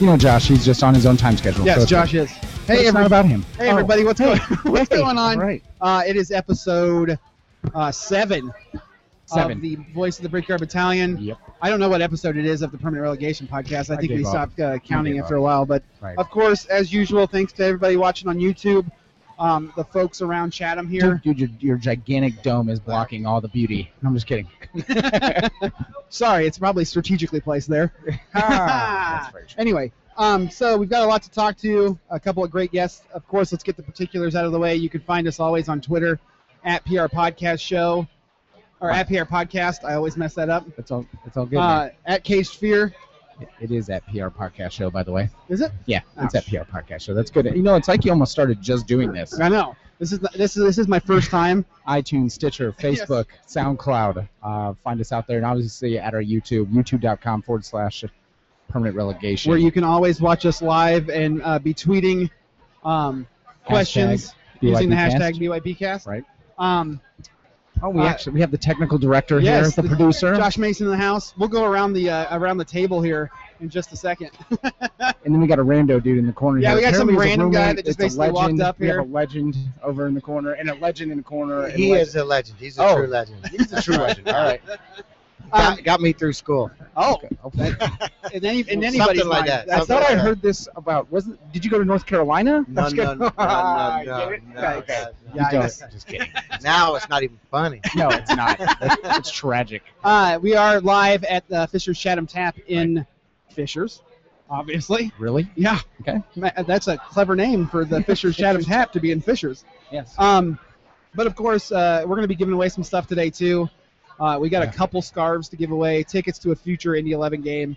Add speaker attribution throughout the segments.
Speaker 1: you know Josh. He's just on his own time schedule.
Speaker 2: Yes,
Speaker 1: it's-
Speaker 2: Josh is.
Speaker 1: but
Speaker 2: Hey,
Speaker 1: it's not
Speaker 2: everybody.
Speaker 1: about him.
Speaker 2: Hey, everybody. What's
Speaker 1: hey,
Speaker 2: going, what's
Speaker 1: hey,
Speaker 2: going on?
Speaker 1: Oh, all right.
Speaker 2: Uh, it is episode uh, seven,
Speaker 1: Seven.
Speaker 2: of the Voice of the Brickyard Battalion.
Speaker 1: Yep.
Speaker 2: I don't know what episode it is of the Permanent Relegation podcast. I
Speaker 1: I
Speaker 2: think we
Speaker 1: gave up.
Speaker 2: stopped uh, counting
Speaker 1: gave
Speaker 2: after a while. But
Speaker 1: Right.
Speaker 2: of course, as usual, thanks to everybody watching on YouTube, um, the folks around Chatham here.
Speaker 1: Dude, your, your gigantic dome is blocking all the beauty. I'm just kidding.
Speaker 2: Sorry, it's probably strategically placed there. Ah.
Speaker 1: That's very true.
Speaker 2: Anyway, um, so we've got a lot to talk to. A couple of great guests, of course. Let's get the particulars out of the way. You can find us always on Twitter at PR Podcast Show or at PR Podcast. I always mess that up.
Speaker 1: It's all, it's all good. man.
Speaker 2: Uh, at K Sphere,
Speaker 1: It- it is at PR Podcast Show, by the way.
Speaker 2: is it?
Speaker 1: Yeah, it's
Speaker 2: Oh,
Speaker 1: at PR Podcast Show. That's good. You know, it's like you almost started just doing this.
Speaker 2: I know. This is this is this is my first time.
Speaker 1: iTunes, Stitcher, Facebook, SoundCloud. Uh, find us out there, and obviously at our YouTube, youtube.com forward slash permanent relegation.
Speaker 2: where you can always watch us live and uh, be tweeting um, questions using the
Speaker 1: BYPcast.
Speaker 2: hashtag BYPcast.
Speaker 1: Right.
Speaker 2: Um,
Speaker 1: Oh, we
Speaker 2: Uh,
Speaker 1: actually we have the technical director
Speaker 2: yes,
Speaker 1: here, the,
Speaker 2: the-
Speaker 1: producer,
Speaker 2: Josh Mason in the house. We'll go around the uh, around the table here in just a second.
Speaker 1: and then we got a rando dude in the corner.
Speaker 2: Yeah,
Speaker 1: here.
Speaker 2: we got some
Speaker 1: Apparently he's a
Speaker 2: random guy
Speaker 1: roommate.
Speaker 2: that just
Speaker 1: It's a
Speaker 2: basically walked
Speaker 1: legend.
Speaker 2: up
Speaker 1: We
Speaker 2: here.
Speaker 1: have a legend over in the corner, and a legend in the corner. and
Speaker 3: He
Speaker 1: a
Speaker 3: is a legend. He's a
Speaker 1: Oh.
Speaker 3: true legend.
Speaker 1: He's a true legend. All right.
Speaker 2: Um,
Speaker 3: Got, got me through school.
Speaker 2: oh,
Speaker 1: Okay.
Speaker 2: in, any, in
Speaker 3: Something
Speaker 2: anybody's
Speaker 3: like
Speaker 2: mind.
Speaker 3: that.
Speaker 1: I
Speaker 2: That's
Speaker 3: Something
Speaker 1: thought I
Speaker 2: all
Speaker 3: like
Speaker 2: right.
Speaker 3: that.
Speaker 1: heard this about. Wasn't? Did you go to North Carolina?
Speaker 3: No, no, no, no,
Speaker 1: Ah, I get
Speaker 3: no, no,
Speaker 1: it.
Speaker 3: no,
Speaker 1: Okay.
Speaker 3: no.
Speaker 2: Yeah, I
Speaker 1: You
Speaker 2: guess.
Speaker 1: don't. Just kidding.
Speaker 3: Now it's not even funny.
Speaker 1: No, it's not. It's, it's tragic.
Speaker 2: Uh, we are live at the Fisher's Chatham Tap in Fisher's, obviously.
Speaker 1: Really?
Speaker 2: Yeah.
Speaker 1: Okay.
Speaker 2: Ma- That's a clever name for the Fisher's Chatham Tap to be in Fisher's.
Speaker 1: Yes.
Speaker 2: Um, but of course, uh, we're going to be giving away some stuff today too. Uh, we got
Speaker 1: Yeah.
Speaker 2: a couple scarves to give away, tickets to a future Indy 11 game,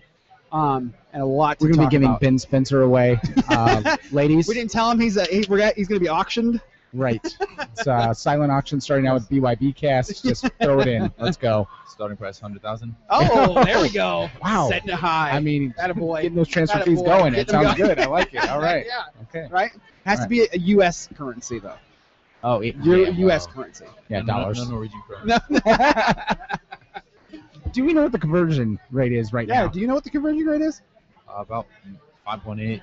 Speaker 2: um, and a lot.
Speaker 1: We're
Speaker 2: to
Speaker 1: gonna
Speaker 2: talk
Speaker 1: be giving
Speaker 2: about.
Speaker 1: Ben Spencer away, uh, ladies.
Speaker 2: We didn't tell him he's a, he, we're gonna, he's going to be auctioned.
Speaker 1: Right. It's uh, silent auction starting out with BYB cast. Just throw it in. Let's go.
Speaker 4: Starting price hundred thousand.
Speaker 2: Oh, there we go.
Speaker 1: Wow.
Speaker 2: Setting it high.
Speaker 1: I mean,
Speaker 2: Attaboy.
Speaker 1: getting those transfer
Speaker 2: Attaboy.
Speaker 1: fees going.
Speaker 2: Get
Speaker 1: It
Speaker 2: them
Speaker 1: sounds
Speaker 2: going.
Speaker 1: good. I like it. All right.
Speaker 2: yeah.
Speaker 1: Okay.
Speaker 2: Right. Has
Speaker 1: All
Speaker 2: to be a U.S. currency though.
Speaker 1: Oh, it,
Speaker 2: U-
Speaker 1: yeah,
Speaker 2: U.S. currency.
Speaker 1: yeah, dollars.
Speaker 4: No, Norwegian kroner.
Speaker 2: No, no.
Speaker 1: Do we know what the conversion rate is right
Speaker 2: Yeah.
Speaker 1: now?
Speaker 2: Do you know what the conversion rate is?
Speaker 4: Uh, about five point eight,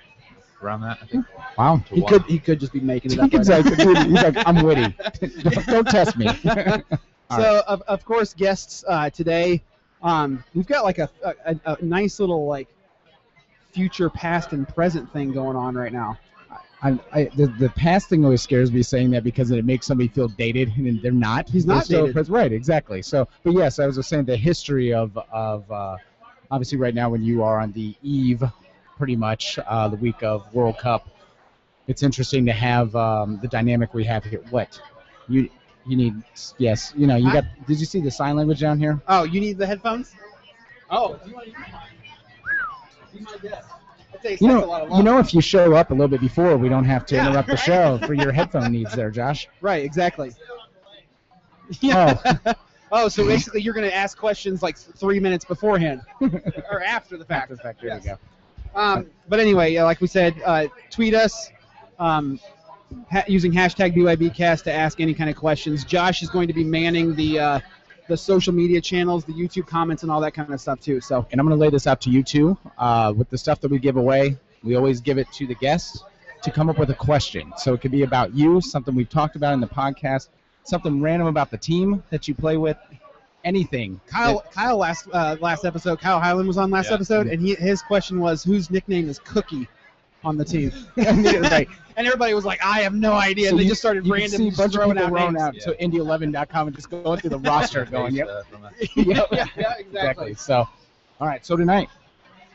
Speaker 4: around that. I think.
Speaker 1: Wow.
Speaker 4: To one.
Speaker 2: He could just be making
Speaker 1: He could say- he's like, I'm witty. don't, don't test me. All
Speaker 2: So of, of course guests uh, today, um, we've got like a, a, a nice little like future, past, and present thing going on right now.
Speaker 1: I, I, the, the past thing always scares me saying that because it makes somebody feel dated and they're not.
Speaker 2: He's not
Speaker 1: They're still
Speaker 2: dated.
Speaker 1: pres- right, exactly. So, but yes, I was just saying the history of of uh, obviously right now when you are on the eve, pretty much uh, the week of World Cup, it's interesting to have um, the dynamic we have here. What you you need? Yes, you know you
Speaker 2: I-
Speaker 1: got. Did you see the sign language down here?
Speaker 2: Oh, you need the headphones? Oh. That takes,
Speaker 1: You
Speaker 2: that's a lot
Speaker 1: know,
Speaker 2: of
Speaker 1: you know,
Speaker 2: love.
Speaker 1: if you show up a little bit before, we don't have to
Speaker 2: Yeah,
Speaker 1: interrupt the show for your headphone needs there, Josh.
Speaker 2: Right, exactly. Yeah. Oh. so basically you're going to ask questions like three minutes beforehand or after the fact.
Speaker 1: After the fact, there we
Speaker 2: Yes.
Speaker 1: go.
Speaker 2: Um, but anyway, yeah, like we said, uh, tweet us um, ha- using hashtag BYBcast to ask any kind of questions. Josh is going to be manning the uh, the social media channels, the YouTube comments, and all that kind of stuff too. So
Speaker 1: and I'm going to lay this out to you too. Uh, with the stuff that we give away, we always give it to the guests to come up with a question. So it could be about you, something we've talked about in the podcast, something random about the team that you play with, anything.
Speaker 2: Kyle, Kyle last uh, last episode, Kyle Highland was on last
Speaker 4: Yeah.
Speaker 1: Mm-hmm.
Speaker 2: episode, and he, his question was, whose nickname is Cookie on the team?
Speaker 1: Right.
Speaker 2: And everybody was like, I have no idea. and they
Speaker 1: you-
Speaker 2: just started
Speaker 1: you can see
Speaker 2: randomly
Speaker 1: a bunch of
Speaker 2: throwing
Speaker 1: people
Speaker 2: out
Speaker 1: rolling
Speaker 2: names.
Speaker 1: out to Indy11.com and just going through the roster, going,
Speaker 4: Based,
Speaker 1: yep,
Speaker 4: uh, from that.
Speaker 1: yep,
Speaker 2: yeah, yeah, exactly.
Speaker 1: exactly. So, all right. So tonight,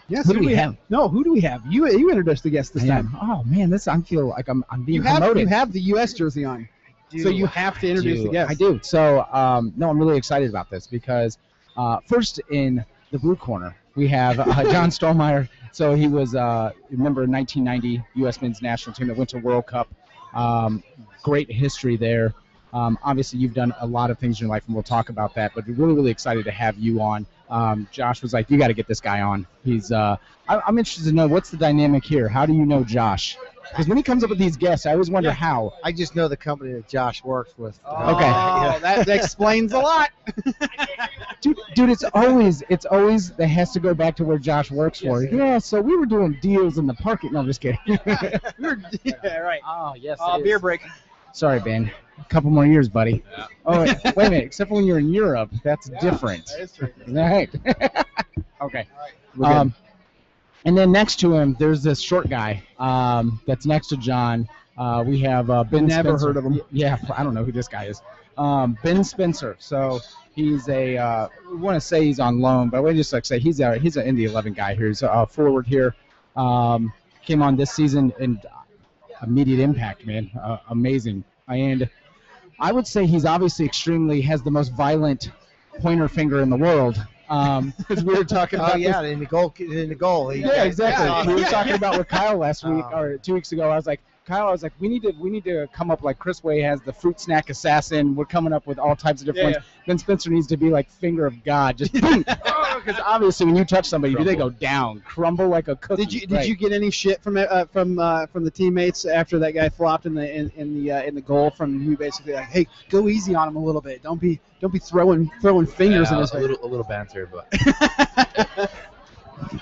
Speaker 2: Yes,
Speaker 1: who do we have?
Speaker 2: No, who do we have? You you introduced the guest this
Speaker 1: I
Speaker 2: time.
Speaker 1: am- Oh man, this I feel like I'm I'm being
Speaker 2: You have,
Speaker 1: promoted.
Speaker 2: you have the U.S. jersey on, so you have to introduce
Speaker 1: do.
Speaker 2: the guest.
Speaker 1: I do. So, um, no, I'm really excited about this because uh, first in the blue corner, we have uh, John Stallmeyer. So he was, uh, remember, 1990 U.S. men's national team that went to World Cup. Um, great history there. Um, obviously, you've done a lot of things in your life, and we'll talk about that. But we're really, really excited to have you on. Um, Josh was like, "You got to get this guy on." He's. Uh, I, I'm interested to know what's the dynamic here. How do you know Josh? Because when he comes up with these guests, I always wonder
Speaker 2: Yeah.
Speaker 1: how.
Speaker 3: I just know the company that Josh works with. Uh,
Speaker 2: Oh,
Speaker 1: Okay.
Speaker 3: Yeah.
Speaker 2: that, that explains a lot.
Speaker 1: dude, dude, it's always it's always that has to go back to where Josh works for.
Speaker 2: Yes, it
Speaker 1: Yeah, so we were doing deals in the parking. No, I'm just kidding.
Speaker 2: We're- yeah, right.
Speaker 1: Oh yes.
Speaker 2: Uh, beer break.
Speaker 1: Sorry, Ben. A couple more years, buddy.
Speaker 4: Yeah.
Speaker 1: Oh wait, wait a minute. Except for when you're in Europe, that's different.
Speaker 2: That is true.
Speaker 1: All right. okay.
Speaker 2: We're good.
Speaker 1: Um, and then next to him, there's this short guy um, that's next to John. Uh, we have uh, Ben.
Speaker 2: Never
Speaker 1: Spencer.
Speaker 2: heard of him.
Speaker 1: Yeah, I don't know who this guy is. Um, ben Spencer. So he's a. Uh, we want to say he's on loan, but I would just like to say he's a he's an Indy 11 guy here. He's a forward here. Um, came on this season and immediate impact, man. Uh, amazing. And I would say he's obviously extremely has the most violent pointer finger in the world. Um, because we were talking about
Speaker 3: Oh
Speaker 1: this-
Speaker 3: yeah, in the goal, in the goal. He,
Speaker 1: yeah, exactly.
Speaker 3: Yeah.
Speaker 1: We were talking about with Kyle last week
Speaker 2: Oh.
Speaker 3: Um,
Speaker 1: or two weeks ago. I was like, Kyle, I was like, we need to we need to come up like Chris Way has the fruit snack assassin. We're coming up with all types of different
Speaker 2: Yeah,
Speaker 1: ones. Then Spencer needs to be like finger of God, just boom. Because obviously, when you touch somebody, they go down, crumble like a cookie.
Speaker 2: Did you did
Speaker 1: Right.
Speaker 2: you get any shit from uh, from uh, from the teammates after that guy flopped in the in, in the uh, in the goal from you basically like hey go easy on him a little bit don't be don't be throwing throwing fingers
Speaker 4: Yeah,
Speaker 2: in his
Speaker 4: a
Speaker 2: face
Speaker 4: little, a little banter, but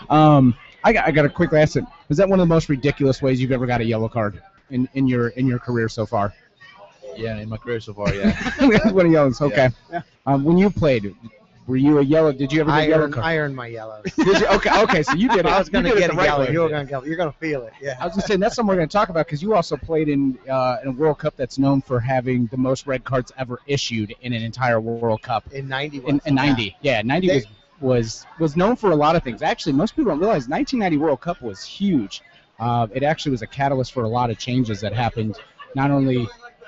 Speaker 1: Um, I got I got a quick last. one. Is that one of the most ridiculous ways you've ever got a yellow card in, in your in your career so far?
Speaker 4: yeah, in my career so far, yeah.
Speaker 1: one of those. Okay.
Speaker 2: Yeah.
Speaker 1: Um, when you played, were you a yellow? Did you ever get a
Speaker 3: I
Speaker 1: yellow
Speaker 3: earned,
Speaker 1: card?
Speaker 3: I earned my yellow.
Speaker 1: Did you? Okay. Okay. So you did it.
Speaker 3: I was
Speaker 1: You
Speaker 3: gonna
Speaker 1: did it
Speaker 3: get
Speaker 1: the
Speaker 3: a
Speaker 1: right
Speaker 3: yellow.
Speaker 1: way.
Speaker 3: you were gonna go. You're gonna feel it.
Speaker 1: I
Speaker 3: Yeah.
Speaker 1: was just saying that's something we're going to talk about because you also played in uh, in a World Cup that's known for having the most red cards ever issued in an entire World Cup
Speaker 3: In '91.
Speaker 1: in, in '90. Yeah, '90
Speaker 3: They-
Speaker 1: was was was known for a lot of things. Actually, most people don't realize 1990 World Cup was huge. Uh, it actually was a catalyst for a lot of changes that happened, not only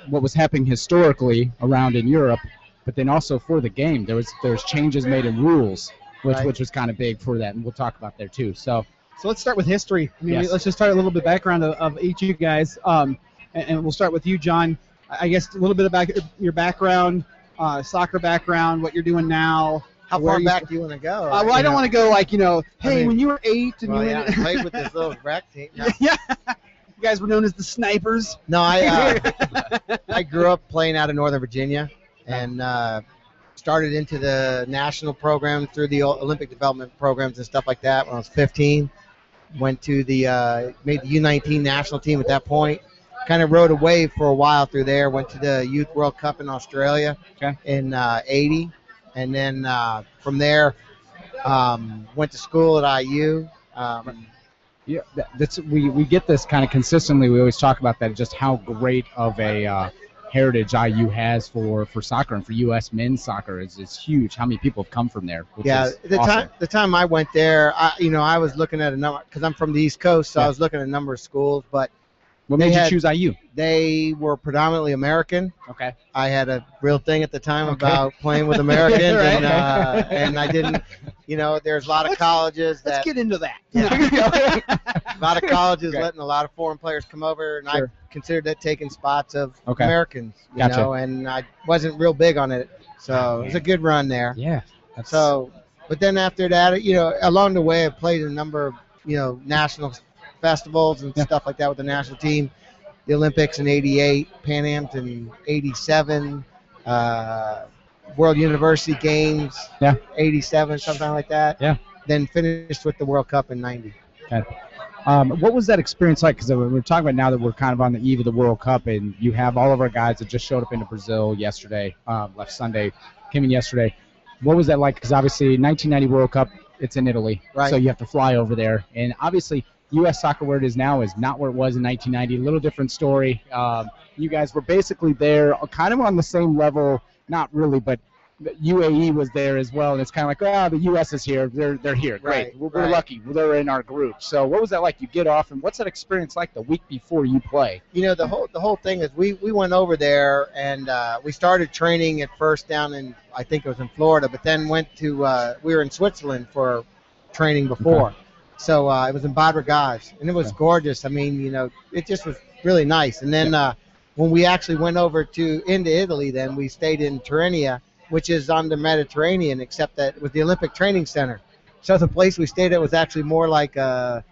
Speaker 1: what was happening historically around in Europe, but then also for the game. There was there's changes made in rules, which
Speaker 3: Right.
Speaker 1: which was kind of big for that, and we'll talk about there too. So
Speaker 2: So let's start with history. I mean,
Speaker 1: Yes.
Speaker 2: let's just start a little bit background of, of each of you guys, um, and, and we'll start with you, John. I I guess a little bit about your background, uh, soccer background, what you're doing now.
Speaker 3: How
Speaker 2: where
Speaker 3: far
Speaker 2: you-
Speaker 3: back do you want to go?
Speaker 2: Uh, well, I don't want to go like you know, hey,
Speaker 3: mean-
Speaker 2: when you were eight and
Speaker 3: Well,
Speaker 2: you,
Speaker 3: yeah,
Speaker 2: were,
Speaker 3: I played with this little rack team. No,
Speaker 2: yeah, you guys were known as the snipers.
Speaker 3: No, I uh, I grew up playing out of Northern Virginia and uh, started into the national program through the Olympic development programs and stuff like that when I was 15. Went to the uh, made the U19 national team at that point. Kind of rode away for a while through there. Went to the Youth World Cup in Australia
Speaker 1: Okay.
Speaker 3: in uh, '80, and then uh, from there um, went to school at IU. Um,
Speaker 1: Yeah, that, that's we, we get this kind of consistently. We always talk about that, just how great of a uh, heritage IU has for, for soccer and for U.S. men's soccer is, is huge. How many people have come from there? Which
Speaker 3: yeah,
Speaker 1: is
Speaker 3: the
Speaker 1: awesome.
Speaker 3: time the time I went there, I you know I was looking at a number because I'm from the East Coast, so I
Speaker 1: Yeah.
Speaker 3: was looking at a number of schools, but
Speaker 1: What
Speaker 3: they
Speaker 1: made you
Speaker 3: had-
Speaker 1: choose IU?
Speaker 3: they were predominantly American.
Speaker 1: Okay.
Speaker 3: I had a real thing at the time
Speaker 1: Okay.
Speaker 3: about playing with Americans,
Speaker 1: Right.
Speaker 3: and, uh, and I didn't, you know, there's a lot of
Speaker 2: Let's-
Speaker 3: colleges
Speaker 2: Let's
Speaker 3: that
Speaker 2: get into that.
Speaker 3: a lot of colleges
Speaker 1: Okay.
Speaker 3: letting a lot of foreign players come over, and
Speaker 1: Sure.
Speaker 3: I considered that taking spots of
Speaker 1: Okay.
Speaker 3: Americans, you
Speaker 1: Gotcha.
Speaker 3: know, and I wasn't real big on it, so it was a good run there.
Speaker 1: Yeah. That's,
Speaker 3: So, but then after that, you know, along the way, I played a number of, you know, national festivals and
Speaker 1: Yeah.
Speaker 3: stuff like that with the national team, the Olympics in '88, Pan Am's in '87, uh, World University Games,
Speaker 1: Yeah.
Speaker 3: '87, something like that.
Speaker 1: Yeah.
Speaker 3: Then finished with the World Cup in '90.
Speaker 1: Um, what was that experience like? Because we're talking about now that we're kind of on the eve of the World Cup, and you have all of our guys that just showed up into Brazil yesterday, um, left Sunday, came in yesterday. What was that like? Because obviously, 1990 World Cup, it's in Italy,
Speaker 3: Right.
Speaker 1: so you have to fly over there, and obviously, U.S. soccer where it is now is not where it was in 1990. A little different story. Um, you guys were basically there, uh, kind of on the same level, not really, but. the UAE was there as well, and it's kind of like, oh, the U.S. is here. They're they're here. Great,
Speaker 3: Right,
Speaker 1: we're, we're
Speaker 3: right.
Speaker 1: lucky. They're in our group. So what was that like? You get off, and what's that experience like the week before you play?
Speaker 3: you know the whole the whole thing is we we went over there and uh, we started training at first down in I think it was in Florida, but then went to uh, we were in Switzerland for training before. So uh, it was in Bad Ragaz, and it was
Speaker 1: Okay.
Speaker 3: gorgeous. I mean, you know, it just was really nice. And then uh, when we actually went over to into Italy, then we stayed in Tirrenia, which is on the Mediterranean, except that it was the Olympic Training Center. So the place we stayed at was actually more like a,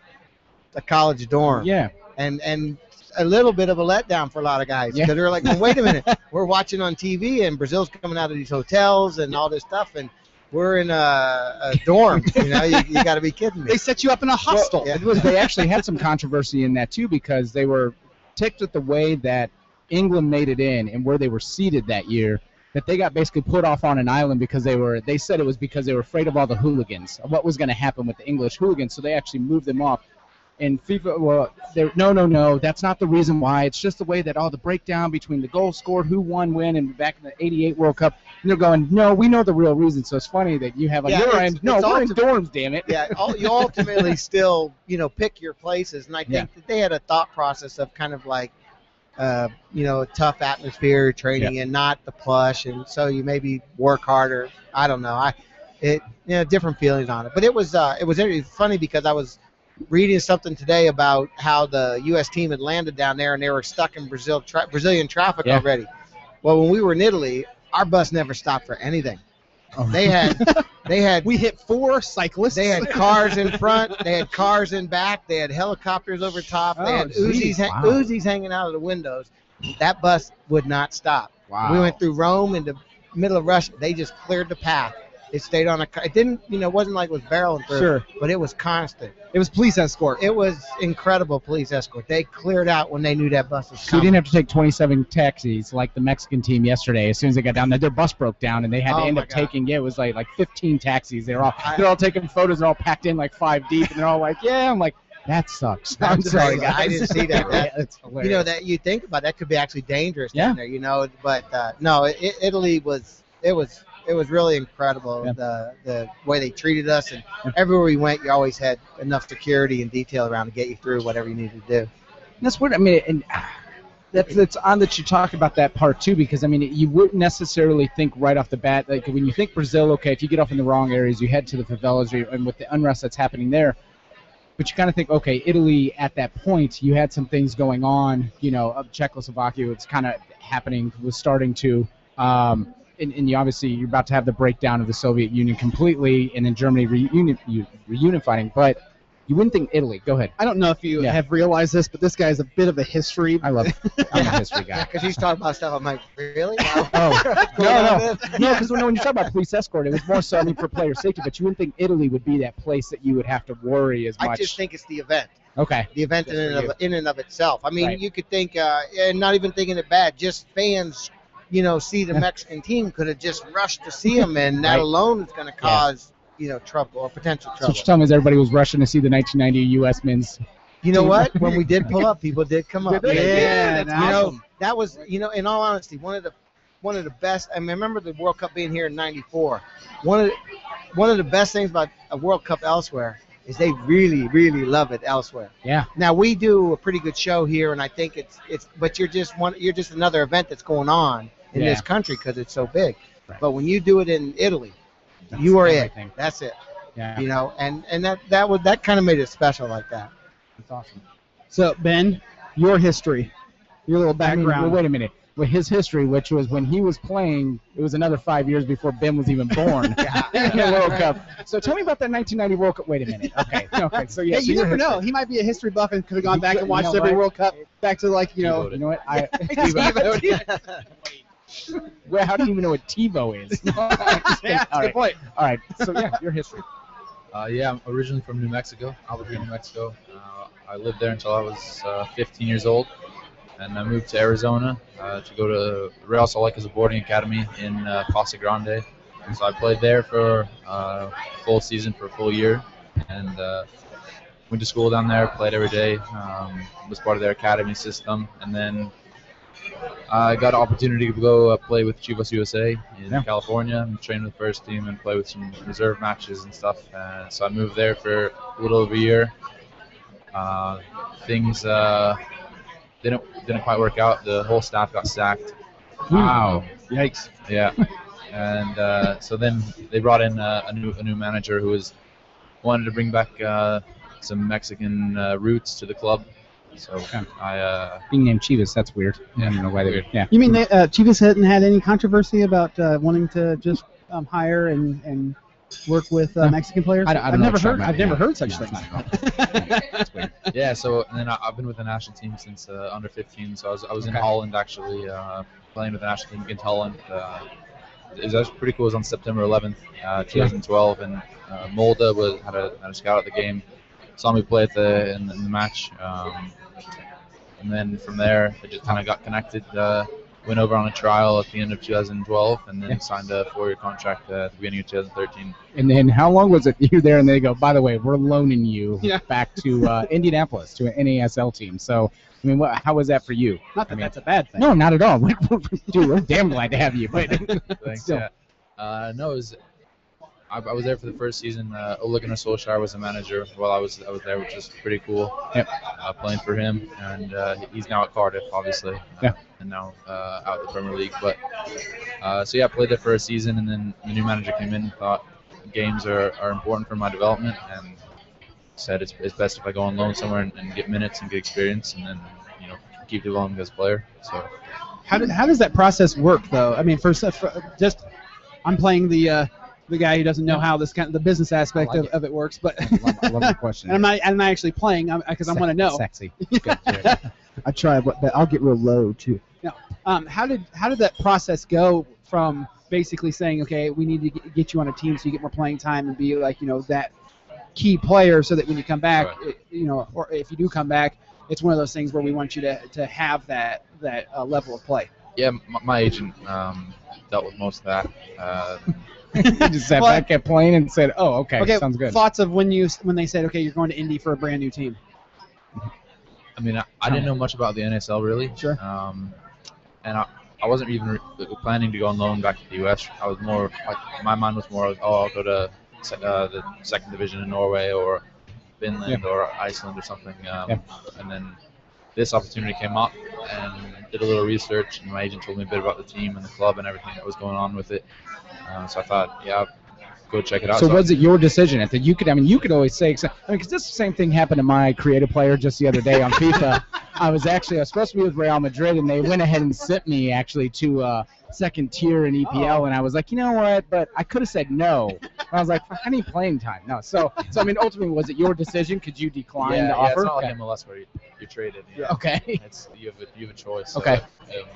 Speaker 3: a college dorm
Speaker 1: Yeah,
Speaker 3: and and a little bit of a letdown for a lot of guys
Speaker 1: Yeah.
Speaker 3: because they're like, well, wait a minute, we're watching on TV and Brazil's coming out of these hotels and all this stuff, and We're in a, a dorm. You know, you, you got to be kidding me.
Speaker 2: They set you up in a hostel.
Speaker 3: yeah.
Speaker 1: It was, they actually had some controversy in that too because they were ticked at the way that England made it in and where they were seated that year. That they got basically put off on an island because they were. They said it was because they were afraid of all the hooligans, of what was going to happen with the English hooligans. So they actually moved them off. And FIFA, well, they- no, no, no, that's not the reason why. It's just the way that all the breakdown between the goals scored, who won, when, and back in the '88 World Cup. And they're going, no, we know the real reason. So it's funny that you have on
Speaker 3: Yeah,
Speaker 1: your
Speaker 3: it's-
Speaker 1: end, no,
Speaker 3: it's
Speaker 1: we're in
Speaker 3: ultimate-
Speaker 1: dorms, damn it.
Speaker 3: yeah, ul- you ultimately still, you know, pick your places. And I think
Speaker 1: Yeah.
Speaker 3: that they had a thought process of kind of like, uh, you know, a tough atmosphere training and not the plush. And so you maybe work harder. I don't know. I, it, you know, different feelings on it. But it was, uh, it was really funny because I was reading something today about how the U.S. team had landed down there and they were stuck in Brazil tra- Brazilian traffic
Speaker 1: Yeah.
Speaker 3: already. Well, when we were in Italy, our bus never stopped for anything. They had, they had
Speaker 2: Oh. We hit four cyclists.
Speaker 3: they had cars in front. They had cars in back. They had helicopters over top. They
Speaker 2: Oh,
Speaker 3: had
Speaker 1: geez,
Speaker 3: Uzis, ha-
Speaker 1: wow.
Speaker 3: Uzis hanging out of the windows. That bus would not stop.
Speaker 1: Wow.
Speaker 3: We went through Rome into middle of Russia. They just cleared the path. It stayed on a. ca- It didn't. You know, it wasn't like it was barreling through.
Speaker 2: Sure.
Speaker 3: But it was constant.
Speaker 2: It was police escort.
Speaker 3: It was incredible police escort. They cleared out when they knew that bus was
Speaker 1: So you
Speaker 3: coming.
Speaker 1: didn't have to take 27 taxis like the Mexican team yesterday. As soon as they got down there, their bus broke down and they had
Speaker 3: Oh
Speaker 1: to end
Speaker 3: my
Speaker 1: up
Speaker 3: God.
Speaker 1: taking. Yeah, it was like like 15 taxis. They're all
Speaker 3: I-
Speaker 1: they're all taking photos. They're all packed in like five deep, and they're all like, "Yeah." I'm like, "That sucks." I'm
Speaker 3: That's
Speaker 1: sorry,
Speaker 3: crazy.
Speaker 1: guys.
Speaker 3: I didn't see that.
Speaker 1: yeah,
Speaker 3: That-
Speaker 1: that's
Speaker 3: you know
Speaker 1: hilarious.
Speaker 3: that you think about that could be actually dangerous
Speaker 1: Yeah.
Speaker 3: down there you know but uh, no it, it- italy was it was it was really incredible
Speaker 1: Yeah.
Speaker 3: the the way they treated us and
Speaker 1: Yeah.
Speaker 3: everywhere we went you always had enough security and detail around to get you through whatever you needed to do
Speaker 1: that's what I mean. And ah, that's that's on that you talk about that part too, because I mean, you wouldn't necessarily think right off the bat. Like when you think Brazil, okay, if you get off in the wrong areas, you head to the favelas, or- and with the unrest that's happening there. But you kind of think, okay, Italy at that point, you had some things going on. You know, of Czechoslovakia, it's kind of happening, was starting to. Um, and, and you obviously you're about to have the breakdown of the Soviet Union completely, and then Germany reuni- u- reunifying. But you wouldn't think Italy. Go ahead.
Speaker 2: I don't know if you
Speaker 1: Yeah.
Speaker 2: have realized this, but this guy's a bit of a history.
Speaker 1: I love. I'm a history guy.
Speaker 3: because he's talking about stuff i'm like really Wow.
Speaker 1: Oh
Speaker 3: What's going on
Speaker 1: no,
Speaker 3: with
Speaker 1: no, no! Because when, when you talk about police escort, it was more so I mean, for player safety. But you wouldn't think Italy would be that place that you would have to worry as much.
Speaker 3: i just think it's the event
Speaker 1: okay,
Speaker 3: the event in
Speaker 1: Just
Speaker 3: and,
Speaker 1: for
Speaker 3: of, in and of itself. I mean,
Speaker 1: Right.
Speaker 3: you could think, uh, and not even thinking it bad, just fans, you know, see the
Speaker 1: Yeah.
Speaker 3: Mexican team could have just rushed to see them, and that
Speaker 1: Right.
Speaker 3: alone is going to cause, you know, trouble or potential
Speaker 1: so
Speaker 3: trouble.
Speaker 1: what you're telling me is everybody was rushing to see the 1990 U.S. men's.
Speaker 3: you know what? when we did pull up, people did come up.
Speaker 1: Did they?
Speaker 2: Yeah,
Speaker 3: you
Speaker 2: that's
Speaker 3: know, that was, you know, in all honesty, one of the one of the best. I, mean, I remember the World Cup being here in '94. One of the, one of the best things about a World Cup elsewhere is they really, really love it elsewhere.
Speaker 1: Yeah,
Speaker 3: Now we do a pretty good show here, and I think it's it's. But you're just one. You're just another event that's going on in
Speaker 1: Yeah.
Speaker 3: this country because it's so big.
Speaker 1: Right.
Speaker 3: But when you do it in Italy,
Speaker 1: That's
Speaker 3: you are
Speaker 1: everything.
Speaker 3: it. That's it.
Speaker 1: yeah,
Speaker 3: You know, and and that that would that kind of made it special like that.
Speaker 1: that's awesome.
Speaker 2: So Uh, Ben, your history, your little
Speaker 1: I mean,
Speaker 2: background.
Speaker 1: well, wait a minute. With his history, which was when he was playing, it was another five years before Ben was even born. in the World Cup. So tell me about that 1990 World Cup. Wait a minute. Okay. Okay. So yeah.
Speaker 2: Hey,
Speaker 1: so
Speaker 2: you
Speaker 1: your
Speaker 2: never
Speaker 1: history.
Speaker 2: know. He might be a history buff and could have gone
Speaker 1: You
Speaker 2: back
Speaker 1: could-
Speaker 2: and
Speaker 1: you
Speaker 2: watched
Speaker 1: know,
Speaker 2: every
Speaker 1: right?
Speaker 2: World Cup, back to like you know.
Speaker 1: You know what? I well, how do you even know what TiVo is?
Speaker 2: yeah, that's a
Speaker 1: All
Speaker 2: good
Speaker 1: right.
Speaker 2: point.
Speaker 1: All right. So yeah, your history.
Speaker 4: Uh, yeah, I'm originally from New Mexico, Albuquerque, New Mexico. Uh, I lived there until I was uh, 15 years old, and I moved to Arizona uh, to go to Real Solecas Boarding Academy in uh, Casa Grande. So I played there for uh, full season, for a full year, and uh, went to school down there, played every day, um, was part of their academy system, and then I got an opportunity to go uh, play with Chivas USA in
Speaker 1: Yeah.
Speaker 4: California and train with the first team and play with some reserve matches and stuff. Uh, so I moved there for a little over a year. Uh, things uh, didn't didn't quite work out. The whole staff got sacked.
Speaker 1: Wow. Hmm. Yikes.
Speaker 4: Yeah, and uh, so then they brought in uh, a new a new manager who was wanted to bring back uh, some Mexican uh, roots to the club. So
Speaker 1: Okay.
Speaker 4: I uh,
Speaker 1: being named Chivas, that's weird. I don't know why they
Speaker 4: Weird.
Speaker 1: Yeah.
Speaker 2: You mean they, uh, Chivas hadn't had any controversy about uh, wanting to just um, hire and, and work with uh,
Speaker 1: No.
Speaker 2: Mexican players?
Speaker 1: I don't- I
Speaker 2: have
Speaker 1: don't know
Speaker 2: never
Speaker 1: what you're
Speaker 2: heard.
Speaker 1: talking
Speaker 2: I've
Speaker 1: about.
Speaker 2: never
Speaker 1: Yeah. No,
Speaker 2: heard such things.
Speaker 1: it's not at all. That's weird.
Speaker 4: yeah. So and then I, I've been with the national team since uh, under 15. So I was I was
Speaker 1: Okay.
Speaker 4: in Holland actually uh, playing with the national team against Holland. Uh, is actually pretty cool. It was on September 11th, uh, 2012, and uh, Molda was had a, had a scout at the game, saw me play at the in, in the match, um, and then from there I just kind of got connected. Uh, went over on a trial at the end of 2012, and then
Speaker 1: Yeah.
Speaker 4: signed a four-year contract uh, at the beginning of 2013.
Speaker 1: And then how long was it you there? And they go, by the way, we're loaning you
Speaker 2: Yeah.
Speaker 1: back to uh, Indianapolis to an NASL team. So, I mean, what, how was that for you?
Speaker 2: Not that
Speaker 1: I mean-
Speaker 2: that's a bad thing.
Speaker 1: No, not at all. Dude, we're damn glad to have you. But
Speaker 4: Thanks.
Speaker 1: Still.
Speaker 4: Yeah. Uh, no, it was. I, I was there for the first season. Uh, Ole Gunnar Solskjaer was the manager while I was I was there, which is pretty cool.
Speaker 1: Yep.
Speaker 4: Uh, playing for him, and uh, he's now at Cardiff, obviously. uh,
Speaker 1: Yeah.
Speaker 4: And now uh, out of the Premier League, but uh, so yeah, I played there for a season, and then the new manager came in, and thought games are, are important for my development, and said it's, it's best if I go on loan somewhere and, and get minutes and get experience, and then you know keep developing as a player. So
Speaker 2: How, do, how does that process work, though? I mean, first, uh, for, just I'm playing the uh, the guy who doesn't know how this kind of the business aspect
Speaker 1: I like
Speaker 2: of,
Speaker 1: it.
Speaker 2: of it works, but
Speaker 1: I love, I love the question.
Speaker 2: and I'm not I'm not actually playing because I want to know.
Speaker 1: Sexy.
Speaker 5: I try, but but I'll get real low too.
Speaker 2: Um, how did how did that process go from basically saying, okay, we need to get- get you on a team so you get more playing time and be like, you know, that key player so that when you come back, it- you know, or if you do come back, it's one of those things where we want you to, to have that that uh, level of play.
Speaker 4: yeah, m- my agent um, dealt with most of that. Uh,
Speaker 1: He just sat
Speaker 2: Well-
Speaker 1: back at plane and said, "Oh, okay,
Speaker 2: okay,
Speaker 1: sounds good."
Speaker 2: thoughts of when you when they said, okay, you're going to Indy for a brand new team.
Speaker 4: I mean, I, I didn't know much about the NSL really.
Speaker 2: Sure.
Speaker 4: Um, and I, I wasn't even re- uh, planning to go on loan back to the US. I was more like my mind was more like, oh, I'll go to se- uh, the second division in Norway or Finland or Iceland or something. Um,
Speaker 1: Yeah.
Speaker 4: And then this opportunity came up and did a little research and my agent told me a bit about the team and the club and everything that was going on with it. Uh, so I thought, yeah, I'll go check it out.
Speaker 1: So
Speaker 4: I-
Speaker 1: was it your decision? I think you could. I mean, you could always say, except- I mean, because this same thing happened to my creative player just the other day on FIFA. I was actually I was supposed to be with Real Madrid, and they went ahead and sent me actually to uh, second tier in
Speaker 4: Oh.
Speaker 1: EPL, and I was like, you know what? But I could have said no. And I was like, I need playing time. No. So, so I mean, ultimately, was it your decision? Could you decline
Speaker 4: yeah,
Speaker 1: the
Speaker 4: yeah,
Speaker 1: offer?
Speaker 4: It's not like MLS where you, you're traded. you know.
Speaker 1: okay.
Speaker 4: It's you have a, you have a choice. so,
Speaker 1: Okay.
Speaker 4: um,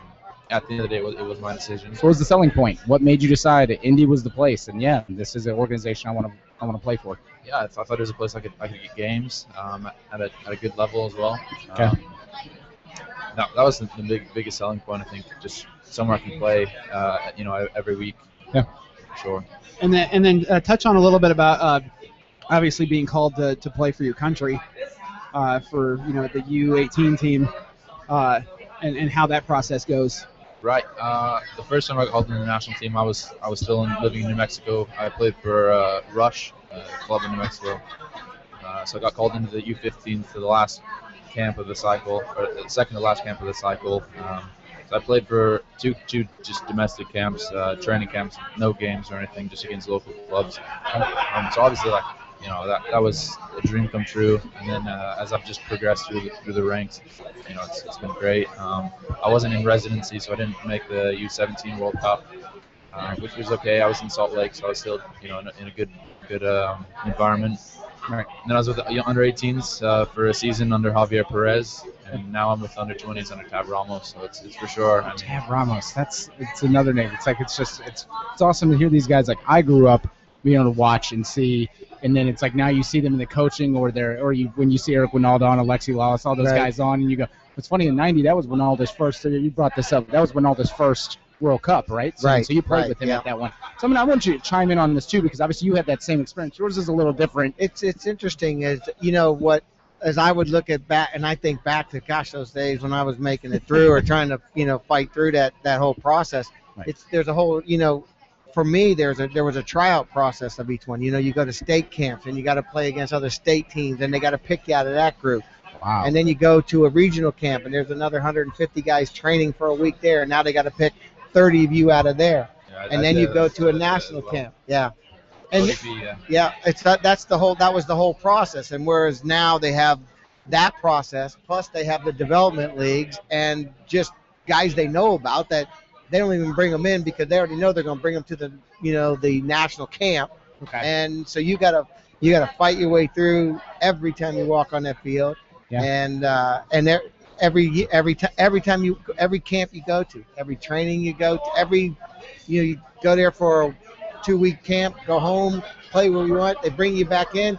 Speaker 4: at the end of the day, it was, it was my decision.
Speaker 1: So what was the selling point? What made you decide Indy was the place? And yeah, this is an organization I want to I want to play for.
Speaker 4: Yeah, I thought it was a place I could I could get games um, at a at a good level as well.
Speaker 1: Okay.
Speaker 4: Um, that, that was the, the big, biggest selling point, I think. Just somewhere I can play, uh, you know, every week.
Speaker 1: Yeah.
Speaker 4: Sure.
Speaker 2: And then and then uh, touch on a little bit about uh, obviously being called to, to play for your country, uh, for you know the U18 team, uh, and and how that process goes.
Speaker 4: Right. Uh, the first time I called in the national team, I was I was still in, living in New Mexico. I played for uh, Rush, uh, club in New Mexico. Uh, so I got called into the U15 for the last camp of the cycle, or the second to last camp of the cycle. Um, so I played for two two just domestic camps, uh, training camps, no games or anything, just against local clubs. Um, so obviously, like you know, that, that was a dream come true. And then uh, as I've just progressed through the, through the ranks, you know, it's, it's been great. Um, I wasn't in residency, so I didn't make the U17 World Cup, uh, which was okay. I was in Salt Lake, so I was still, you know, in a, in a good good um, environment.
Speaker 1: Right.
Speaker 4: And then I was with the you know, under 18s uh, for a season under Javier Perez, and now I'm with under 20s under Tab Ramos. So it's, it's for sure. I mean,
Speaker 1: Tab Ramos. That's it's another name. It's like it's just it's it's awesome to hear these guys. Like I grew up being able to watch and see, and then it's like now you see them in the coaching or they're or you when you see Eric Winaldo on Alexi Lawless, all those
Speaker 5: Right.
Speaker 1: guys on, and you go. It's funny in '90 that was Winaldo's first. You brought this up. That was Winaldo's first World Cup, right? So,
Speaker 3: Right,
Speaker 1: So you played
Speaker 3: right,
Speaker 1: with him
Speaker 3: yeah.
Speaker 1: at that one. So I mean, I want you to chime in on this too because obviously you had that same experience. Yours is a little different.
Speaker 3: It's it's interesting as you know what as I would look at back and I think back to gosh those days when I was making it through or trying to you know fight through that that whole process.
Speaker 1: Right.
Speaker 3: It's there's a whole you know for me there's a there was a tryout process of each one. You know you go to state camps and you got to play against other state teams and they got to pick you out of that group.
Speaker 1: Wow.
Speaker 3: And then you go to a regional camp, and there's another 150 guys training for a week there, and now they got to pick 30 of you out of there.
Speaker 4: yeah, I- I
Speaker 3: And then
Speaker 4: did
Speaker 3: you
Speaker 4: that
Speaker 3: go
Speaker 4: as-
Speaker 3: to a
Speaker 4: as
Speaker 3: national
Speaker 4: well.
Speaker 3: camp. Yeah.
Speaker 4: So
Speaker 3: And
Speaker 4: it'd be, uh,
Speaker 3: yeah, it's that, that's the whole that was the whole process. And whereas now they have that process, plus they have the development leagues and just guys they know about that they don't even bring them in because they already know they're going to bring them to the you know the national camp.
Speaker 1: okay.
Speaker 3: And so you gotta you gotta fight your way through every time you walk on that field.
Speaker 1: Yeah.
Speaker 3: And uh, and there, every every time every time you every camp you go to, every training you go to, every You know, you go there for a two week camp, go home, play where you want. They bring you back in.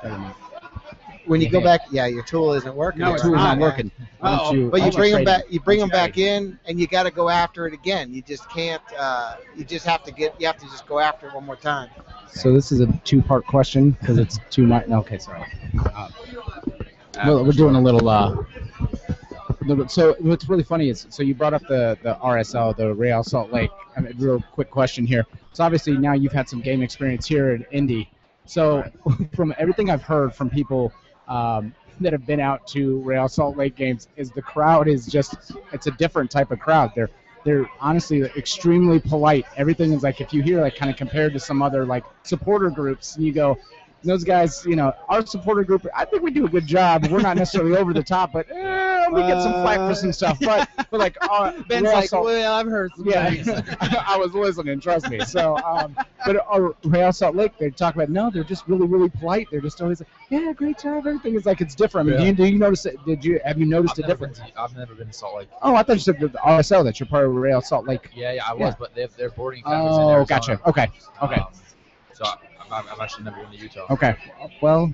Speaker 3: When you go back, yeah, your tool isn't working.
Speaker 2: No,
Speaker 3: Your
Speaker 2: it's
Speaker 1: Tool's
Speaker 2: not,
Speaker 1: not
Speaker 2: man.
Speaker 1: working. Why don't
Speaker 2: Uh-oh.
Speaker 1: you-
Speaker 3: But
Speaker 1: why
Speaker 3: you
Speaker 1: don't
Speaker 3: bring them
Speaker 1: trade him?
Speaker 3: back. You bring them
Speaker 4: That's
Speaker 3: back in, and you got to go after it again. You just can't. Uh, you just have to get. You have to just go after it one more time.
Speaker 1: So this is a two-part question because it's two. Mi- okay, sorry. Uh, we're, we're doing a little. Uh, little- so what's really funny is so you brought up the the RSL, the Real Salt Lake. I mean, real quick question here. So obviously now you've had some game experience here in Indy. So from everything I've heard from people. Um, that have been out to Real Salt Lake games is the crowd is just it's a different type of crowd. They're they're honestly extremely polite. Everything is like if you hear like kind of compared to some other like supporter groups, and you go, those guys, you know, our supporter group. I think we do a good job. We're not necessarily over the top, but eh, we get some flack for some stuff. But but like uh,
Speaker 3: Ben's
Speaker 1: we're
Speaker 3: like,
Speaker 1: also-
Speaker 3: well, I've heard some things."
Speaker 1: yeah, I was listening. Trust me. So, um, but uh, Real Salt Lake, they talk about no, they're just really, really polite. They're just always like, yeah, great job. Everything is like it's different. I mean,
Speaker 4: Yeah.
Speaker 1: do, you, do you notice? It, did you have you noticed
Speaker 4: I've
Speaker 1: a
Speaker 4: never, been
Speaker 1: difference?
Speaker 4: to, I've never been to Salt Lake.
Speaker 1: Oh, I thought you said the RSL that you're part of Real Salt Lake.
Speaker 4: Yeah, yeah, I was,
Speaker 1: Yeah.
Speaker 4: but they have their boarding campus in
Speaker 1: Oh,
Speaker 4: Arizona.
Speaker 1: gotcha. Okay, okay.
Speaker 4: Um, so I- I've, I've actually never been to Utah.
Speaker 1: okay. Well,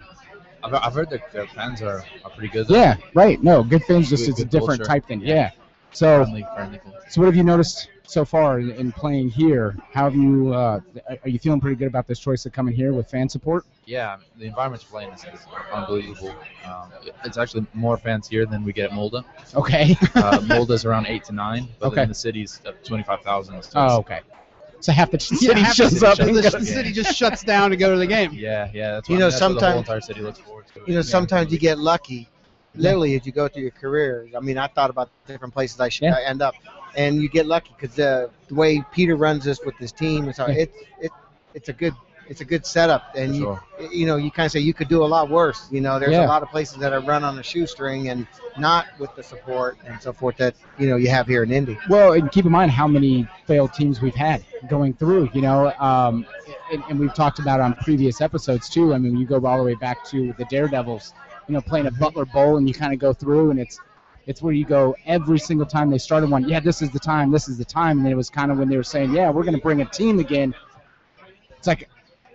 Speaker 4: I've, I've heard that their fans are, are pretty good.
Speaker 1: yeah, right. No, good things. Just
Speaker 4: Good-
Speaker 1: it's a
Speaker 4: good
Speaker 1: different
Speaker 4: culture.
Speaker 1: type thing.
Speaker 4: Yeah.
Speaker 1: Yeah. So,
Speaker 4: Friendly, friendly culture.
Speaker 1: so what have you noticed so far in, in playing here? How have you? Uh, are you feeling pretty good about this choice of coming here with fan support?
Speaker 4: Yeah, the environment you're playing is, is unbelievable. Um, it's actually more fans here than we get at Molda.
Speaker 1: Okay.
Speaker 4: Uh, Molda's around eight to nine, but
Speaker 1: Okay.
Speaker 4: then the city's at twenty-five thousand.
Speaker 1: Oh, okay. So half the city
Speaker 2: Yeah, half the
Speaker 1: shows
Speaker 4: city
Speaker 1: up.
Speaker 4: shows
Speaker 1: and
Speaker 4: up.
Speaker 1: goes-
Speaker 2: The city just shuts down to go to the game.
Speaker 4: Yeah, yeah. That's
Speaker 3: You
Speaker 4: what,
Speaker 3: know,
Speaker 4: I mean, that's what the
Speaker 3: sometime-
Speaker 4: whole entire city looks forward to.
Speaker 3: You know, sometimes you get lucky. Literally, as you go through your career, I mean, I thought about different places I should
Speaker 1: Yeah.
Speaker 3: I end up, and you get lucky because uh, the way Peter runs this with his team, and so
Speaker 1: Yeah.
Speaker 3: it's it, it's a good it's a good setup,
Speaker 4: For
Speaker 3: and you,
Speaker 4: sure.
Speaker 3: you know you kind of say you could do a lot worse. You know, there's
Speaker 1: Yeah.
Speaker 3: a lot of places that are run on a shoestring and not with the support and so forth that you know you have here in Indy.
Speaker 1: Well, and keep in mind how many failed teams we've had going through, you know, um, and, and we've talked about on previous episodes too. I mean, you go all the way back to the Daredevils, you know, playing a Butler Bowl, and you kind of go through, and it's it's where you go every single time they started one. Yeah, this is the time, this is the time, and it was kind of when they were saying, yeah, we're going to bring a team again. It's like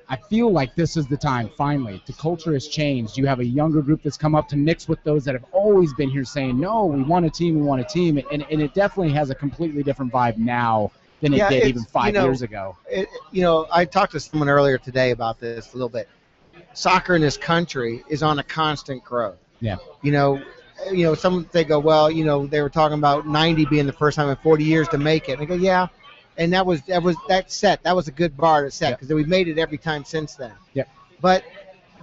Speaker 1: I feel like this is the time finally. The culture has changed. You have a younger group that's come up to mix with those that have always been here saying, no, we want a team, we want a team. And, and it definitely has a completely different vibe now than it
Speaker 3: Yeah,
Speaker 1: did
Speaker 3: it's-
Speaker 1: even five
Speaker 3: you know-
Speaker 1: years ago.
Speaker 3: it, you know, I talked to someone earlier today about this a little bit. Soccer in this country is on a constant growth.
Speaker 1: Yeah.
Speaker 3: You know, you know, some they go, well, you know, they were talking about 90 being the first time in 40 years to make it. And I go, yeah, and that was that was that set. That was a good bar to set
Speaker 1: Yep.
Speaker 3: because we've made it every time since then.
Speaker 1: Yep.
Speaker 3: But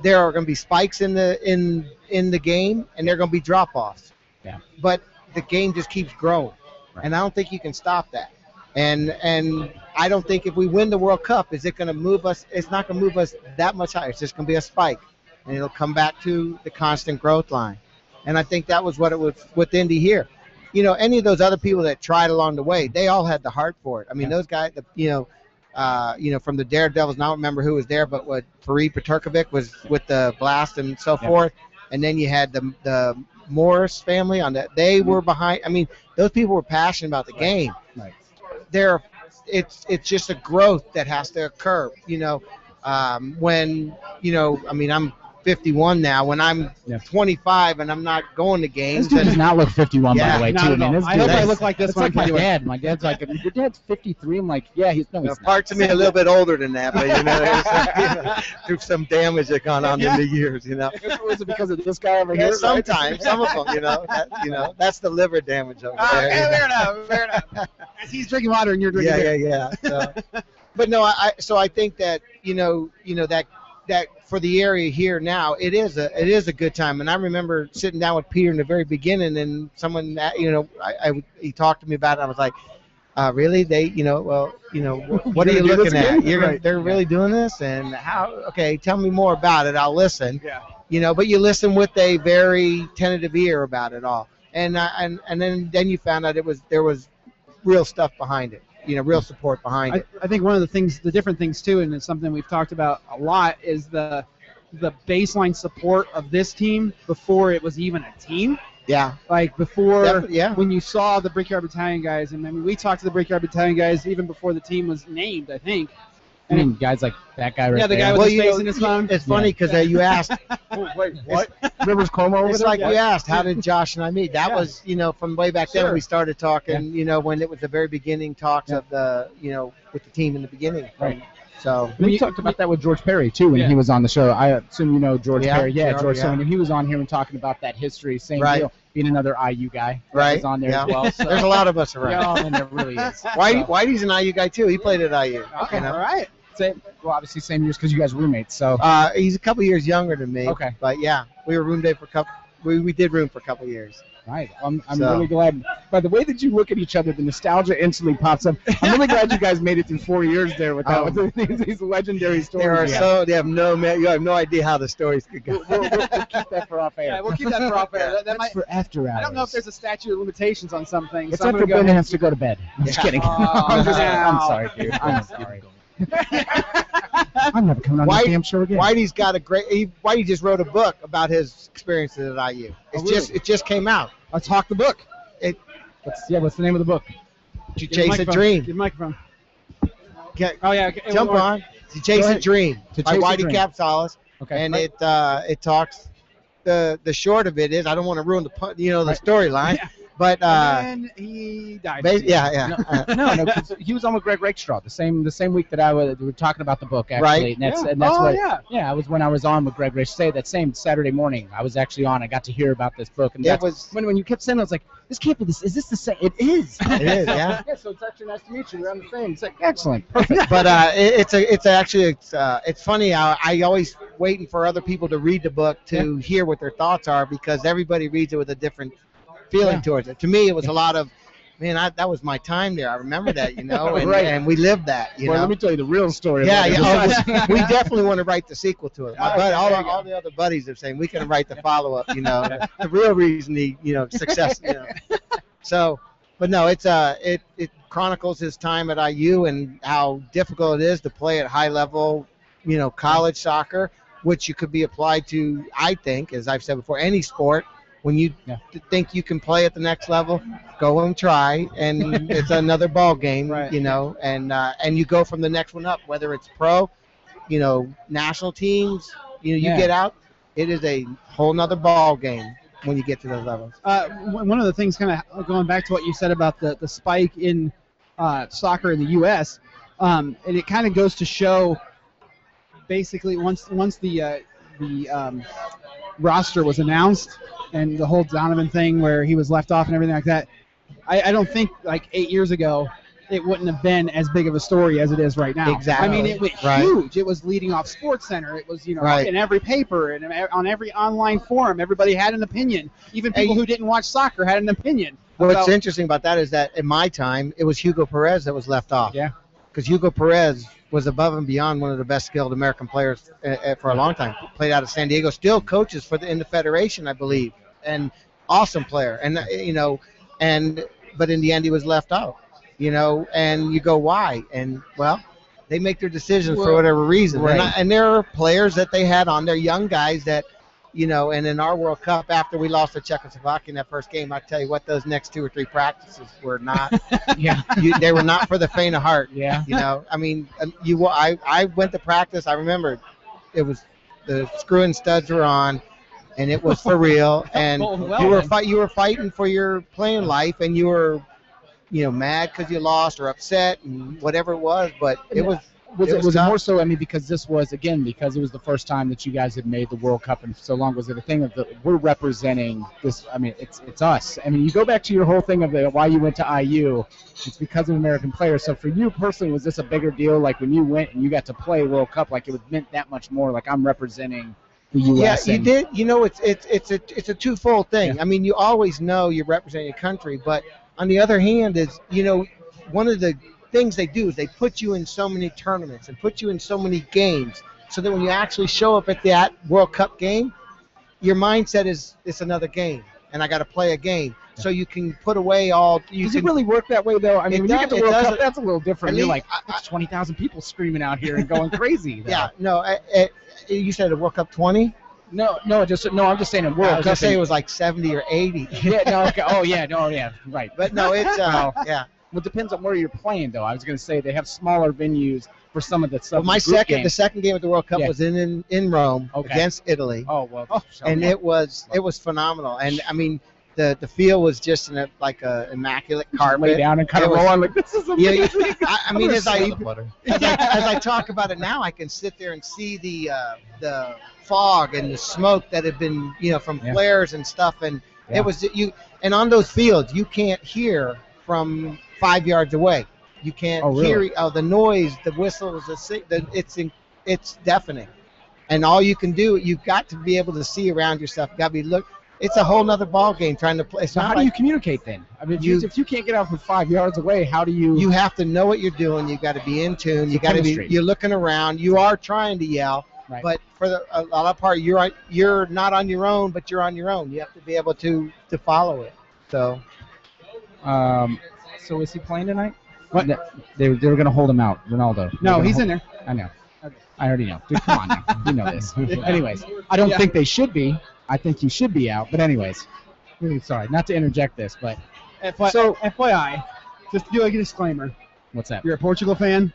Speaker 3: there are going to be spikes in the in in the game, and there are going to be drop offs.
Speaker 1: Yeah.
Speaker 3: But the game just keeps growing,
Speaker 1: Right.
Speaker 3: and I don't think you can stop that. And and I don't think if we win the World Cup, is it going to move us? It's not going to move us that much higher. It's just going to be a spike, and it'll come back to the constant growth line. And I think that was what it was with Indy here. You know, any of those other people that tried along the way, they all had the heart for it. I mean,
Speaker 1: Yeah.
Speaker 3: those guys, the, you know, uh, you know, from the Daredevils. and I don't remember who was there, but what Farid Peterkovic was with the Blast and so
Speaker 1: Yeah.
Speaker 3: forth. And then you had the the Morris family on that. They
Speaker 1: Mm-hmm.
Speaker 3: were behind. I mean, those people were passionate about the game
Speaker 1: Like,
Speaker 3: there it's it's just a growth that has to occur you know um, when you know i mean i'm 51 now when i'm
Speaker 1: Yeah.
Speaker 3: 25 and i'm not going to
Speaker 1: this
Speaker 3: games
Speaker 1: dude does
Speaker 3: then
Speaker 1: not look 51, by
Speaker 3: Yeah,
Speaker 1: the way, too.
Speaker 2: not at
Speaker 1: man.
Speaker 2: all.
Speaker 1: This
Speaker 2: I
Speaker 1: dude
Speaker 2: hope I
Speaker 1: is-
Speaker 2: look like this
Speaker 1: It's
Speaker 2: when
Speaker 1: like
Speaker 2: I'm
Speaker 1: my
Speaker 2: doing it.
Speaker 1: dad. My dad's like, your dad's 53. I'm like, yeah, he's no,
Speaker 3: you know,
Speaker 1: he's not.
Speaker 3: parts of me a little bit older than that but you know, there's, you know, through some damage that gone on in the years you know
Speaker 1: Was it because of this guy over
Speaker 3: Yeah,
Speaker 1: here?
Speaker 3: sometimes some of them you know that, you know that's the liver damage over
Speaker 1: Ah,
Speaker 2: Uh,
Speaker 3: there you
Speaker 2: yeah,
Speaker 3: know.
Speaker 2: fair enough. Fair enough. As he's drinking water and you're drinking
Speaker 3: yeah,
Speaker 2: beer.
Speaker 3: yeah, yeah. So, but no, I I- so I think that you know, you know that that for the area here now, it is a it is a good time. And I remember sitting down with Peter in the very beginning, and someone that you know, I, I he talked to me about it. And I was like, uh, really? They, you know, well, you know, wh- what are
Speaker 1: You're
Speaker 3: you
Speaker 1: gonna do
Speaker 3: looking
Speaker 1: this
Speaker 3: at?
Speaker 1: again?
Speaker 3: You're gonna,
Speaker 1: Right.
Speaker 3: they're really doing this, and how? Okay, tell me more about it. I'll listen.
Speaker 2: Yeah.
Speaker 3: You know, but you listen with a very tentative ear about it all, and I and and then then you found out it was there was real stuff behind it. You know, real support behind
Speaker 2: I,
Speaker 3: it.
Speaker 2: I think one of the things, the different things too, and it's something we've talked about a lot, is the the baseline support of this team before it was even a team.
Speaker 3: Yeah.
Speaker 2: Like before,
Speaker 3: Defi- yeah.
Speaker 2: when you saw the Brickyard Battalion guys, and I mean, we talked to the Brickyard Battalion guys even before the team was named, I think.
Speaker 1: I mean, guys like that guy right
Speaker 2: Yeah, the guy
Speaker 1: there.
Speaker 2: with
Speaker 3: Well,
Speaker 2: his
Speaker 3: you
Speaker 2: face
Speaker 3: know,
Speaker 2: in his phone.
Speaker 3: It's funny because uh, you asked.
Speaker 2: wait,
Speaker 3: what?
Speaker 1: Rivers Cuomo.
Speaker 3: It's
Speaker 1: over
Speaker 3: like
Speaker 1: there?
Speaker 3: you asked, how did Josh and I meet? That
Speaker 2: Yeah.
Speaker 3: was, you know, from way back then
Speaker 2: Sure.
Speaker 3: we started talking. You know, when it was the very beginning talks
Speaker 1: Yeah.
Speaker 3: of the, you know, with the team in the beginning.
Speaker 1: Right.
Speaker 3: So
Speaker 1: We talked about that with George Perry too when
Speaker 2: Yeah.
Speaker 1: he was on the show. I assume you know George
Speaker 3: Yeah,
Speaker 1: Perry. Yeah,
Speaker 3: yeah,
Speaker 1: George.
Speaker 3: yeah.
Speaker 1: So when he was on here and talking about that history, same
Speaker 3: Right.
Speaker 1: deal, being another IU guy. that
Speaker 3: Right,
Speaker 1: was on there as
Speaker 3: yeah.
Speaker 1: well. So,
Speaker 3: there's a lot of us around.
Speaker 1: yeah, and there really is.
Speaker 3: Whitey,
Speaker 1: So-
Speaker 3: Whitey's an IU guy too. He played at IU.
Speaker 1: Okay,
Speaker 3: you know?
Speaker 1: all right. Same, well, obviously same years because you guys were roommates. So
Speaker 3: Uh, he's a couple years younger than me.
Speaker 1: Okay.
Speaker 3: But yeah, we were roommate for a couple. We, we did room for a couple years.
Speaker 1: Right. I'm, I'm
Speaker 3: So-
Speaker 1: really glad. By the way that you look at each other, the nostalgia instantly pops up. I'm really glad you guys made it through four years there without
Speaker 3: Oh.
Speaker 1: with these, these legendary stories.
Speaker 3: There are
Speaker 1: Yeah.
Speaker 3: so they have no ma- you have no idea how the stories could go.
Speaker 1: We'll, we'll- we'll keep that for off
Speaker 2: Yeah,
Speaker 1: air.
Speaker 2: we'll keep that for off air. That, that
Speaker 5: That's
Speaker 2: might,
Speaker 5: for after hours.
Speaker 2: I don't know if there's a statute of limitations on some things.
Speaker 1: It's
Speaker 2: so I'm
Speaker 1: not
Speaker 2: gonna
Speaker 1: for
Speaker 2: go
Speaker 1: Ben
Speaker 2: ahead-
Speaker 1: has to go to bed. I'm just kidding.
Speaker 2: Oh,
Speaker 1: I'm, just, I'm
Speaker 2: no.
Speaker 1: sorry, dude. I'm sorry. I'm never coming on
Speaker 3: Why-
Speaker 1: this damn show again.
Speaker 3: Whitey's got a great. He, Whitey just wrote a book about his experiences at IU. It's
Speaker 2: really?
Speaker 3: just it just came out.
Speaker 2: Let's hawk the book.
Speaker 1: What's, yeah, what's the name of the book?
Speaker 3: To
Speaker 2: Give him
Speaker 3: chase a
Speaker 2: microphone.
Speaker 3: dream.
Speaker 2: Give him microphone.
Speaker 3: Get-
Speaker 2: Oh yeah. okay,
Speaker 3: jump
Speaker 2: or-
Speaker 3: on. To chase a
Speaker 1: ahead.
Speaker 3: dream.
Speaker 1: To
Speaker 3: by
Speaker 1: Chase a
Speaker 3: Whitey
Speaker 1: Dream.
Speaker 3: Capsalis,
Speaker 1: Okay.
Speaker 3: and
Speaker 1: right.
Speaker 3: it uh, it talks. The the short of it is I don't want to ruin the pun, you know the
Speaker 1: Right.
Speaker 3: storyline,
Speaker 2: Yeah.
Speaker 3: but uh,
Speaker 2: and he died.
Speaker 3: ba- yeah yeah. Uh,
Speaker 1: no, no, 'cause he was on with Greg Rakestraw the same the same week that I was we were talking about the book actually,
Speaker 3: Right.
Speaker 1: and that's
Speaker 2: Yeah.
Speaker 1: and that's
Speaker 2: oh
Speaker 1: what
Speaker 2: yeah.
Speaker 1: Yeah, I was when I was on with Greg Rich. Say that same Saturday morning, I was actually on. I got to hear about this book, and
Speaker 3: it
Speaker 1: that's
Speaker 3: was
Speaker 1: when when you kept saying, I was like, "This can't be this. Is this the same? It is."
Speaker 3: it is yeah.
Speaker 1: yeah, so it's actually nice to meet you. We're on the same. It's like excellent, perfect.
Speaker 3: but uh, it, it's a, it's actually it's uh, it's funny how I always waiting for other people to read the book to hear what their thoughts are because everybody reads it with a different feeling
Speaker 1: Yeah.
Speaker 3: towards it. To me, it was a lot of, man, I, that was my time there. I remember that, you know, and,
Speaker 1: Right.
Speaker 3: and we lived that, you
Speaker 1: Boy,
Speaker 3: know.
Speaker 1: let me tell you the real story.
Speaker 3: yeah,
Speaker 1: about it.
Speaker 3: yeah. oh, we we definitely want to write the sequel to it. My
Speaker 1: Okay,
Speaker 3: bud, all,
Speaker 1: there you
Speaker 3: our- all the other buddies are saying we can write the follow up. You know, the real reason he, you know, success. You know. So, but no, it's uh, it it chronicles his time at IU and how difficult it is to play at high level, you know, college soccer, which you could be applied to, I think, as I've said before, any sport. When you
Speaker 1: Yeah.
Speaker 3: th- think you can play at the next level, go and try, and it's another ball game,
Speaker 2: Right.
Speaker 3: you know, and uh, and you go from the next one up, whether it's pro, you know, national teams, you know, you
Speaker 1: Yeah.
Speaker 3: get out, it is a whole nother ball game when you get to those levels.
Speaker 2: Uh, one one of the things, kind of going back to what you said about the, the spike in uh, soccer in the U.S., um, and it kind of goes to show, basically, once once the uh, the um, roster was announced and the whole Donovan thing where he was left off and everything like that, I, I don't think like eight years ago it wouldn't have been as big of a story as it is right now.
Speaker 3: Exactly.
Speaker 2: I mean, it went
Speaker 3: Right.
Speaker 2: huge. It was leading off Sports Center. It was you know
Speaker 3: Right.
Speaker 2: in every paper and e-, on every online forum. Everybody had an opinion. Even people
Speaker 3: Hey.
Speaker 2: who didn't watch soccer had an opinion.
Speaker 3: What's
Speaker 2: about-
Speaker 3: interesting about that is that in my time, it was Hugo Perez that was left off.
Speaker 1: Yeah.
Speaker 3: Because Hugo Perez was above and beyond one of the best skilled American players uh, uh, for a long time. Played out of San Diego, still coaches for the in the federation, I believe, and awesome player. And uh, you know, and but in the end, he was left out. You know, and you go why? And well, they make their decisions for
Speaker 4: Well,
Speaker 3: whatever reason. And, I,
Speaker 1: right.
Speaker 3: and there are players that they had on there, young guys that you know, and in our World Cup after we lost to Czechoslovakia in that first game, I tell you what, those next two or three practices were not,
Speaker 1: yeah,
Speaker 3: you, they were not for the faint of heart.
Speaker 1: yeah.
Speaker 3: You know, I mean, um, you, wa- I, I went to practice. I remember it was the screw and studs were on, and it was for real. And
Speaker 2: Well, well
Speaker 3: you were
Speaker 2: then.
Speaker 3: fight, you were fighting for your playing life, and you were, you know, mad because you lost or upset and whatever it was. But it was
Speaker 1: Was
Speaker 3: It
Speaker 1: it,
Speaker 3: was
Speaker 1: was it
Speaker 3: tough.
Speaker 1: more so? I mean, because this was again because it was the first time that you guys had made the World Cup in so long. Was it a thing of the we're representing this? I mean, it's it's us. I mean, you go back to your whole thing of the why you went to IU. It's because of American players. So for you personally, was this a bigger deal? Like when you went and you got to play World Cup, like it was meant that much more. Like I'm representing the U.S.
Speaker 3: Yeah, you
Speaker 1: and-
Speaker 3: did. You know, it's it's it's a it's a twofold thing. I mean, you always know you're representing your country, but on the other hand, is you know, one of the things they do is they put you in so many tournaments and put you in so many games, so that when you actually show up at that World Cup game, your mindset is it's another game, and I got to play a game, so you can put away all you
Speaker 1: Does it
Speaker 3: can
Speaker 1: really work that way though? I
Speaker 3: It
Speaker 1: mean, when you get
Speaker 3: does-
Speaker 1: the
Speaker 3: it
Speaker 1: World Cup,
Speaker 3: doesn't-
Speaker 1: that's a little different.
Speaker 3: I
Speaker 1: You're
Speaker 3: mean,
Speaker 1: like,
Speaker 3: I- I-
Speaker 1: "That's twenty thousand people screaming out here and going crazy. though."
Speaker 3: Yeah, no, I, I, you said a World Cup 20?
Speaker 1: No, no, just no. I'm just saying in
Speaker 3: I
Speaker 1: World
Speaker 3: was gonna
Speaker 1: Cup.
Speaker 3: say it
Speaker 1: and-
Speaker 3: was like 70 or 80.
Speaker 1: yeah, no, okay. Oh, yeah, no, yeah, right.
Speaker 3: But no, it's uh, yeah.
Speaker 1: Well, it depends on where you're playing, though. I was going to say they have smaller venues for some of the sub.
Speaker 3: Well, my
Speaker 1: group
Speaker 3: second, the
Speaker 1: games.
Speaker 3: second game of the World Cup
Speaker 1: Yeah.
Speaker 3: was in in, in Rome
Speaker 1: Okay.
Speaker 3: against Italy,
Speaker 1: Oh well.
Speaker 3: and it was it was phenomenal. And I mean, the the field was just in a, like a immaculate
Speaker 1: lay
Speaker 3: carpet.
Speaker 1: down and kind
Speaker 3: it
Speaker 1: of
Speaker 3: was-
Speaker 1: roll on like this is
Speaker 3: Yeah,
Speaker 1: amazing.
Speaker 3: you- I, I mean,
Speaker 4: Or
Speaker 3: as I,
Speaker 4: slap the putter.
Speaker 3: as I as I talk about it now, I can sit there and see the uh, the fog and the smoke that had been you know from
Speaker 1: Yeah.
Speaker 3: flares and stuff, and
Speaker 1: Yeah.
Speaker 3: it was you. And on those fields, you can't hear from five yards away. You can't
Speaker 1: Oh, really?
Speaker 3: hear oh, the noise, the whistles, the, si- the it's in, it's deafening, and all you can do, you've got to be able to see around yourself. Got to be look. It's a whole nother ball game trying to play. It's
Speaker 1: So
Speaker 3: not
Speaker 1: how do
Speaker 3: like-
Speaker 1: you communicate then? I mean, if you,
Speaker 3: You-
Speaker 1: if you can't get out from five yards away, how do you?
Speaker 3: you have to know what you're doing. You got to be in tune. You
Speaker 1: So
Speaker 3: got to be.
Speaker 1: chemistry.
Speaker 3: You're looking around. You are trying to yell,
Speaker 1: Right.
Speaker 3: but for the, a lot of part, you're on- you're not on your own, but you're on your own. You have to be able to to follow it. So
Speaker 1: um, so is he playing tonight? What? They, they were going to hold him out, Ronaldo. They were
Speaker 2: No,
Speaker 1: gonna
Speaker 2: he's
Speaker 1: hold-
Speaker 2: in there.
Speaker 1: I know. I already know. Dude, come on now. You know this. Anyways, I don't
Speaker 2: Yeah.
Speaker 1: think they should be. I think you should be out. But anyways, really sorry. Not to interject this, but
Speaker 2: FY,
Speaker 1: So-
Speaker 2: FYI, just to do like a disclaimer,
Speaker 1: what's that?
Speaker 2: you're a Portugal fan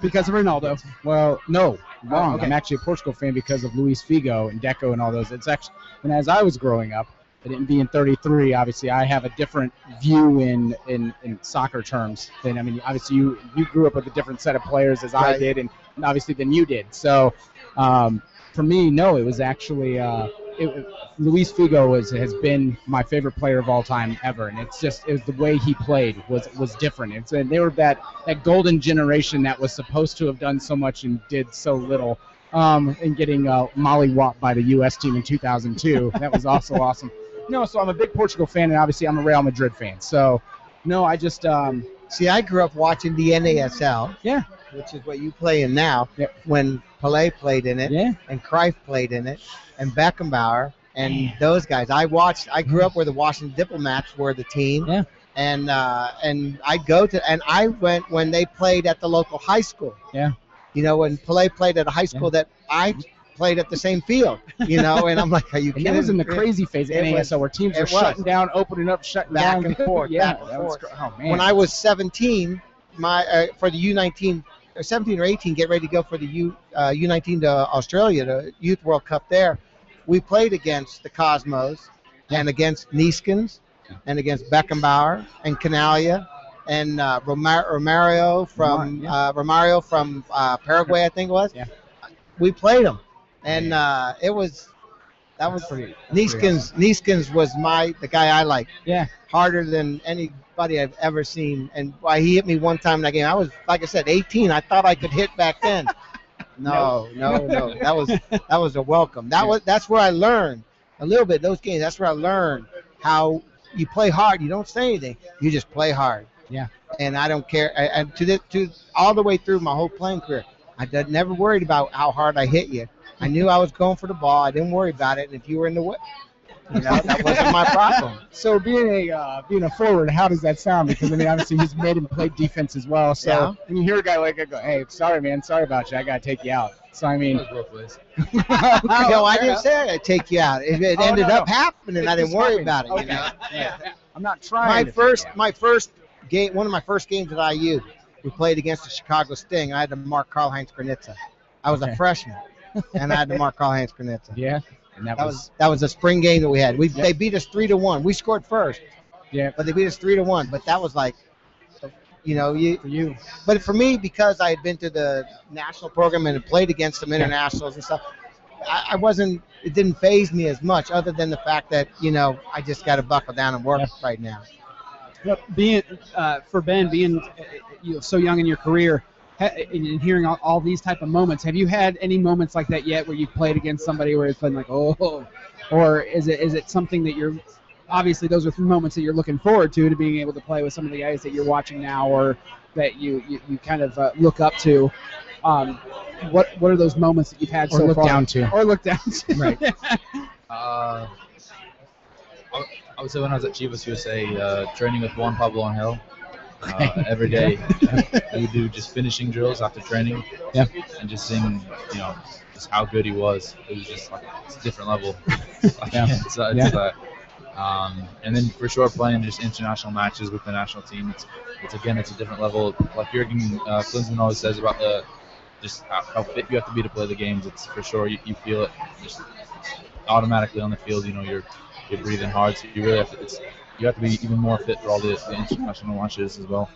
Speaker 2: because of Ronaldo.
Speaker 1: Well, no, wrong.
Speaker 2: Oh, okay.
Speaker 1: I'm actually a Portugal fan because of Luis Figo and Deco and all those. It's actually, and as I was growing up, and being 33, obviously I have a different view in, in, in soccer terms than I mean. Obviously, you you grew up with a different set of players as I
Speaker 3: Right.
Speaker 1: did, and, and obviously than you did. So, um, for me, no, it was actually uh, it, Luis Figo was has been my favorite player of all time ever, and it's just it was the way he played was was different. It's and they were that that golden generation that was supposed to have done so much and did so little. Um, and getting uh, mollywopped by the U.S. team in 2002, that was also awesome. No, so I'm a big Portugal fan, and obviously I'm a Real Madrid fan. So, no, I just um,
Speaker 3: see, I grew up watching the NASL.
Speaker 1: Yeah.
Speaker 3: Which is what you play in now.
Speaker 1: Yep.
Speaker 3: When Pelé played in it,
Speaker 1: yeah,
Speaker 3: and Cruyff played in it, and Beckenbauer and those guys. I watched. I grew up where the Washington Diplomats were the team.
Speaker 1: Yeah.
Speaker 3: And uh, and I'd go to and I went when they played at the local high school.
Speaker 1: Yeah.
Speaker 3: You know when Pelé played at a high school that I played at the same field. You know, and I'm like, are you
Speaker 1: and
Speaker 3: kidding?
Speaker 1: that was in the
Speaker 3: me?"
Speaker 1: crazy phase of
Speaker 3: It was-
Speaker 1: NASL where teams
Speaker 3: it
Speaker 1: were
Speaker 3: was.
Speaker 1: shutting down, opening up, shutting
Speaker 3: Back
Speaker 1: down
Speaker 3: and forth,
Speaker 1: yeah,
Speaker 3: back and
Speaker 1: that was
Speaker 3: forth.
Speaker 1: cr- oh man.
Speaker 3: When I was 17, my uh, for the U19 or 17 or 18, get ready to go for the U uh, U19 to Australia, the Youth World Cup there. We played against the Cosmos and against Niskins and against Beckenbauer and Canalia and uh, Romar- Romario from
Speaker 1: Romar- yeah.
Speaker 3: uh, Romario from uh, Paraguay, I think it was.
Speaker 1: Yeah.
Speaker 3: We played them, and uh, it was that was
Speaker 1: pretty.
Speaker 3: Niskins. Niskins was my the guy I liked
Speaker 1: Yeah,
Speaker 3: harder than anybody I've ever seen. And why he hit me one time in that game, I was like I said, 18. I thought I could hit back then. No, no, no. That was that was a welcome. That was that's where I learned a little bit those games. That's where I learned how you play hard. You don't say anything. You just play hard.
Speaker 1: Yeah.
Speaker 3: And I don't care. I- And to this, to all the way through my whole playing career, I did, never worried about how hard I hit you. I knew I was going for the ball. I didn't worry about it. And if you were in the way, you know, that wasn't my problem.
Speaker 1: So being a uh, being a forward, how does that sound? Because I mean, obviously he's made and played defense as well. So
Speaker 3: Yeah.
Speaker 1: when you hear a guy like that go, "Hey, sorry man, sorry about you, I gotta take you out." So I mean,
Speaker 4: That was both ways.
Speaker 3: no, I didn't say I'd take you out. It, it
Speaker 1: Oh,
Speaker 3: ended
Speaker 1: no,
Speaker 3: up happening. I
Speaker 1: It
Speaker 3: didn't
Speaker 1: just
Speaker 3: worry
Speaker 1: happened.
Speaker 3: about it. you
Speaker 1: Okay.
Speaker 3: know?
Speaker 1: I'm not trying.
Speaker 3: My
Speaker 1: to-
Speaker 3: first, my first game, one of my first games at IU, we played against the Chicago Sting. I had to mark Carl Heinz Granitza. I was
Speaker 1: Okay.
Speaker 3: a freshman, and I had to mark Carl Heinz Granitza.
Speaker 1: yeah, and that,
Speaker 3: That
Speaker 1: was,
Speaker 3: was that was a spring game that we had. We
Speaker 1: Yeah.
Speaker 3: they beat us three to one. We scored first,
Speaker 1: yeah
Speaker 3: but they beat us three to one. But that was like, you know, you.
Speaker 1: for you.
Speaker 3: But for me, because I had been to the national program and had played against some internationals and stuff, I, I wasn't. It didn't phase me as much, other than the fact that you know I just got to buckle down and work right now.
Speaker 2: Yep, being uh, for Ben, being uh, you know, so young in your career ha- and and hearing all, all these type of moments, have you had any moments like that yet where you've played against somebody where it's been like, oh, or is it is it something that you're obviously those are three moments that you're looking forward to to being able to play with some of the guys that you're watching now or that you you, you kind of uh, look up to. Um, what what are those moments that you've had
Speaker 1: Or
Speaker 2: so
Speaker 1: look
Speaker 2: far?
Speaker 1: down to.
Speaker 2: Or look down. To.
Speaker 1: Right.
Speaker 4: Uh, I I would say when I was at Chivas USA, uh, training with Juan Pablo Angel, uh, every day. we would do just finishing drills after training,
Speaker 1: Yeah.
Speaker 4: and just seeing, you know, just how good he was. It was just like it's a different level. Like,
Speaker 1: Yeah.
Speaker 4: it's, uh, it's, uh, um, and then for sure playing just international matches with the national team. It's, it's again, it's a different level. Like Jurgen uh, Klinsmann always says about the just how, how fit you have to be to play the games. It's for sure you, you feel it just automatically on the field. You know you're you're breathing hard. So you really have to. It's, you have to be even more fit for all the, the international matches as well.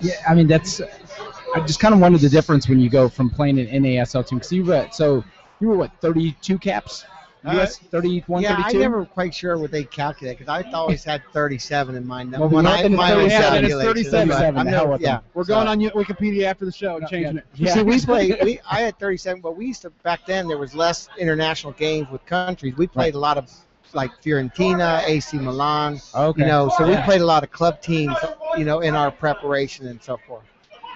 Speaker 1: Yeah, I mean that's. I just kind of wondered the difference when you go from playing an NASL team because you were at- so you were what 32 caps,
Speaker 2: Uh,
Speaker 1: US 31,
Speaker 3: Yeah, I
Speaker 1: 32.
Speaker 3: never quite sure what they calculate because I always had 37 in my
Speaker 1: Well,
Speaker 3: number.
Speaker 1: we
Speaker 3: when
Speaker 1: went
Speaker 3: I,
Speaker 1: into
Speaker 3: my own
Speaker 2: 37, and it's
Speaker 3: calculation,
Speaker 2: 37.
Speaker 3: but I'm
Speaker 1: the
Speaker 3: never-
Speaker 1: hell with
Speaker 3: yeah.
Speaker 1: them.
Speaker 2: We're going on on Wikipedia after the show and changing it.
Speaker 1: Yeah.
Speaker 3: See, we played. We, I had 37, but we used to back then. There was less international games with countries. We played a lot of like Fiorentina, AC Milan.
Speaker 1: Okay.
Speaker 3: You know, so we
Speaker 1: Yeah.
Speaker 3: played a lot of club teams. You know, in our preparation and so forth.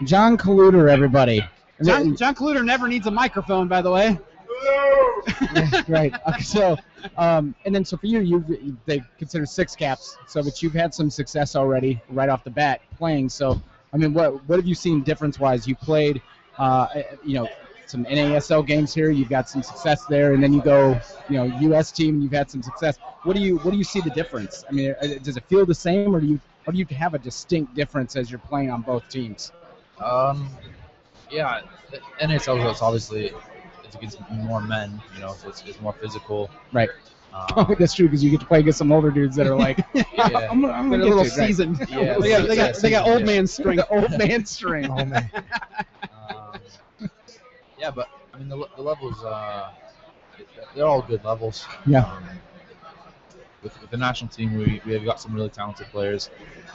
Speaker 1: John Kaluder, everybody.
Speaker 2: John, John Kluter never needs a microphone, by the way.
Speaker 1: right. Okay, so, um, and then so for you, you they consider six caps. So, but you've had some success already right off the bat playing. So, I mean, what what have you seen difference wise? You played, uh, you know, some NASL games here. You've got some success there, and then you go, you know, U.S. team. and You've had some success. What do you what do you see the difference? I mean, uh, does it feel the same, or do you or do you have a distinct difference as you're playing on both teams?
Speaker 4: Um, yeah, the NHL's it's obviously it's against more men, you know, so it's, it's more physical.
Speaker 1: Right.
Speaker 4: Um,
Speaker 1: That's true because you get to play against some older dudes that are like,
Speaker 4: yeah,
Speaker 1: I'm, gonna- I'm gonna
Speaker 2: They're a
Speaker 1: get
Speaker 2: little
Speaker 1: you, right.
Speaker 2: seasoned.
Speaker 4: Yeah,
Speaker 2: they got, they got, they got
Speaker 4: yeah.
Speaker 2: old man strength.
Speaker 1: The old man string.
Speaker 5: Oh man.
Speaker 4: um, yeah, but I mean the, le- the levels, uh, they're all good levels.
Speaker 1: Yeah.
Speaker 4: Um, with, with the national team, we, we have got some really talented players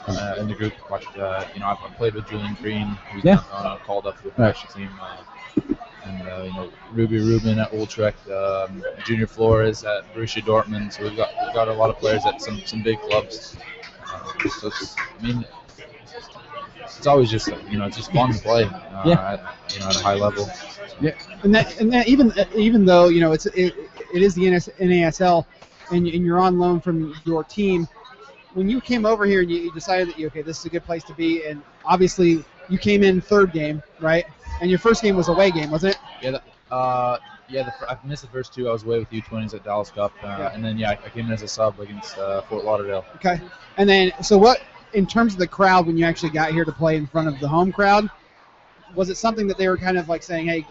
Speaker 4: uh, in the group. Like uh, you know, I've, I've played with Julian Green, who's
Speaker 1: Yeah.
Speaker 4: now uh, called up with the
Speaker 1: Right.
Speaker 4: national team, uh, and uh, you know Ruby Rubin at Utrecht, um, Junior Flores at Borussia Dortmund. So we've got we've got a lot of players at some some big clubs. Uh, so it's, I mean, it's always just uh, you know it's just fun to play. Uh,
Speaker 1: Yeah.
Speaker 4: At, you know, at a high level.
Speaker 2: and that, and that even even though you know it's it, it is the NS, NASL, and, you- and you're on loan from your team, when you came over here and you, you decided that you okay this is a good place to be, and obviously you came in third game right, and your first game was away game wasn't it?
Speaker 4: Uh, yeah, the, fir- I missed the first two. I was away with U20s at Dallas Cup, uh,
Speaker 2: Yeah.
Speaker 4: and then yeah, I came in as a sub against uh, Fort Lauderdale.
Speaker 2: Okay, and then so what in terms of the crowd when you actually got here to play in front of the home crowd, was it something that they were kind of like saying hey.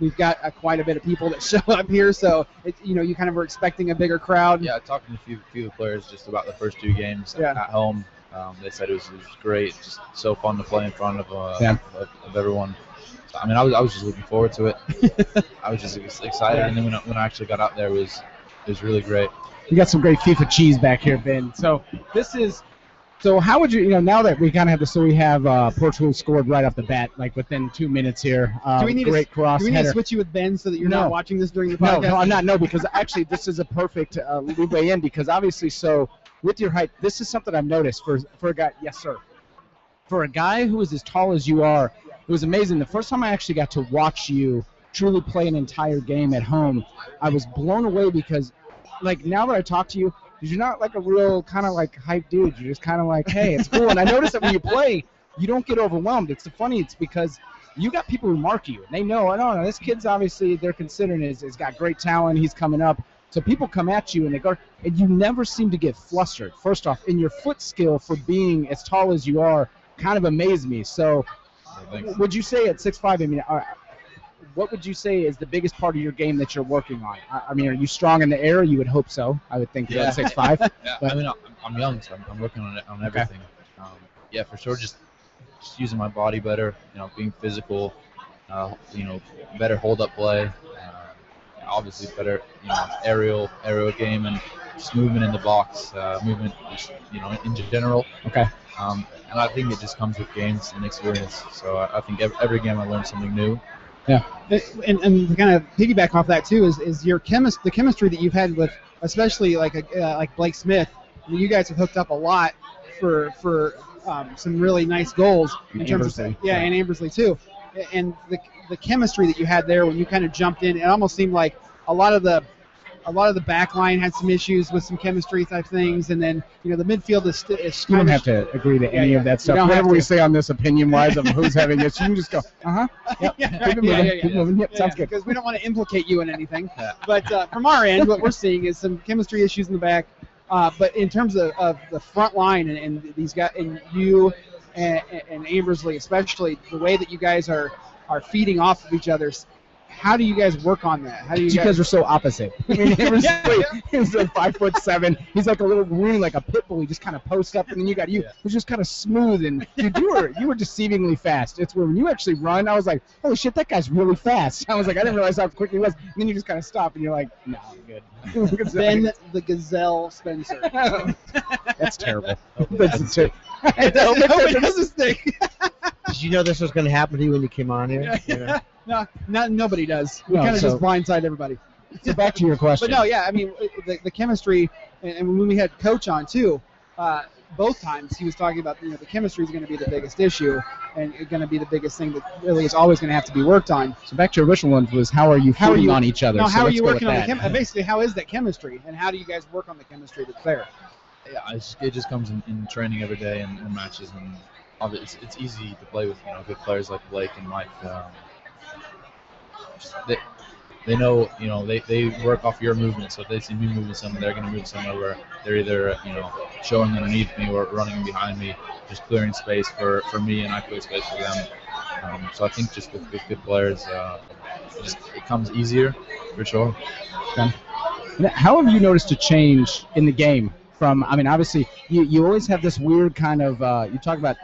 Speaker 2: We've got uh, quite a bit of people that show up here, so it, you know you kind of were expecting a bigger crowd.
Speaker 4: Yeah, talking to a few few of the players just about the first two games
Speaker 2: Yeah.
Speaker 4: at home. Um, they said it was, it was great, just so fun to play in front of uh,
Speaker 1: Yeah.
Speaker 4: of, of everyone. So, I mean, I was, I was just looking forward to it. I was just ex- excited, and then when I, when I actually got out there, it was it was really great.
Speaker 1: You got some great FIFA cheese back here, Ben. So this is. So how would you, you know, now that we kind of have the, so we have uh, Portugal scored right off the bat, like within two minutes here. Uh,
Speaker 2: Do we need to-
Speaker 1: great cross
Speaker 2: Do we need
Speaker 1: header.
Speaker 2: to switch you with Ben so that you're
Speaker 1: No.
Speaker 2: not watching this during the
Speaker 1: no,
Speaker 2: podcast?
Speaker 1: no, I'm not. No, because actually this is a perfect uh, leeway in because obviously, so with your height, this is something I've noticed for for a guy. Yes, sir. For a guy who is as tall as you are, it was amazing. The first time I actually got to watch you truly play an entire game at home, I was blown away because, like, now that I talk to you, you're not like a real kind of like hype dude. You're just kind of like, hey, it's cool. and I noticed that when you play, you don't get overwhelmed. It's the funny. It's because you got people who mark you. And they know, I don't know, this kid's obviously they're considering is has got great talent. He's coming up. So people come at you and they go, and you never seem to get flustered. First off, and your foot skill for being as tall as you are kind of amazed me. So
Speaker 4: So thanks.
Speaker 1: would you say at six five? I mean, uh, what would you say is the biggest part of your game that you're working on? I, I mean, are you strong in the air? You would hope so. I would think
Speaker 4: Yeah.
Speaker 1: yeah. six five.
Speaker 4: Yeah,
Speaker 1: But-
Speaker 4: I mean, I'm, I'm young, so I'm, I'm working on it, on everything. Um, yeah, for sure, just just using my body better. You know, being physical. Uh, you know, better hold up play. Uh, obviously, better you know aerial aerial game and just movement in the box. Uh, movement, just, you know, in general.
Speaker 1: Okay.
Speaker 4: Um, and I think it just comes with games and experience. So I, I think every, every game I learn something new.
Speaker 2: And, and to kind of piggyback off that too is, is your chemist the chemistry that you've had with especially like a, uh, like Blake Smith. I mean, you guys have hooked up a lot for for um, some really nice goals in
Speaker 1: And
Speaker 2: terms
Speaker 1: Ambersley.
Speaker 2: of yeah, and Ambersley too. And the the chemistry that you had there when you kind of jumped in, it almost seemed like a lot of the a lot of the back line had some issues with some chemistry type things, and then you know the midfield is, st- is
Speaker 1: You don't
Speaker 2: kinda
Speaker 1: have to agree to any
Speaker 2: yeah.
Speaker 1: of that
Speaker 2: You
Speaker 1: stuff.
Speaker 2: don't
Speaker 1: Whatever
Speaker 2: have
Speaker 1: we
Speaker 2: to.
Speaker 1: say on this opinion wise of who's having it, you just go, uh huh.
Speaker 2: yeah,
Speaker 1: Keep it moving.
Speaker 2: yeah, yeah, yeah.
Speaker 1: keep it moving. Yep, sounds good.
Speaker 2: Because we don't want to implicate you in anything.
Speaker 4: Yeah.
Speaker 2: But uh, from our end, what we're seeing is some chemistry issues in the back. Uh, but in terms of, of the front line and, and these guys, and you and, and Ambersley especially, the way that you guys are, are feeding off of each other, how do you guys work on that? How do you
Speaker 1: It's because
Speaker 2: guys?
Speaker 1: we're so opposite. I mean, he was,
Speaker 2: Yeah,
Speaker 1: he was like five foot seven. He's like a little room, like a pit bull. He just kind of posts up, and then you got you,
Speaker 4: Yeah.
Speaker 1: who's just kind of smooth. And dude, you were you were deceivingly fast. It's when you actually run, I was like, holy shit, that guy's really fast. I was like, I didn't realize how quick he was. And then you just kind of stop, and you're like, no, I'm good. It's
Speaker 2: Ben the Gazelle Spencer.
Speaker 1: like- that's terrible.
Speaker 4: Hopefully
Speaker 1: That's
Speaker 4: that's-
Speaker 1: ter-
Speaker 2: Hope it doesn't stick.
Speaker 3: Did you know this was going to happen to you when you came on here? You know?
Speaker 2: no, not, nobody does. We
Speaker 1: No,
Speaker 2: kind of
Speaker 1: so-
Speaker 2: just blindside everybody.
Speaker 1: so back to your question.
Speaker 2: But no, yeah, I mean, uh, the, the chemistry, and, and when we had Coach on too, uh, both times he was talking about you know the chemistry is going to be the biggest issue and going to be the biggest thing that really is always going to have to be worked on.
Speaker 1: So back to your original one was how are you
Speaker 2: How are
Speaker 1: feeding
Speaker 2: you-
Speaker 1: on each other?
Speaker 2: Now,
Speaker 1: So
Speaker 2: how are
Speaker 1: let's
Speaker 2: you
Speaker 1: go with
Speaker 2: working on the
Speaker 1: that.
Speaker 2: chem- uh, basically how is that chemistry and how do you guys work on the chemistry that's there?
Speaker 4: yeah, I just, it just comes in, in training every day and, and matches, and obvi- it's, it's easy to play with you know good players like Blake and Mike. Um, just they, they know you know they, they work off your movement, so if they see me moving something, they're gonna move somewhere where they're either you know showing underneath me or running behind me, just clearing space for, for me, and I clear space for them. Um, so I think just with, with good players, uh, it, just, it comes easier for sure.
Speaker 1: Now, How have you noticed a change in the game from? I mean, obviously, you, you always have this weird kind of. Uh, you talk about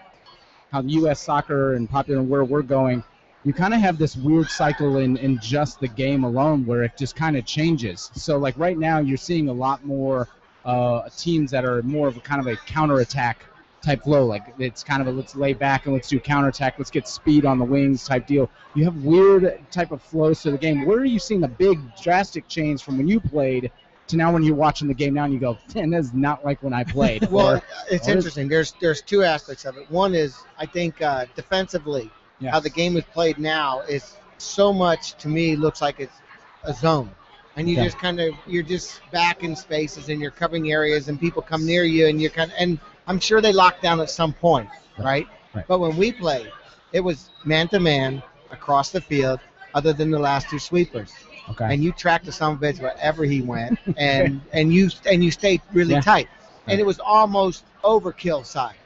Speaker 1: how U.S. soccer and popular and where we're going. You kind of have this weird cycle in, in just the game alone where it just kind of changes. So, like right now, you're seeing a lot more uh, teams that are more of a kind of a counterattack type flow. Like it's kind of a let's lay back and let's do counterattack, let's get speed on the wings type deal you have weird type of flows to the game. Where are you seeing the big drastic change from when you played to now when you're watching the game now and you go, man, that's not like when I played.
Speaker 3: Well,
Speaker 1: or,
Speaker 3: it's
Speaker 1: or-
Speaker 3: interesting. There's there's two aspects of it. One is I think uh, defensively,
Speaker 1: Yeah.
Speaker 3: how the game is played now is so much to me looks like it's a zone, and you
Speaker 1: Okay.
Speaker 3: just kind of you're just back in spaces and you're covering areas and people come near you and you're kind of, and I'm sure they lock down at some point,
Speaker 1: Right.
Speaker 3: right?
Speaker 1: Right.
Speaker 3: But when we played, it was man to man across the field, other than the last two sweepers
Speaker 1: okay.
Speaker 3: and you tracked the son of a bitch wherever he went, and and you and you stayed really
Speaker 1: Yeah.
Speaker 3: tight, and it was almost overkill side,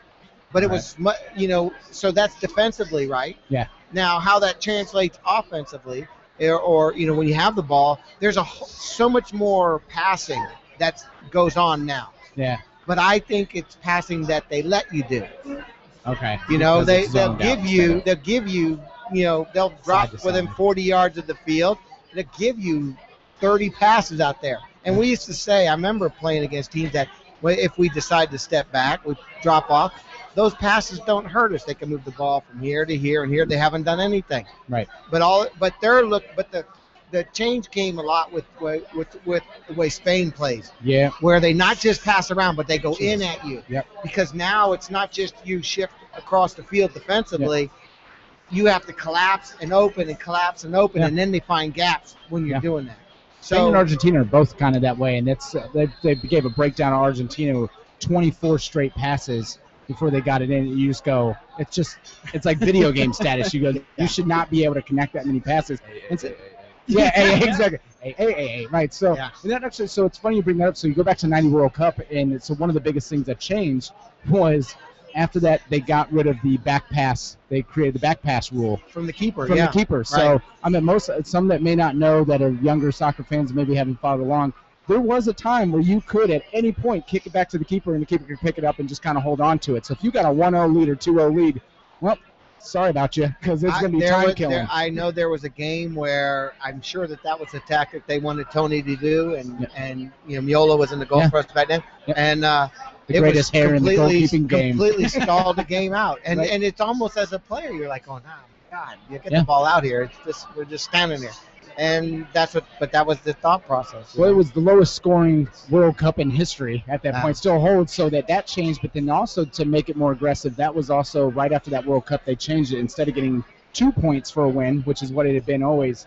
Speaker 3: but it was was mu- you know so that's defensively right.
Speaker 1: Yeah.
Speaker 3: Now how that translates offensively, or, or you know when you have the ball, there's a wh- so much more passing that goes on now.
Speaker 1: Yeah.
Speaker 3: But I think it's passing that they let you do.
Speaker 1: Okay.
Speaker 3: You know,
Speaker 1: Because
Speaker 3: they
Speaker 1: it's
Speaker 3: they'll
Speaker 1: zoned out
Speaker 3: give you
Speaker 1: instead
Speaker 3: they'll give you you know they'll
Speaker 1: Side
Speaker 3: drop
Speaker 1: to
Speaker 3: within
Speaker 1: side.
Speaker 3: 40 yards of the field. They'll give you 30 passes out there. And we used to say, I remember playing against teams that well, if we decide to step back, we drop off. Those passes don't hurt us. They can move the ball from here to here and here. They haven't done anything.
Speaker 1: Right.
Speaker 3: But all but their look but the the change came a lot with with with, with the way Spain plays
Speaker 1: of- yeah.
Speaker 3: where they not just pass around, but they go in at you.
Speaker 1: Yep.
Speaker 3: Because now it's not just you shift across the field defensively. You have to collapse and open and collapse and open,
Speaker 1: Yeah.
Speaker 3: and then they find gaps when you're
Speaker 1: Yeah.
Speaker 3: doing that.
Speaker 1: Spain and
Speaker 3: So
Speaker 1: Argentina are both kind of that way, and that's uh, they, they gave a breakdown of Argentina with 24 straight passes before they got it in. You just go, it's just it's like video game status. You go, you should not be able to connect that many passes.
Speaker 4: Hey, hey,
Speaker 1: It's-
Speaker 4: hey, hey, hey.
Speaker 1: Yeah, hey, hey, exactly. Hey, hey, hey, hey, right. So
Speaker 3: Yeah.
Speaker 1: and that actually, so it's funny you bring that up. So you go back to '90 World Cup, and so one of the biggest things that changed was after that they got rid of the back pass. They created the back pass rule
Speaker 3: from the keeper,
Speaker 1: from
Speaker 3: yeah.
Speaker 1: the keeper. So I mean, most some that may not know that are younger soccer fans maybe haven't followed along. There was a time where you could at any point kick it back to the keeper, and the keeper could pick it up and just kind of hold on to it. So if you got a 1-0 lead or 2-0 lead, well, sorry about you because it's
Speaker 3: I-
Speaker 1: going to be
Speaker 3: there
Speaker 1: time
Speaker 3: was-
Speaker 1: killing.
Speaker 3: there- I know there was a game where I'm sure that that was the tactic they wanted Tony to do, and
Speaker 1: Yeah.
Speaker 3: and you know Miola was in the goal
Speaker 1: Yeah.
Speaker 3: for us back then,
Speaker 1: Yeah.
Speaker 3: and uh,
Speaker 1: the
Speaker 3: it
Speaker 1: greatest
Speaker 3: was
Speaker 1: hair in the
Speaker 3: completely-
Speaker 1: goalkeeping game.
Speaker 3: Completely stalled the game out, and
Speaker 1: Right.
Speaker 3: and it's almost as a player, you're like, oh no, God, you get
Speaker 1: Yeah.
Speaker 3: the ball out here. It's just we're just standing there, and that's what. But that was the thought process. you
Speaker 1: Well, it
Speaker 3: know.
Speaker 1: was the lowest scoring World Cup in history at that
Speaker 3: Ah.
Speaker 1: point. Still holds, so that that changed. But then also to make it more aggressive, that was also right after that World Cup they changed it. Instead of getting two points for a win, which is what it had been always,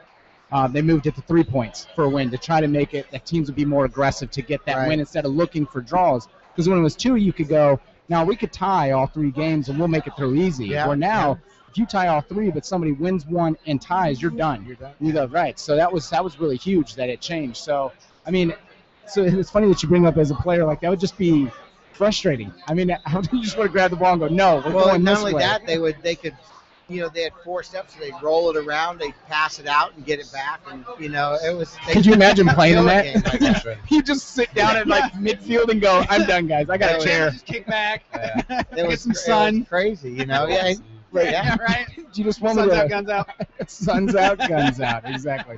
Speaker 1: uh, they moved it to three points for a win to try to make it that teams would be more aggressive to get that
Speaker 3: Right.
Speaker 1: win instead of looking for draws. Because when it was two, you could go, now we could tie all three games and we'll make it through easy.
Speaker 3: Yeah,
Speaker 1: Where now, if you tie all three, but somebody wins one and ties, you're done.
Speaker 4: You're done.
Speaker 1: You go right. So that was that was really huge that it changed. So I mean, so it's funny that you bring up as a player like that would just be frustrating. I mean, how do you just want to grab the ball and go no? We're
Speaker 3: Well,
Speaker 1: going
Speaker 3: and not
Speaker 1: this
Speaker 3: only
Speaker 1: way.
Speaker 3: that, they would they could, you know, they had four steps, so they'd roll it around, they'd pass it out and get it back, and you know, it was. They
Speaker 1: Could you imagine playing in
Speaker 3: Killer
Speaker 1: that?
Speaker 3: game like that.
Speaker 1: you just sit down in like midfield and go, I'm done, guys. I got a chair.
Speaker 2: Just kick back.
Speaker 4: Yeah.
Speaker 3: It was,
Speaker 2: some
Speaker 3: cra- it was
Speaker 2: sun.
Speaker 3: crazy, you know. Yeah, and-
Speaker 1: Right.
Speaker 3: yeah.
Speaker 2: right.
Speaker 1: You just want me
Speaker 2: Sun's out,
Speaker 1: to
Speaker 2: guns out.
Speaker 1: suns out, guns out. Exactly.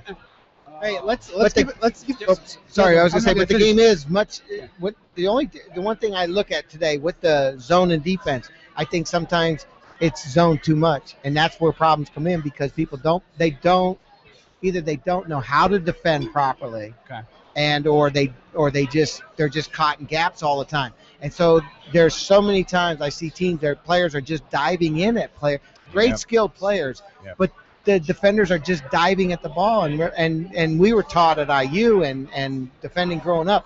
Speaker 2: Hey,
Speaker 1: Uh,
Speaker 2: let's let's
Speaker 3: they-
Speaker 2: give it, let's give.
Speaker 3: Oh, sorry, I was
Speaker 2: I'm
Speaker 3: gonna say,
Speaker 2: not
Speaker 3: but the
Speaker 2: finish.
Speaker 3: game is much. What the only the one thing I look at today with the zone and defense, I think sometimes it's zoned too much, and that's where problems come in because people don't they don't either they don't know how to defend properly,
Speaker 1: Okay.
Speaker 3: and or they or they just they're just caught in gaps all the time, and so there's so many times I see teams their players are just diving in at player great
Speaker 4: Yep.
Speaker 3: skilled players,
Speaker 4: Yep.
Speaker 3: but the defenders are just diving at the ball, and we're- and and we were taught at IU and and defending growing up.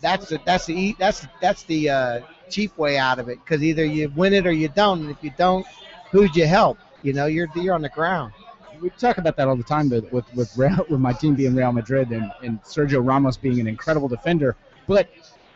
Speaker 3: That's the that's the e- that's that's the uh, cheap way out of it because either you win it or you don't, and if you don't, who'd you help? You know, you're you're on the ground.
Speaker 1: We talk about that all the time but with with Real, with my team being Real Madrid and, and Sergio Ramos being an incredible defender, but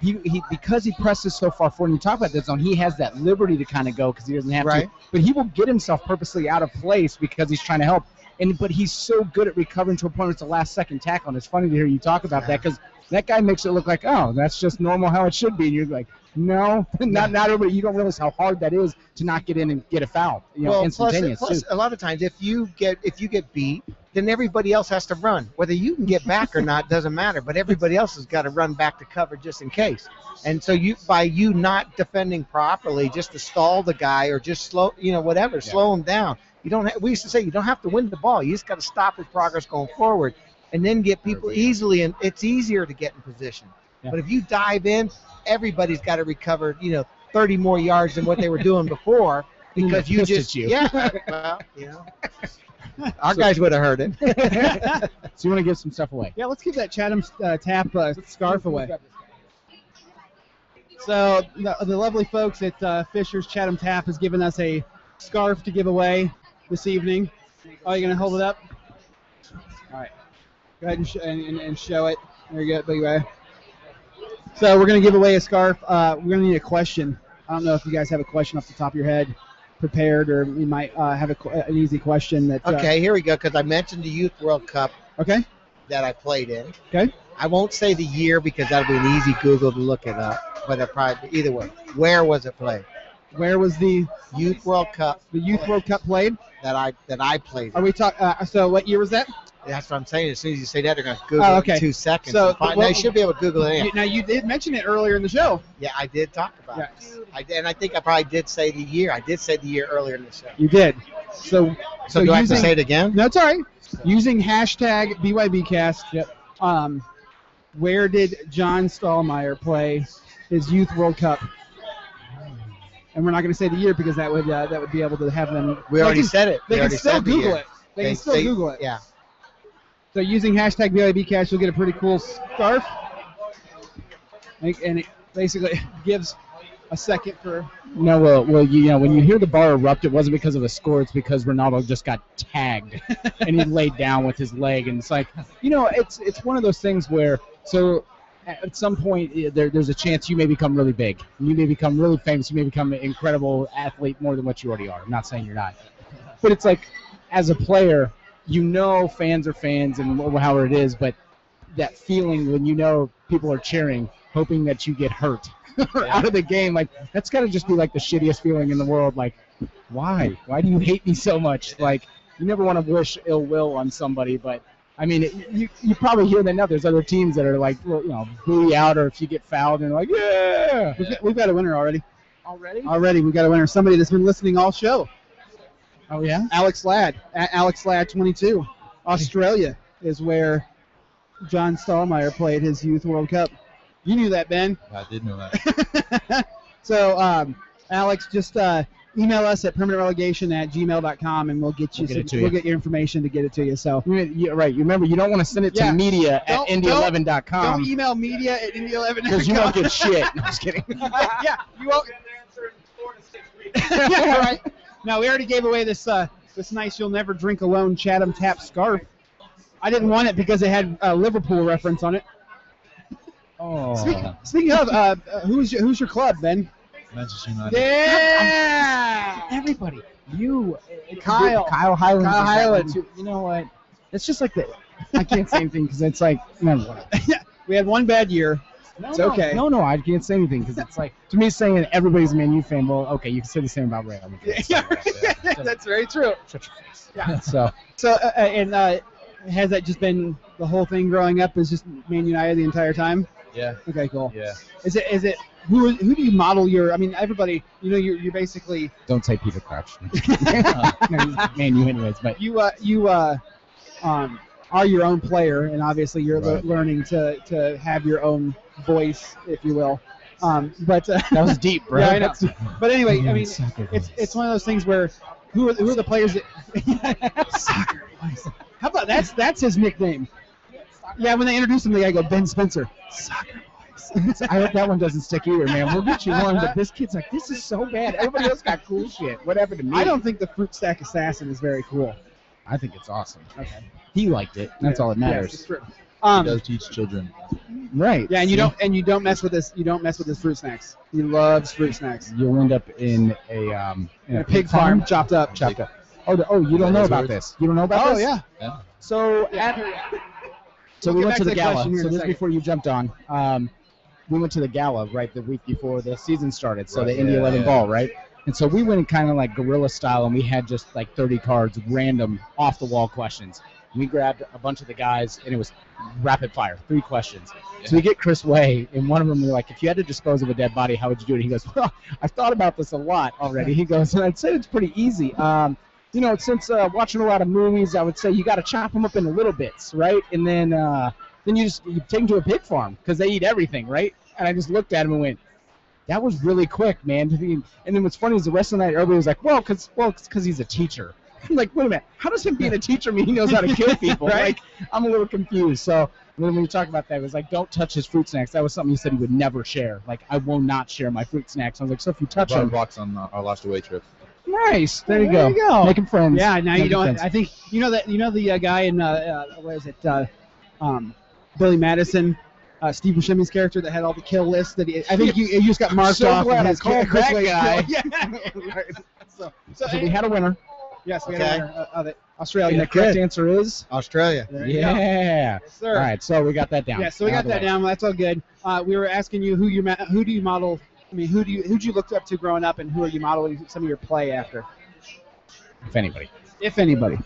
Speaker 1: he, he because he presses so far forward. And you talk about this zone, he has that liberty to kind of go because he doesn't have
Speaker 3: Right.
Speaker 1: to. But he will get himself purposely out of place because he's trying to help. And but he's so good at recovering to opponents the last second tackle. And it's funny to hear you talk about that because that guy makes it look like oh that's just normal how it should be. And you're like no, not not everybody. You don't realize how hard that is to not get in and get a foul. You know,
Speaker 3: plus,
Speaker 1: instantaneous
Speaker 3: plus
Speaker 1: too.
Speaker 3: a lot of times if you get if you get beat, then everybody else has to run. Whether you can get back or not doesn't matter, but everybody else has got to run back to cover just in case. And so you by you not defending properly, just to stall the guy or just slow, you know, whatever, slow him down. You don't. Ha- we used to say you don't have to win the ball. You just got to stop his progress going forward, and then get people easily. And it's easier to get in position.
Speaker 1: Yeah.
Speaker 3: But if you dive in, everybody's got to recover. You know, 30 more yards than what they were doing before because you
Speaker 1: Pissed at
Speaker 3: just
Speaker 1: you.
Speaker 3: yeah. Well, you know, our guys would have heard it.
Speaker 1: So you want to give some stuff away.
Speaker 2: Yeah, let's give that Chatham uh, tap uh, scarf away. So the, the lovely folks at uh, Fisher's Chatham Tap has given us a scarf to give away this evening. Oh, you gonna hold it up? All right. Go ahead and, sh- and, and, and show it. There you go, big way. So we're gonna give away a scarf. Uh, we're gonna need a question. I don't know if you guys have a question off the top of your head prepared, or you might uh, have a, qu- an easy question that. uh,
Speaker 3: Okay, here we go. Because I mentioned the Youth World Cup
Speaker 2: Okay.
Speaker 3: that I played in.
Speaker 2: Okay.
Speaker 3: I won't say the year because that'll be an easy Google to look it up. But it probably either way. Where was it played?
Speaker 2: Where was the
Speaker 3: Youth World Cup
Speaker 2: the Youth World Cup played?
Speaker 3: that I that I played.
Speaker 2: Are
Speaker 3: In.
Speaker 2: we talk? Uh, so what year was that?
Speaker 3: That's what I'm saying. As soon as you say that, they're going to Google
Speaker 2: Oh,
Speaker 3: it
Speaker 2: okay.
Speaker 3: in two seconds.
Speaker 2: So,
Speaker 3: and find-
Speaker 2: well-
Speaker 3: they should be able to Google it.
Speaker 2: You- now you did mention it earlier in the show.
Speaker 3: Yeah, I did talk about
Speaker 2: Yeah.
Speaker 3: it. I did, and I think I probably did say the year. I did say the year earlier in the show.
Speaker 2: You did. So
Speaker 3: So,
Speaker 2: So
Speaker 3: do I have to
Speaker 2: using-
Speaker 3: say it again?
Speaker 2: no, it's all right. Using hashtag BYBcast. Yep. Um, where did John Stallmeyer play his Youth World Cup? And we're not going to say the year because that would uh, that would be able to have them.
Speaker 3: We already
Speaker 2: they can,
Speaker 3: said it.
Speaker 2: They
Speaker 3: we
Speaker 2: can
Speaker 3: already
Speaker 2: still
Speaker 3: said the
Speaker 2: Google
Speaker 3: year.
Speaker 2: it. They, can still Google it.
Speaker 3: Yeah.
Speaker 2: So using hashtag BIBcast, you'll get a pretty cool scarf. Like, And it basically gives a second for.
Speaker 1: No, well, well, you, know, when you hear the bar erupt, it wasn't because of a score. It's because Ronaldo just got tagged, and he laid down with his leg. And it's like, you know, it's it's one of those things where so at at some point eh, there, there's a chance you may become really big, you may become really famous, you may become an incredible athlete more than what you already are. I'm not saying you're not, but it's like as a player, you know, fans are fans, and wh- however it is, but that feeling when you know people are cheering, hoping that you get hurt or out of the game. Like that's gotta just be like the shittiest feeling in the world. Like, why? Why do you hate me so much? Like, you never want to wish ill will on somebody, but I mean, it, you you probably hear that now. There's other teams that are like, well, you know, booey out, or if you get fouled, and like, yeah.
Speaker 2: We've got, we've got a winner already.
Speaker 1: Already?
Speaker 2: Already, we've got a winner. Somebody that's been listening all show.
Speaker 1: Oh yeah.
Speaker 2: Alex Ladd at Alex Ladd 22. Australia is where John Stallmeyer played his Youth World Cup. You knew that, Ben.
Speaker 4: I did know that.
Speaker 2: so, um, Alex, just uh, email us at permanentrelegation at gmail.com and we'll get you,
Speaker 1: We'll get it to
Speaker 2: we'll
Speaker 1: you.
Speaker 2: get your information to get it to you. So
Speaker 1: You, you, right. You remember, you don't want to send it to
Speaker 2: Yeah.
Speaker 1: media at
Speaker 2: Don't- don't
Speaker 1: indy11.com
Speaker 2: email media at Indy 11
Speaker 1: Um, because you won't get shit. No, I'm just kidding.
Speaker 2: yeah, you won't. yeah, right. No, we already gave away this uh, this nice "You'll Never Drink Alone" Chatham Tap scarf. I didn't want it because it had a Liverpool reference on it.
Speaker 1: Oh.
Speaker 2: Speaking, speaking of, uh, uh, who's your, who's your club, Ben?
Speaker 4: Manchester United.
Speaker 2: Yeah.
Speaker 1: Everybody, you,
Speaker 2: Kyle.
Speaker 1: Kyle Highland,
Speaker 2: Kyle Hyland.
Speaker 1: You know what? It's just like the. I can't say anything because it's like never mind.
Speaker 2: We had one bad year.
Speaker 1: No,
Speaker 2: It's
Speaker 1: no,
Speaker 2: okay.
Speaker 1: No, no, I can't say anything because it's like to me saying everybody's a Man U fan. Well, okay, you can say the same about Real Madrid.
Speaker 2: Yeah, that's very true.
Speaker 1: Yeah. So
Speaker 2: So, uh, uh, and uh, has that just been the whole thing growing up? Is just Man United the entire time?
Speaker 4: Yeah,
Speaker 2: Okay,
Speaker 3: Oh,
Speaker 2: cool.
Speaker 4: yeah.
Speaker 2: Is it is it who who do you model your? I mean, everybody. You know, you're, you're basically
Speaker 1: don't say Peter Crouch. no, he's Man U, anyways. But
Speaker 2: you uh, you uh, um, are your own player, and obviously you're le-
Speaker 1: Right.
Speaker 2: learning to, to have your own voice, if you will. Um, but uh,
Speaker 1: that was deep, bro.
Speaker 2: Yeah, I know. but anyway, I mean,
Speaker 1: Soccer
Speaker 2: it's
Speaker 1: boys.
Speaker 2: it's one of those things where who are, who are the players? That,
Speaker 1: soccer. boys.
Speaker 2: how about that's that's his nickname? Yeah, when they introduced him, the guy go Ben Spencer.
Speaker 1: Soccer boys. I hope that one doesn't stick either, man. We'll get you one, but this kid's like, this is so bad. Everybody else got cool shit. What happened to me?
Speaker 2: I don't think the fruit stack assassin is very cool.
Speaker 1: I think it's awesome. Okay. He liked it. That's all that
Speaker 2: Yes,
Speaker 1: matters.
Speaker 2: it's true.
Speaker 4: He
Speaker 2: Um,
Speaker 4: does teach children.
Speaker 1: Right.
Speaker 2: yeah, and you
Speaker 1: See?
Speaker 2: don't and you don't mess with this. You don't mess with his fruit snacks. He loves fruit snacks.
Speaker 1: You'll end up in a um in
Speaker 2: And a pig farm chopped up.
Speaker 1: Chopped up. Oh, the- oh, you don't know about this. You don't know about
Speaker 2: Oh
Speaker 1: this.
Speaker 2: yeah.
Speaker 4: Yeah.
Speaker 1: So So
Speaker 2: We'll
Speaker 1: we
Speaker 2: get
Speaker 1: went
Speaker 2: back
Speaker 1: to the
Speaker 2: that
Speaker 1: gala.
Speaker 2: question here in
Speaker 1: So
Speaker 2: a
Speaker 1: this is
Speaker 2: second.
Speaker 1: before you jumped on. Um, we went to the gala right the week before the season started. So
Speaker 4: Right,
Speaker 1: the Indy
Speaker 4: yeah,
Speaker 1: 11
Speaker 4: yeah.
Speaker 1: ball, right? And so we went kind of like guerrilla style, and we had just like 30 cards, random off the wall questions. We grabbed a bunch of the guys, and it was rapid fire, three questions. So we get Chris Way, and one of them, we're like, if you had to dispose of a dead body, how would you do it? He goes, well, I've thought about this a lot already. He goes, and I'd say it's pretty easy. Um, you know, since uh, watching a lot of movies, I would say you got to chop them up into little bits, right? And then uh, then you just you take them to a pig farm because they eat everything, right? And I just looked at him and went, that was really quick, man. And then what's funny is the rest of the night, everybody was like, well, because well, 'cause he's a teacher. I'm like, wait a minute, how does him being a teacher mean he knows how to kill people?
Speaker 2: Right.
Speaker 1: Like, I'm a little confused. So when we talk about that, it was like, don't touch his fruit snacks. That was something he said he would never share. Like, I will not share my fruit snacks. I was like, so if you touch
Speaker 4: Bought a
Speaker 1: them,
Speaker 4: box on uh, our last away trip.
Speaker 1: nice. There you
Speaker 2: There
Speaker 1: go.
Speaker 2: you go.
Speaker 1: Making friends.
Speaker 2: Yeah, now you
Speaker 1: Making
Speaker 2: don't.
Speaker 1: friends.
Speaker 2: I think you know that you know the uh, guy in uh, uh, what is it? Uh, um, Billy Madison, uh, Steve Buscemi's character that had all the kill lists. That he, I think you, you just got marked
Speaker 1: so
Speaker 2: off.
Speaker 1: glad
Speaker 2: and
Speaker 1: I
Speaker 2: his
Speaker 1: called
Speaker 2: Chris
Speaker 1: that
Speaker 2: Wade
Speaker 1: guy.
Speaker 2: killed- Yeah. so, so,
Speaker 1: So we had a winner.
Speaker 2: yes, we
Speaker 3: Okay.
Speaker 2: had a winner of it.
Speaker 1: And
Speaker 2: Australia.
Speaker 1: the correct answer is
Speaker 3: Australia.
Speaker 2: There you go.
Speaker 1: yeah.
Speaker 2: Yes,
Speaker 1: All
Speaker 2: sir.
Speaker 1: right, so we got that down.
Speaker 2: Yeah, so we
Speaker 1: Out
Speaker 2: got
Speaker 1: of the
Speaker 2: that
Speaker 1: way.
Speaker 2: down. That's all good. Uh, we were asking you who you ma- who do you model? I mean, who do you who do you look up to growing up, and who are you modeling some of your play after,
Speaker 1: If anybody,
Speaker 2: if anybody?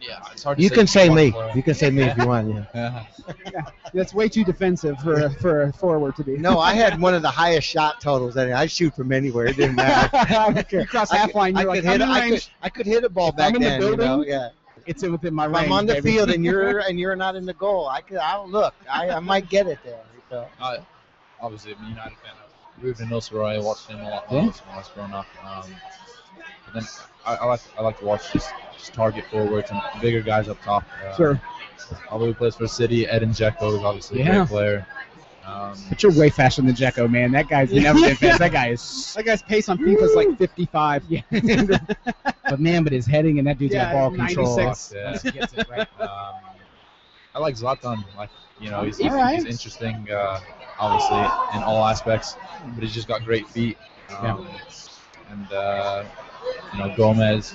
Speaker 4: Yeah, it's hard
Speaker 3: You can say
Speaker 4: one
Speaker 3: me.
Speaker 4: player.
Speaker 3: You can say me if you want. Yeah.
Speaker 4: Yeah.
Speaker 2: That's way too defensive for a- for a forward to be.
Speaker 3: No, I had one of the highest shot totals. I, I shoot from anywhere. It didn't matter.
Speaker 2: I don't care. You cross
Speaker 3: I
Speaker 2: half
Speaker 3: could-
Speaker 2: line,
Speaker 3: I
Speaker 2: you're like, I'm
Speaker 3: could hit.
Speaker 2: in
Speaker 3: a- I
Speaker 2: range.
Speaker 3: could, I could hit a ball back
Speaker 1: I'm in the
Speaker 3: then. you
Speaker 1: building,
Speaker 3: know? Yeah.
Speaker 1: it's within my
Speaker 3: If
Speaker 1: range.
Speaker 3: I'm on the
Speaker 1: baby.
Speaker 3: field and you're and you're not in the goal, I could. I'll look. I, I might get it there. So.
Speaker 4: I, obviously, I'm a United fan. I moved to North Roy, watched him a lot
Speaker 1: Yeah.
Speaker 4: when I was- when I was growing up. Um, but then I, I like I like to watch just, just target forwards and bigger guys up top. Uh,
Speaker 2: Sure.
Speaker 4: Although he plays for City, Ed and Jekko is obviously a
Speaker 1: Yeah.
Speaker 4: great player. Um,
Speaker 1: But you're way faster than Jacko, man. That guy's never been fast. That guy is.
Speaker 2: That guy's pace on FIFA is like uh, 55.
Speaker 1: Yeah. but man, but his heading and that dude's
Speaker 2: Yeah,
Speaker 1: got ball control.
Speaker 2: 96.
Speaker 4: yeah.
Speaker 1: He gets it right.
Speaker 4: Um, I like Zlatan. Like you know, he's,
Speaker 2: All
Speaker 4: he's,
Speaker 2: right.
Speaker 4: he's interesting, uh, obviously in all aspects. But he's just got great feet. Um, And uh, you know, Gomez.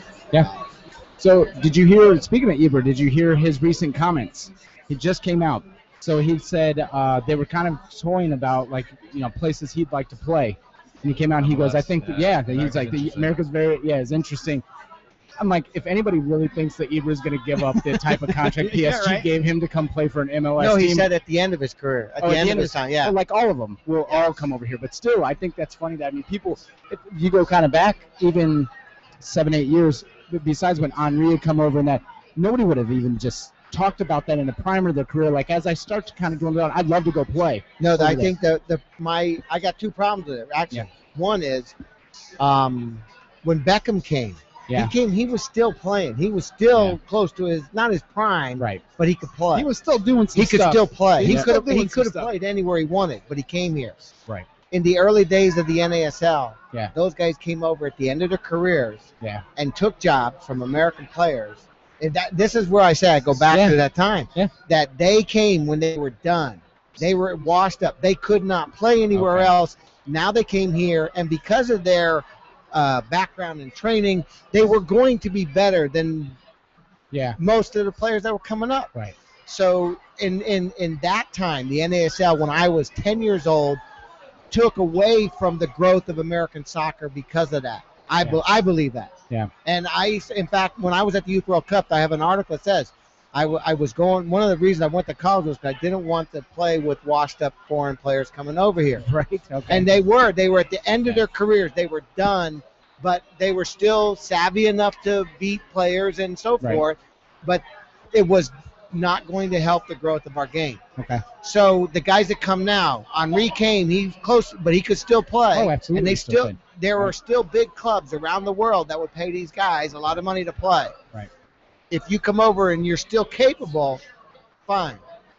Speaker 1: So, did you hear? Speaking of Eber, did you hear his recent comments? He just came out. So he said uh, they were kind of toying about like you know places he'd like to play, and he came out and he goes, I think that- yeah, that he's like the America's very yeah, it's interesting. I'm like, if anybody really thinks that Eber's going to give up the type of contract
Speaker 2: Yeah,
Speaker 1: PSG
Speaker 2: right.
Speaker 1: gave him to come play for an MLS
Speaker 3: No,
Speaker 1: team,
Speaker 3: he said at the end of his career. At
Speaker 1: Oh,
Speaker 3: the end of his time. Yeah.
Speaker 1: well, like all of them will all come over here. But still, I think that's funny that I mean, people, if you go kind of back even seven, eight years, b- besides when Henri had come over and that, nobody would have even just talked about that in the primer of their career. Like, as I start to kind of go down, I'd love to go play.
Speaker 3: No,
Speaker 1: Over
Speaker 3: I
Speaker 1: there.
Speaker 3: think the the my I got two problems with it. Actually,
Speaker 1: Yeah.
Speaker 3: one is, um, when Beckham came.
Speaker 1: Yeah.
Speaker 3: He came. He was still playing. He was still
Speaker 1: Yeah.
Speaker 3: close to his not his prime,
Speaker 1: Right.
Speaker 3: but he could play.
Speaker 2: He was still doing some
Speaker 3: He could
Speaker 2: stuff.
Speaker 3: still play.
Speaker 2: He
Speaker 3: He
Speaker 2: was
Speaker 3: could
Speaker 2: still
Speaker 3: have
Speaker 2: doing
Speaker 3: he
Speaker 2: some
Speaker 3: could have
Speaker 2: stuff.
Speaker 3: played anywhere he wanted, but he came here.
Speaker 1: Right.
Speaker 3: In the early days of the NASL,
Speaker 1: Yeah.
Speaker 3: those guys came over at the end of their careers
Speaker 1: Yeah.
Speaker 3: and took jobs from American players. And that this is where I say I go back
Speaker 1: Yeah.
Speaker 3: to that time.
Speaker 1: Yeah.
Speaker 3: That they came when they were done. They were washed up. They could not play anywhere
Speaker 1: Okay.
Speaker 3: else. Now they came here, and because of their uh, background and training, they were going to be better than
Speaker 1: Yeah.
Speaker 3: most of the players that were coming up.
Speaker 1: Right.
Speaker 3: So in in in that time, the NASL, when I was 10 years old, took away from the growth of American soccer because of that. I
Speaker 1: Yeah.
Speaker 3: be, I believe that.
Speaker 1: Yeah.
Speaker 3: And I, in fact, when I was at the Youth World Cup, I have an article that says. I, w- I was going. One of the reasons I went to college was 'cause I didn't want to play with washed-up foreign players coming over here.
Speaker 1: Right. Okay.
Speaker 3: And they were. They were at the end of
Speaker 1: Yeah.
Speaker 3: their careers. They were done, but they were still savvy enough to beat players and so
Speaker 1: Right.
Speaker 3: forth. But it was not going to help the growth of our game.
Speaker 1: Okay.
Speaker 3: So the guys that come now, Henri came, he's close, but he could still play.
Speaker 1: oh, absolutely.
Speaker 3: and they still,
Speaker 1: could.
Speaker 3: there are
Speaker 1: Right.
Speaker 3: still big clubs around the world that would pay these guys a lot of money to play.
Speaker 1: Right.
Speaker 3: If you come over and you're still capable, fine.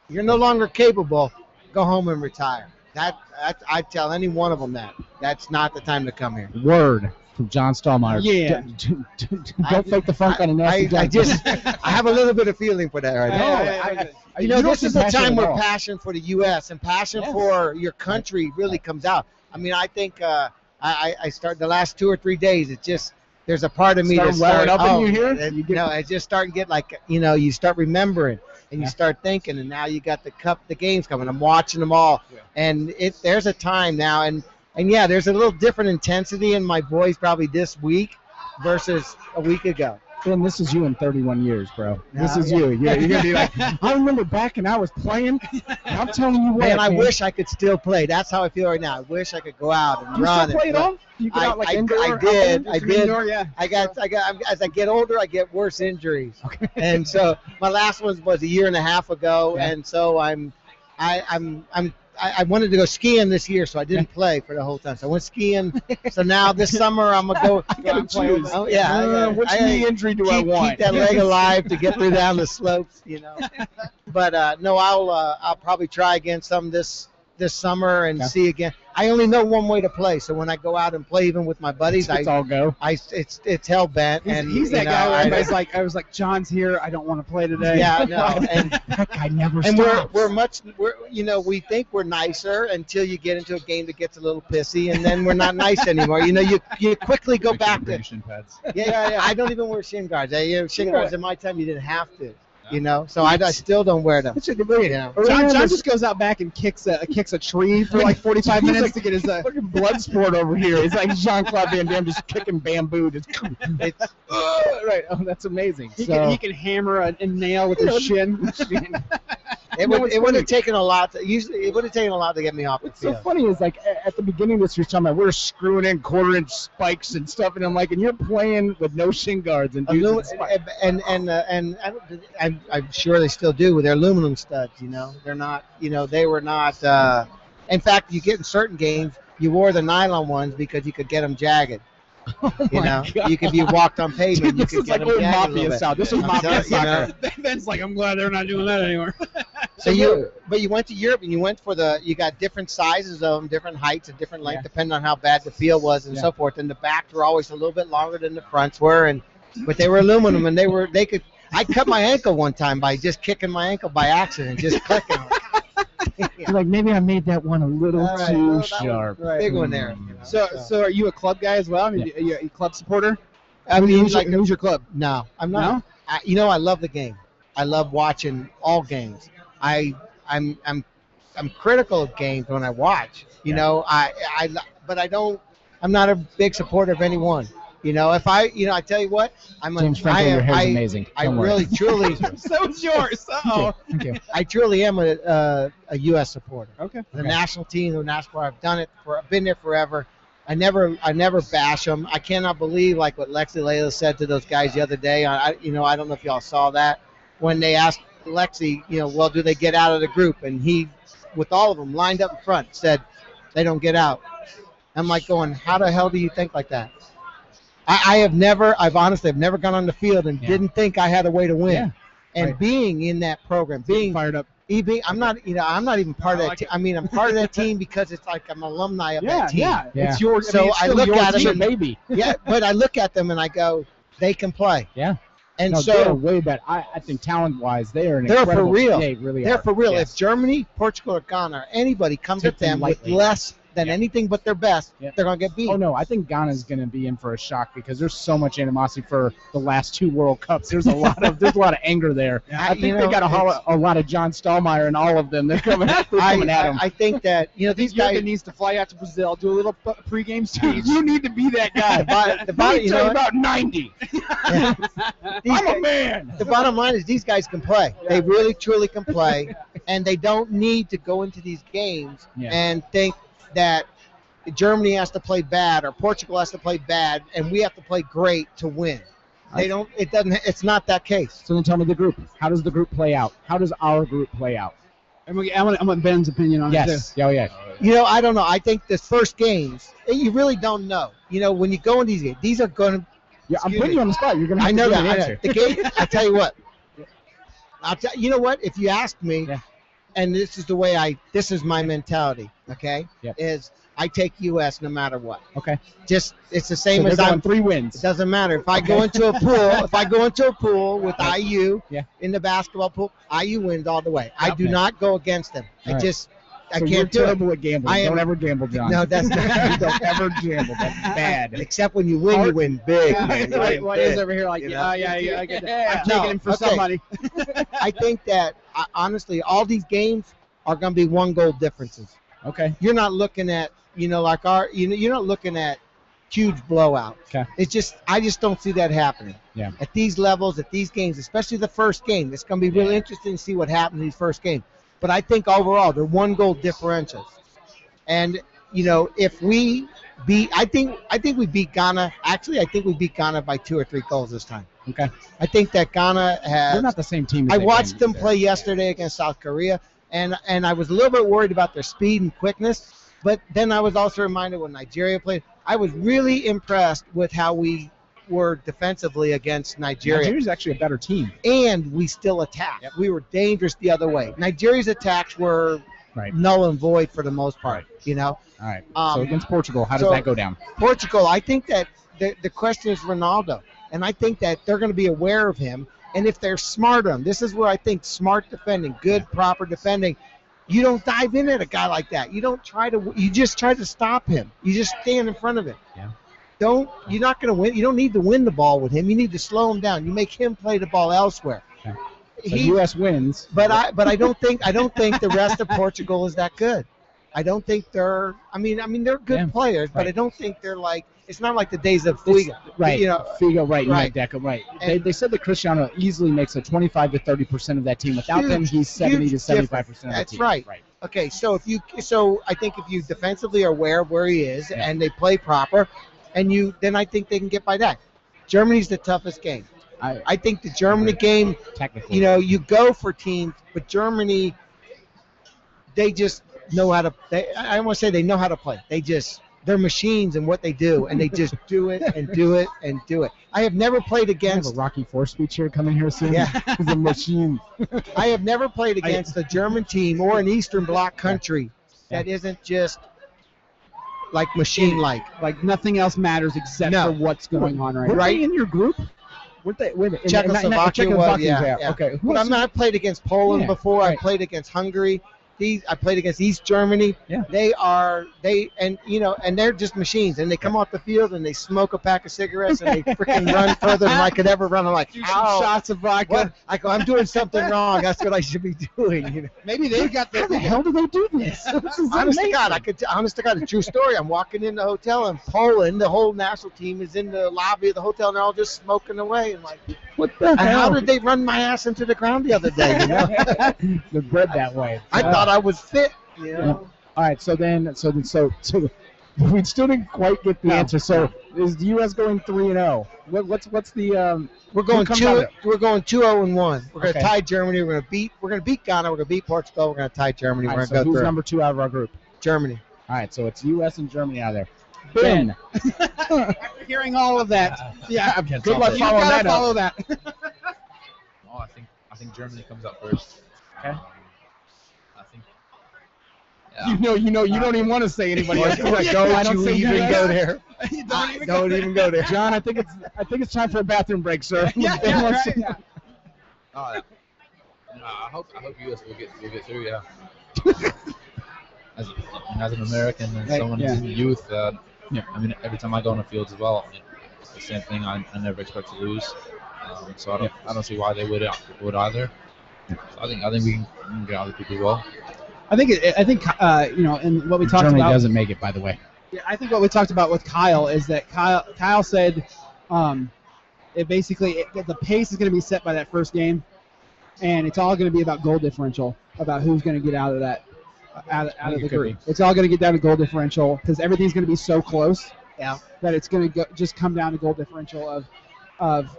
Speaker 3: You're no longer capable, go home and retire. That, that I tell any one of them that. That's not the time to come here.
Speaker 1: word from John Stallmeyer.
Speaker 2: Yeah.
Speaker 1: Don't, don't-
Speaker 3: I-
Speaker 1: don't fake the funk on a nasty
Speaker 3: I, I
Speaker 1: John.
Speaker 3: just I have a little bit of feeling for that right
Speaker 2: I-
Speaker 3: now.
Speaker 2: I- I- I-
Speaker 3: you know,
Speaker 1: don't
Speaker 3: this
Speaker 1: seem
Speaker 3: is a
Speaker 1: passionate
Speaker 3: time where
Speaker 1: at all.
Speaker 3: passion for the U.S. and passion
Speaker 1: Yes.
Speaker 3: for your country really comes out. I mean, I think uh, I, I I start the last two or three days. It's just there's a part of me
Speaker 1: Start
Speaker 3: that oh,
Speaker 1: welling
Speaker 3: starts
Speaker 1: up in you here?
Speaker 3: You
Speaker 1: You get-
Speaker 3: know, I just start to get like you know, you start remembering and you
Speaker 1: Yeah.
Speaker 3: start thinking, and now you got the cup, the games coming. I'm watching them all,
Speaker 2: Yeah.
Speaker 3: and it there's a time now, and and yeah, there's a little different intensity in my voice probably this week versus a week ago.
Speaker 1: Ben, this is you in 31 years, bro. This
Speaker 3: Nah,
Speaker 1: is
Speaker 3: yeah.
Speaker 1: you. You're, you're gonna be like, I remember back and I was playing. and I'm telling you what,
Speaker 3: Man, I wish I could still play. That's how I feel right now. I wish I could go out and
Speaker 1: you
Speaker 3: run.
Speaker 1: still play
Speaker 3: and
Speaker 1: it
Speaker 3: run.
Speaker 1: all. You get
Speaker 3: I-
Speaker 1: out like
Speaker 3: I-
Speaker 1: indoor.
Speaker 3: I did.
Speaker 1: outdoor?
Speaker 3: I did.
Speaker 2: Indoor, yeah.
Speaker 3: I got, I got, I'm- as I get older, I get worse injuries. And so my last one was a year and a half ago,
Speaker 1: Yeah.
Speaker 3: and so I'm, I, I'm, I'm, I, I wanted to go skiing this year, so I didn't play for the whole time. So I went skiing. so now this summer I'm gonna go.
Speaker 2: gotta choose.
Speaker 3: Oh, yeah, I
Speaker 1: Uh,
Speaker 3: gotta-
Speaker 1: which
Speaker 3: I-
Speaker 1: knee injury do
Speaker 3: keep,
Speaker 1: I
Speaker 3: keep
Speaker 1: want?
Speaker 3: that leg alive to get through down the slopes, you know. But uh, no, I'll uh, I'll probably try again some this this summer and
Speaker 1: Yeah.
Speaker 3: see again. I only know one way to play, so when I go out and play, even with my buddies, I,
Speaker 1: Let's all go.
Speaker 3: I it's it's hell bent.
Speaker 2: He's,
Speaker 3: and
Speaker 2: he's
Speaker 3: you
Speaker 2: that
Speaker 3: know,
Speaker 2: guy where
Speaker 3: I-
Speaker 2: everybody's like, I was like, John's here. I don't want to play today.
Speaker 3: yeah, no, and
Speaker 1: That guy never
Speaker 3: and we're
Speaker 1: stops.
Speaker 3: we're much we're you know we think we're nicer until you get into a game that gets a little pissy, and then we're not nice anymore. You know, you you quickly go
Speaker 4: Make sure
Speaker 3: back
Speaker 4: you
Speaker 3: to
Speaker 4: bring shin pads.
Speaker 3: yeah, yeah, yeah. I don't even wear shin guards. I, you know, shin
Speaker 2: Yeah.
Speaker 3: guards in my time, you didn't have to. You know, so I, I still don't wear them.
Speaker 2: That's a
Speaker 3: You know,
Speaker 2: John, John just goes out back and kicks a kicks a tree for like 45 minutes to get his. Uh,
Speaker 1: Fucking blood sport over here. It's like Jean Claude Van Damme just kicking bamboo. Just
Speaker 3: it's,
Speaker 1: right. Oh, that's amazing.
Speaker 2: he,
Speaker 1: so,
Speaker 2: can, he can hammer a, a nail with his shin.
Speaker 3: it
Speaker 1: No,
Speaker 3: would
Speaker 1: it's
Speaker 3: it would
Speaker 1: really-
Speaker 3: have taken a lot. To, usually, it would have taken a lot to get me off the
Speaker 1: What's so
Speaker 3: field.
Speaker 1: funny is like a- at the beginning of this, you're talking about we're screwing in quarter inch spikes and stuff, and I'm like, and you're playing with no shin guards and dudes.
Speaker 3: Alu-
Speaker 1: in spikes.
Speaker 3: and and and, uh, and I don't, I'm, I'm sure they still do with their aluminum studs. You know, they're not. You know, they were not. Uh, in fact, you get in certain games, you wore the nylon ones because you could get them jagged. you
Speaker 1: oh my
Speaker 3: know,
Speaker 1: God.
Speaker 3: you could be walked on pavement.
Speaker 1: Dude,
Speaker 3: you
Speaker 1: this
Speaker 3: could
Speaker 1: is
Speaker 3: get
Speaker 1: like
Speaker 3: 'em
Speaker 1: old
Speaker 3: jagged a
Speaker 1: mafia
Speaker 3: little bit.
Speaker 1: style. This was
Speaker 3: I'm
Speaker 1: mafia
Speaker 3: telling you, you know.
Speaker 1: soccer.
Speaker 2: Ben's like, I'm glad they're not doing that anymore.
Speaker 3: So you, but you went to Europe and you went for the, you got different sizes of them, different heights and different length,
Speaker 1: Yeah.
Speaker 3: depending on how bad the field was and so forth. And the backs were always a little bit longer than the fronts were, and but they were aluminum and they were they could. I cut my ankle one time by just kicking my ankle by accident, just clicking.
Speaker 1: You're like maybe I made that one a little
Speaker 3: All right,
Speaker 1: too
Speaker 3: well, that was
Speaker 1: sharp.
Speaker 3: Big one there. you know,
Speaker 2: So, so are you a club guy as well? I mean, are you a club supporter?
Speaker 3: I mean,
Speaker 2: who's,
Speaker 3: like,
Speaker 2: your, who's your club?
Speaker 3: no, I'm not. I, you know, I love the game. I love watching all games. I I'm I'm I'm critical of games when I watch. You know, I I lo- but I don't. I'm not a big supporter of anyone. You know, if I you know, I tell you what, I'm a,
Speaker 1: James
Speaker 3: I
Speaker 1: Franklin, your
Speaker 3: am,
Speaker 1: hair's
Speaker 3: I,
Speaker 1: amazing.
Speaker 3: I
Speaker 1: Don't worry.
Speaker 3: really truly
Speaker 2: so is yours. Oh,
Speaker 1: Thank you.
Speaker 3: I truly am a uh, a U.S. supporter.
Speaker 2: okay.
Speaker 3: The
Speaker 1: Okay.
Speaker 3: national team, the national. I've done it for. I've been there forever. I never, I never bash them. I cannot believe like what Lexi Layla said to those guys the other day. I, I- you know, I don't know if y'all saw that when they asked Lexi, you know, well, do they get out of the group? And he, with all of them lined up in front, said they don't get out. I'm like going, how the hell do you think like that? I, I have never, I've honestly, I've never gone on the field and
Speaker 1: Yeah.
Speaker 3: didn't think I had a way to win.
Speaker 1: Yeah,
Speaker 3: And
Speaker 1: right.
Speaker 3: being in that program, being
Speaker 2: fired up.
Speaker 3: EB, I'm not, you know, I'm not even
Speaker 2: I
Speaker 3: part of that.
Speaker 2: like
Speaker 3: team. I mean, I'm part of that team because it's like I'm alumni of
Speaker 2: Yeah,
Speaker 3: that team.
Speaker 2: yeah,
Speaker 1: Yeah.
Speaker 2: It's your. I,
Speaker 3: So
Speaker 2: mean, it's
Speaker 3: I
Speaker 2: still
Speaker 3: look
Speaker 2: your
Speaker 3: at him
Speaker 2: team.
Speaker 3: and-
Speaker 1: maybe.
Speaker 3: yeah, but I look at them and I go, they can play.
Speaker 1: Yeah.
Speaker 3: And
Speaker 1: no,
Speaker 3: so
Speaker 1: they're way better. I, I think talent wise, they are an
Speaker 3: They're for
Speaker 1: incredible.
Speaker 3: real.
Speaker 1: They really
Speaker 3: They're
Speaker 1: are.
Speaker 3: for real.
Speaker 1: Yes.
Speaker 3: If Germany, Portugal, or Ghana, or anybody comes
Speaker 1: Take
Speaker 3: at them
Speaker 1: them
Speaker 3: with
Speaker 1: lightly.
Speaker 3: less than
Speaker 1: Yeah.
Speaker 3: anything but their best,
Speaker 1: Yeah.
Speaker 3: they're gonna get beat.
Speaker 1: Oh no, I think Ghana's going to be in for a shock because there's so much animosity for the last two World Cups. There's a lot of there's a lot of anger there.
Speaker 3: Yeah.
Speaker 1: I think
Speaker 3: You know,
Speaker 1: they got a, hol-
Speaker 3: it's-
Speaker 1: a lot of John Stallmeyer in all of them. They're coming, they're
Speaker 3: I,
Speaker 1: coming at
Speaker 3: I,
Speaker 1: him.
Speaker 3: I think that you know these
Speaker 2: Jurgen
Speaker 3: guys.
Speaker 2: needs to fly out to Brazil, do a little bu- pregame speech. You need to be that guy.
Speaker 3: The bottom, the, bottom, you know what?
Speaker 1: about 90.
Speaker 3: These guys-
Speaker 1: man.
Speaker 3: the bottom line is these guys can play. They really truly can play, and they don't need to go into these games
Speaker 1: Yeah.
Speaker 3: and think that Germany has to play bad or Portugal has to play bad and we have to play great to win. They don't. It doesn't. It's not that case.
Speaker 1: So then tell me the group. How does the group play out? How does our group play out?
Speaker 2: I'm gonna- I want, I want Ben's opinion on it.
Speaker 1: Yes. Yeah, oh, yeah.
Speaker 4: Uh,
Speaker 3: You know, I don't know. I think this first games, eh, you really don't know. You know, when you go in these games, these are going to.
Speaker 1: yeah I'm
Speaker 3: Excuse
Speaker 1: putting
Speaker 3: me.
Speaker 1: you on the spot. You're going to
Speaker 3: I
Speaker 1: have
Speaker 3: know
Speaker 1: to
Speaker 3: that.
Speaker 1: give me
Speaker 3: I
Speaker 1: an
Speaker 3: know.
Speaker 1: answer.
Speaker 3: The game. I tell you what. I'll tell you know what. If you ask me,
Speaker 1: Yeah.
Speaker 3: and this is the way I, this is my mentality. Okay.
Speaker 1: Yep.
Speaker 3: Is I take U.S. no matter what.
Speaker 1: Okay.
Speaker 3: Just it's the
Speaker 1: So
Speaker 3: same
Speaker 1: they're
Speaker 3: as
Speaker 1: going
Speaker 3: I'm.
Speaker 1: three
Speaker 3: It
Speaker 1: wins.
Speaker 3: doesn't matter if I go into a pool. If I go into a pool with IU
Speaker 1: Yeah.
Speaker 3: in the basketball pool, IU wins all the way. I do
Speaker 1: Okay.
Speaker 3: not go against them. I
Speaker 1: All right.
Speaker 3: just I
Speaker 1: So you're
Speaker 3: can't do it.
Speaker 1: terrible at gambling.
Speaker 3: I am-
Speaker 1: Don't ever gamble, John.
Speaker 3: No, that's
Speaker 1: You
Speaker 3: not.
Speaker 1: don't ever gamble. That's bad.
Speaker 3: Except when you win, you win big. man. You
Speaker 2: Right,
Speaker 3: win
Speaker 2: Why
Speaker 3: big.
Speaker 2: is over here like,
Speaker 3: you
Speaker 2: yeah,
Speaker 3: know?
Speaker 2: yeah, yeah, I get that. I'm
Speaker 3: No,
Speaker 2: taking him for
Speaker 3: okay.
Speaker 2: somebody.
Speaker 3: I think that I, honestly, all these games are going to be one goal differences.
Speaker 1: Okay.
Speaker 3: You're not looking at, you know, like our, you know, you're not looking at huge blowout.
Speaker 1: Okay.
Speaker 3: It's just, I just don't see that happening.
Speaker 1: Yeah.
Speaker 3: At these levels, at these games, especially the first game, it's going to be really interesting to see what happens in these first games. But I think overall, they're one goal differentials. And you know, if we beat, I think, I think we beat Ghana. Actually, I think we beat Ghana by two or three goals this time.
Speaker 1: Okay.
Speaker 3: I think that Ghana has.
Speaker 1: They're not the same team. as
Speaker 3: I
Speaker 1: they've
Speaker 3: watched
Speaker 1: been
Speaker 3: them
Speaker 1: either.
Speaker 3: play yesterday against South Korea, and and I was a little bit worried about their speed and quickness. But then I was also reminded when Nigeria played, I was really impressed with how we were defensively against Nigeria,
Speaker 1: Nigeria's actually a better team.
Speaker 3: and we still attacked. We were dangerous the other way. Nigeria's attacks were
Speaker 1: Right.
Speaker 3: null and void for the most part. You know,
Speaker 1: All right. so
Speaker 3: Um,
Speaker 1: against Portugal, how does
Speaker 3: so-
Speaker 1: that go down?
Speaker 3: Portugal. I think that the the question is Ronaldo, and I think that they're going to be aware of him. And if they're smart on, this is where I think smart defending, good proper defending, you don't dive in at a guy like that. You don't try to. You just try to stop him. You just stand in front of him.
Speaker 1: Yeah.
Speaker 3: Don't. You're not going to win. You don't need to win the ball with him. You need to slow him down. You make him play the ball elsewhere.
Speaker 1: Okay. So
Speaker 3: He,
Speaker 1: U.S. wins.
Speaker 3: but I. But I don't think. I don't think the rest of Portugal is that good. I don't think they're. I mean. I mean they're good
Speaker 1: Yeah,
Speaker 3: players, but I
Speaker 1: right.
Speaker 3: don't think they're like. It's not like the days of
Speaker 1: This-
Speaker 3: Fuga.
Speaker 1: right.
Speaker 3: You know.
Speaker 1: Figo, right,
Speaker 3: Right.
Speaker 1: right. Deca, right.
Speaker 3: And-
Speaker 1: They, they said that Cristiano easily makes a 25 to 30 percent of that team. Without
Speaker 3: Huge,
Speaker 1: them, he's 70 to
Speaker 3: huge
Speaker 1: 75 percent of
Speaker 3: That's
Speaker 1: the team.
Speaker 3: right.
Speaker 1: Right.
Speaker 3: Okay, so if you so I think if you defensively are aware of where he is
Speaker 1: Yeah.
Speaker 3: and they play proper, and you then I think they can get by that. Germany's the toughest game.
Speaker 1: I,
Speaker 3: I think the Germany game,
Speaker 1: technically,
Speaker 3: you know, you go for teams, but Germany, they just know how to. They, I I want to say they know how to play. They just they're machines in what they do, and they just do it and do it and do it. I have never
Speaker 1: Can
Speaker 3: played
Speaker 1: I have a
Speaker 3: against.
Speaker 1: Rocky Four speech here coming here soon.
Speaker 3: Yeah.
Speaker 1: He's a machine.
Speaker 3: I have never played against a German team or an Eastern Bloc country that isn't just like machine-like.
Speaker 2: Like nothing else matters except
Speaker 3: No.
Speaker 2: for what's going on right
Speaker 1: Were
Speaker 2: now.
Speaker 3: Right.
Speaker 1: they in your group? Were they? Wait a minute. in- in- in- in-
Speaker 3: Czechoslovakia was,
Speaker 1: Czechoslovakia,
Speaker 3: yeah, yeah.
Speaker 1: Okay. Who
Speaker 3: But
Speaker 1: else
Speaker 3: I'm not I played against Poland
Speaker 1: Yeah,
Speaker 3: before. I
Speaker 1: right.
Speaker 3: played against Hungary. These I played against East Germany.
Speaker 1: Yeah.
Speaker 3: They are they and you know and they're just machines and they come off the field and they smoke a pack of cigarettes and they freaking run further than I could ever run. I'm like,
Speaker 2: Shoot some
Speaker 3: ow.
Speaker 2: shots of vodka.
Speaker 3: What? I go, I'm doing something wrong. That's what I should be doing. You know?
Speaker 2: Maybe they got
Speaker 1: How the
Speaker 2: the.
Speaker 1: hell do they do this? This is
Speaker 3: honest to
Speaker 1: amazing.
Speaker 3: God, I could. T- honest to God, it's a true story. I'm walking in the hotel in Poland. The whole national team is in the lobby of the hotel, and they're all just smoking away. And like,
Speaker 1: What the
Speaker 3: and how
Speaker 1: hell?
Speaker 3: did they run my ass into the ground the other day? You know,
Speaker 1: They're bred that way.
Speaker 3: I
Speaker 1: Yeah.
Speaker 3: thought I was fit. You know?
Speaker 1: All right. So then, so then, so so we still didn't quite get the
Speaker 3: No.
Speaker 1: answer. So is the U.S. going three and zero? What, what's what's the um?
Speaker 3: We're
Speaker 1: Who
Speaker 3: going
Speaker 1: comes out of
Speaker 3: two.
Speaker 1: it?
Speaker 3: We're going two zero and one. We're going to
Speaker 1: Okay.
Speaker 3: tie Germany. We're going to beat. We're going to beat Ghana. We're going to beat Portugal. We're going to tie Germany.
Speaker 1: All
Speaker 3: We're
Speaker 1: right,
Speaker 3: going
Speaker 1: so
Speaker 3: to go
Speaker 1: who's
Speaker 3: through
Speaker 1: number two out of our group?
Speaker 3: Germany.
Speaker 1: All right. So it's U.S. and Germany out of there. Ben.
Speaker 2: After hearing all of that, yeah,
Speaker 1: I can't
Speaker 2: good
Speaker 1: top
Speaker 2: luck
Speaker 1: it.
Speaker 2: you
Speaker 1: Follow
Speaker 2: gotta
Speaker 1: that up.
Speaker 2: follow that.
Speaker 4: Oh, I think I think Germany comes up first.
Speaker 1: Okay.
Speaker 4: Um, I think. Yeah.
Speaker 2: you know, you know, you don't even want to say anybody. else. You're like, no, I don't say
Speaker 1: even
Speaker 2: that.
Speaker 1: go
Speaker 3: there.
Speaker 2: You don't even
Speaker 3: Don't even go there.
Speaker 1: John, I think it's I think it's time for a bathroom break, sir.
Speaker 2: Yeah, yeah, right, yeah.
Speaker 4: Oh, yeah. No, I hope I hope US will get will get through. Yeah. as, as an American and
Speaker 2: Right,
Speaker 4: someone
Speaker 2: yeah.
Speaker 4: who's in the youth, uh, I mean, every time I go on the fields as well, it's the same thing. I, I never expect to lose, um, so I don't I don't see why they would uh, would either. So I think I think we can, we can get out of the people well.
Speaker 2: I think it, I think uh, you know, and what we talked
Speaker 1: Germany
Speaker 2: about.
Speaker 1: doesn't make it, by the way.
Speaker 2: Yeah, I think what we talked about with Kyle is that Kyle Kyle said um, it basically it, that the pace is going to be set by that first game, and it's all going to be about goal differential, about who's going to get out of that uh, out of, out
Speaker 1: think
Speaker 2: of
Speaker 1: it
Speaker 2: the
Speaker 1: could
Speaker 2: group. It's all going to get down to goal differential because everything's going to be so close. Yeah. That it's going to just come down to goal differential of of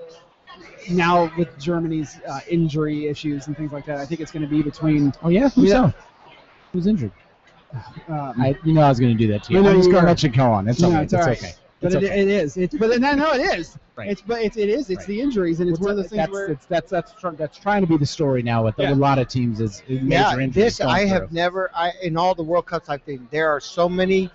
Speaker 2: now with Germany's uh, injury issues and things like that. I think it's going to be between.
Speaker 1: Oh yeah,
Speaker 2: Who's
Speaker 1: out? Who's injured?
Speaker 2: Um,
Speaker 1: I, you know, I was going to do that to you.
Speaker 2: No, no,
Speaker 1: I'm just
Speaker 2: you
Speaker 1: going to
Speaker 2: were.
Speaker 1: let you go on. It's
Speaker 2: No,
Speaker 1: okay.
Speaker 2: it's
Speaker 1: It's,
Speaker 2: all right.
Speaker 1: okay.
Speaker 2: But
Speaker 1: It's
Speaker 2: it,
Speaker 1: okay.
Speaker 2: it is. It's but no, no, it is.
Speaker 1: Right.
Speaker 2: It's but it's, it is. It's
Speaker 1: Right.
Speaker 2: the injuries, and it's one of those things
Speaker 1: that's,
Speaker 2: where
Speaker 1: it's- that's that's tr- that's trying to be the story now with
Speaker 2: Yeah.
Speaker 1: a lot of teams is is major
Speaker 3: Yeah,
Speaker 1: injuries
Speaker 3: this
Speaker 1: going
Speaker 3: I
Speaker 1: through.
Speaker 3: have never. I in all the World Cups I've been, there are so many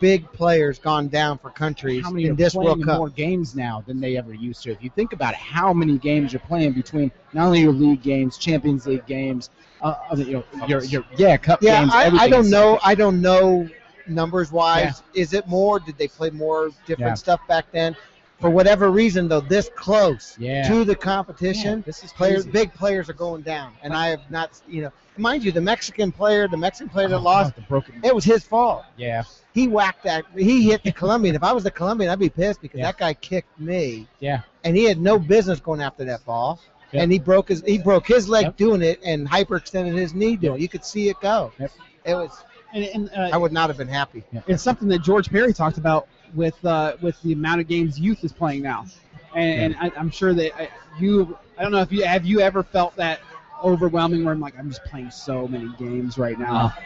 Speaker 3: big players gone down for countries
Speaker 1: how many
Speaker 3: in
Speaker 1: are
Speaker 3: this
Speaker 1: playing
Speaker 3: World
Speaker 1: in
Speaker 3: Cup.
Speaker 1: more games now than they ever used to. If you think about how many games you're playing between not only your league games, Champions League games, uh, other- you know, your, your yeah, cup
Speaker 3: yeah,
Speaker 1: games.
Speaker 3: I, I
Speaker 1: everything
Speaker 3: don't
Speaker 1: is-
Speaker 3: know. I don't know numbers wise. Is it more? Did they play more different
Speaker 1: Yeah.
Speaker 3: stuff back then? For whatever reason, though, this close
Speaker 1: Yeah.
Speaker 3: to the
Speaker 1: Yeah,
Speaker 3: competition,
Speaker 1: this is
Speaker 3: players,
Speaker 1: crazy.
Speaker 3: big players are going down, and I have not. You know, mind you, the Mexican player, the Mexican player that
Speaker 1: Oh,
Speaker 3: lost,
Speaker 1: the broken.
Speaker 3: it was his fault.
Speaker 1: Yeah,
Speaker 3: he whacked that. He hit the Colombian. If I was the Colombian, I'd be pissed because
Speaker 1: Yeah.
Speaker 3: that guy kicked me.
Speaker 1: Yeah.
Speaker 3: And he had no business going after that ball.
Speaker 1: Yeah.
Speaker 3: And he broke his he broke his leg
Speaker 1: Yep.
Speaker 3: doing it and hyperextended his knee doing it. You could see it go.
Speaker 1: Yep.
Speaker 3: It was
Speaker 2: and, and
Speaker 3: I
Speaker 2: uh,
Speaker 3: would not have been happy.
Speaker 2: it's something that George Perry talked about with uh, with the amount of games youth is playing now, and, and I, I'm sure that I, you. I don't know if you have you ever felt that overwhelming where I'm like I'm just playing so many games right now.
Speaker 1: Uh-huh.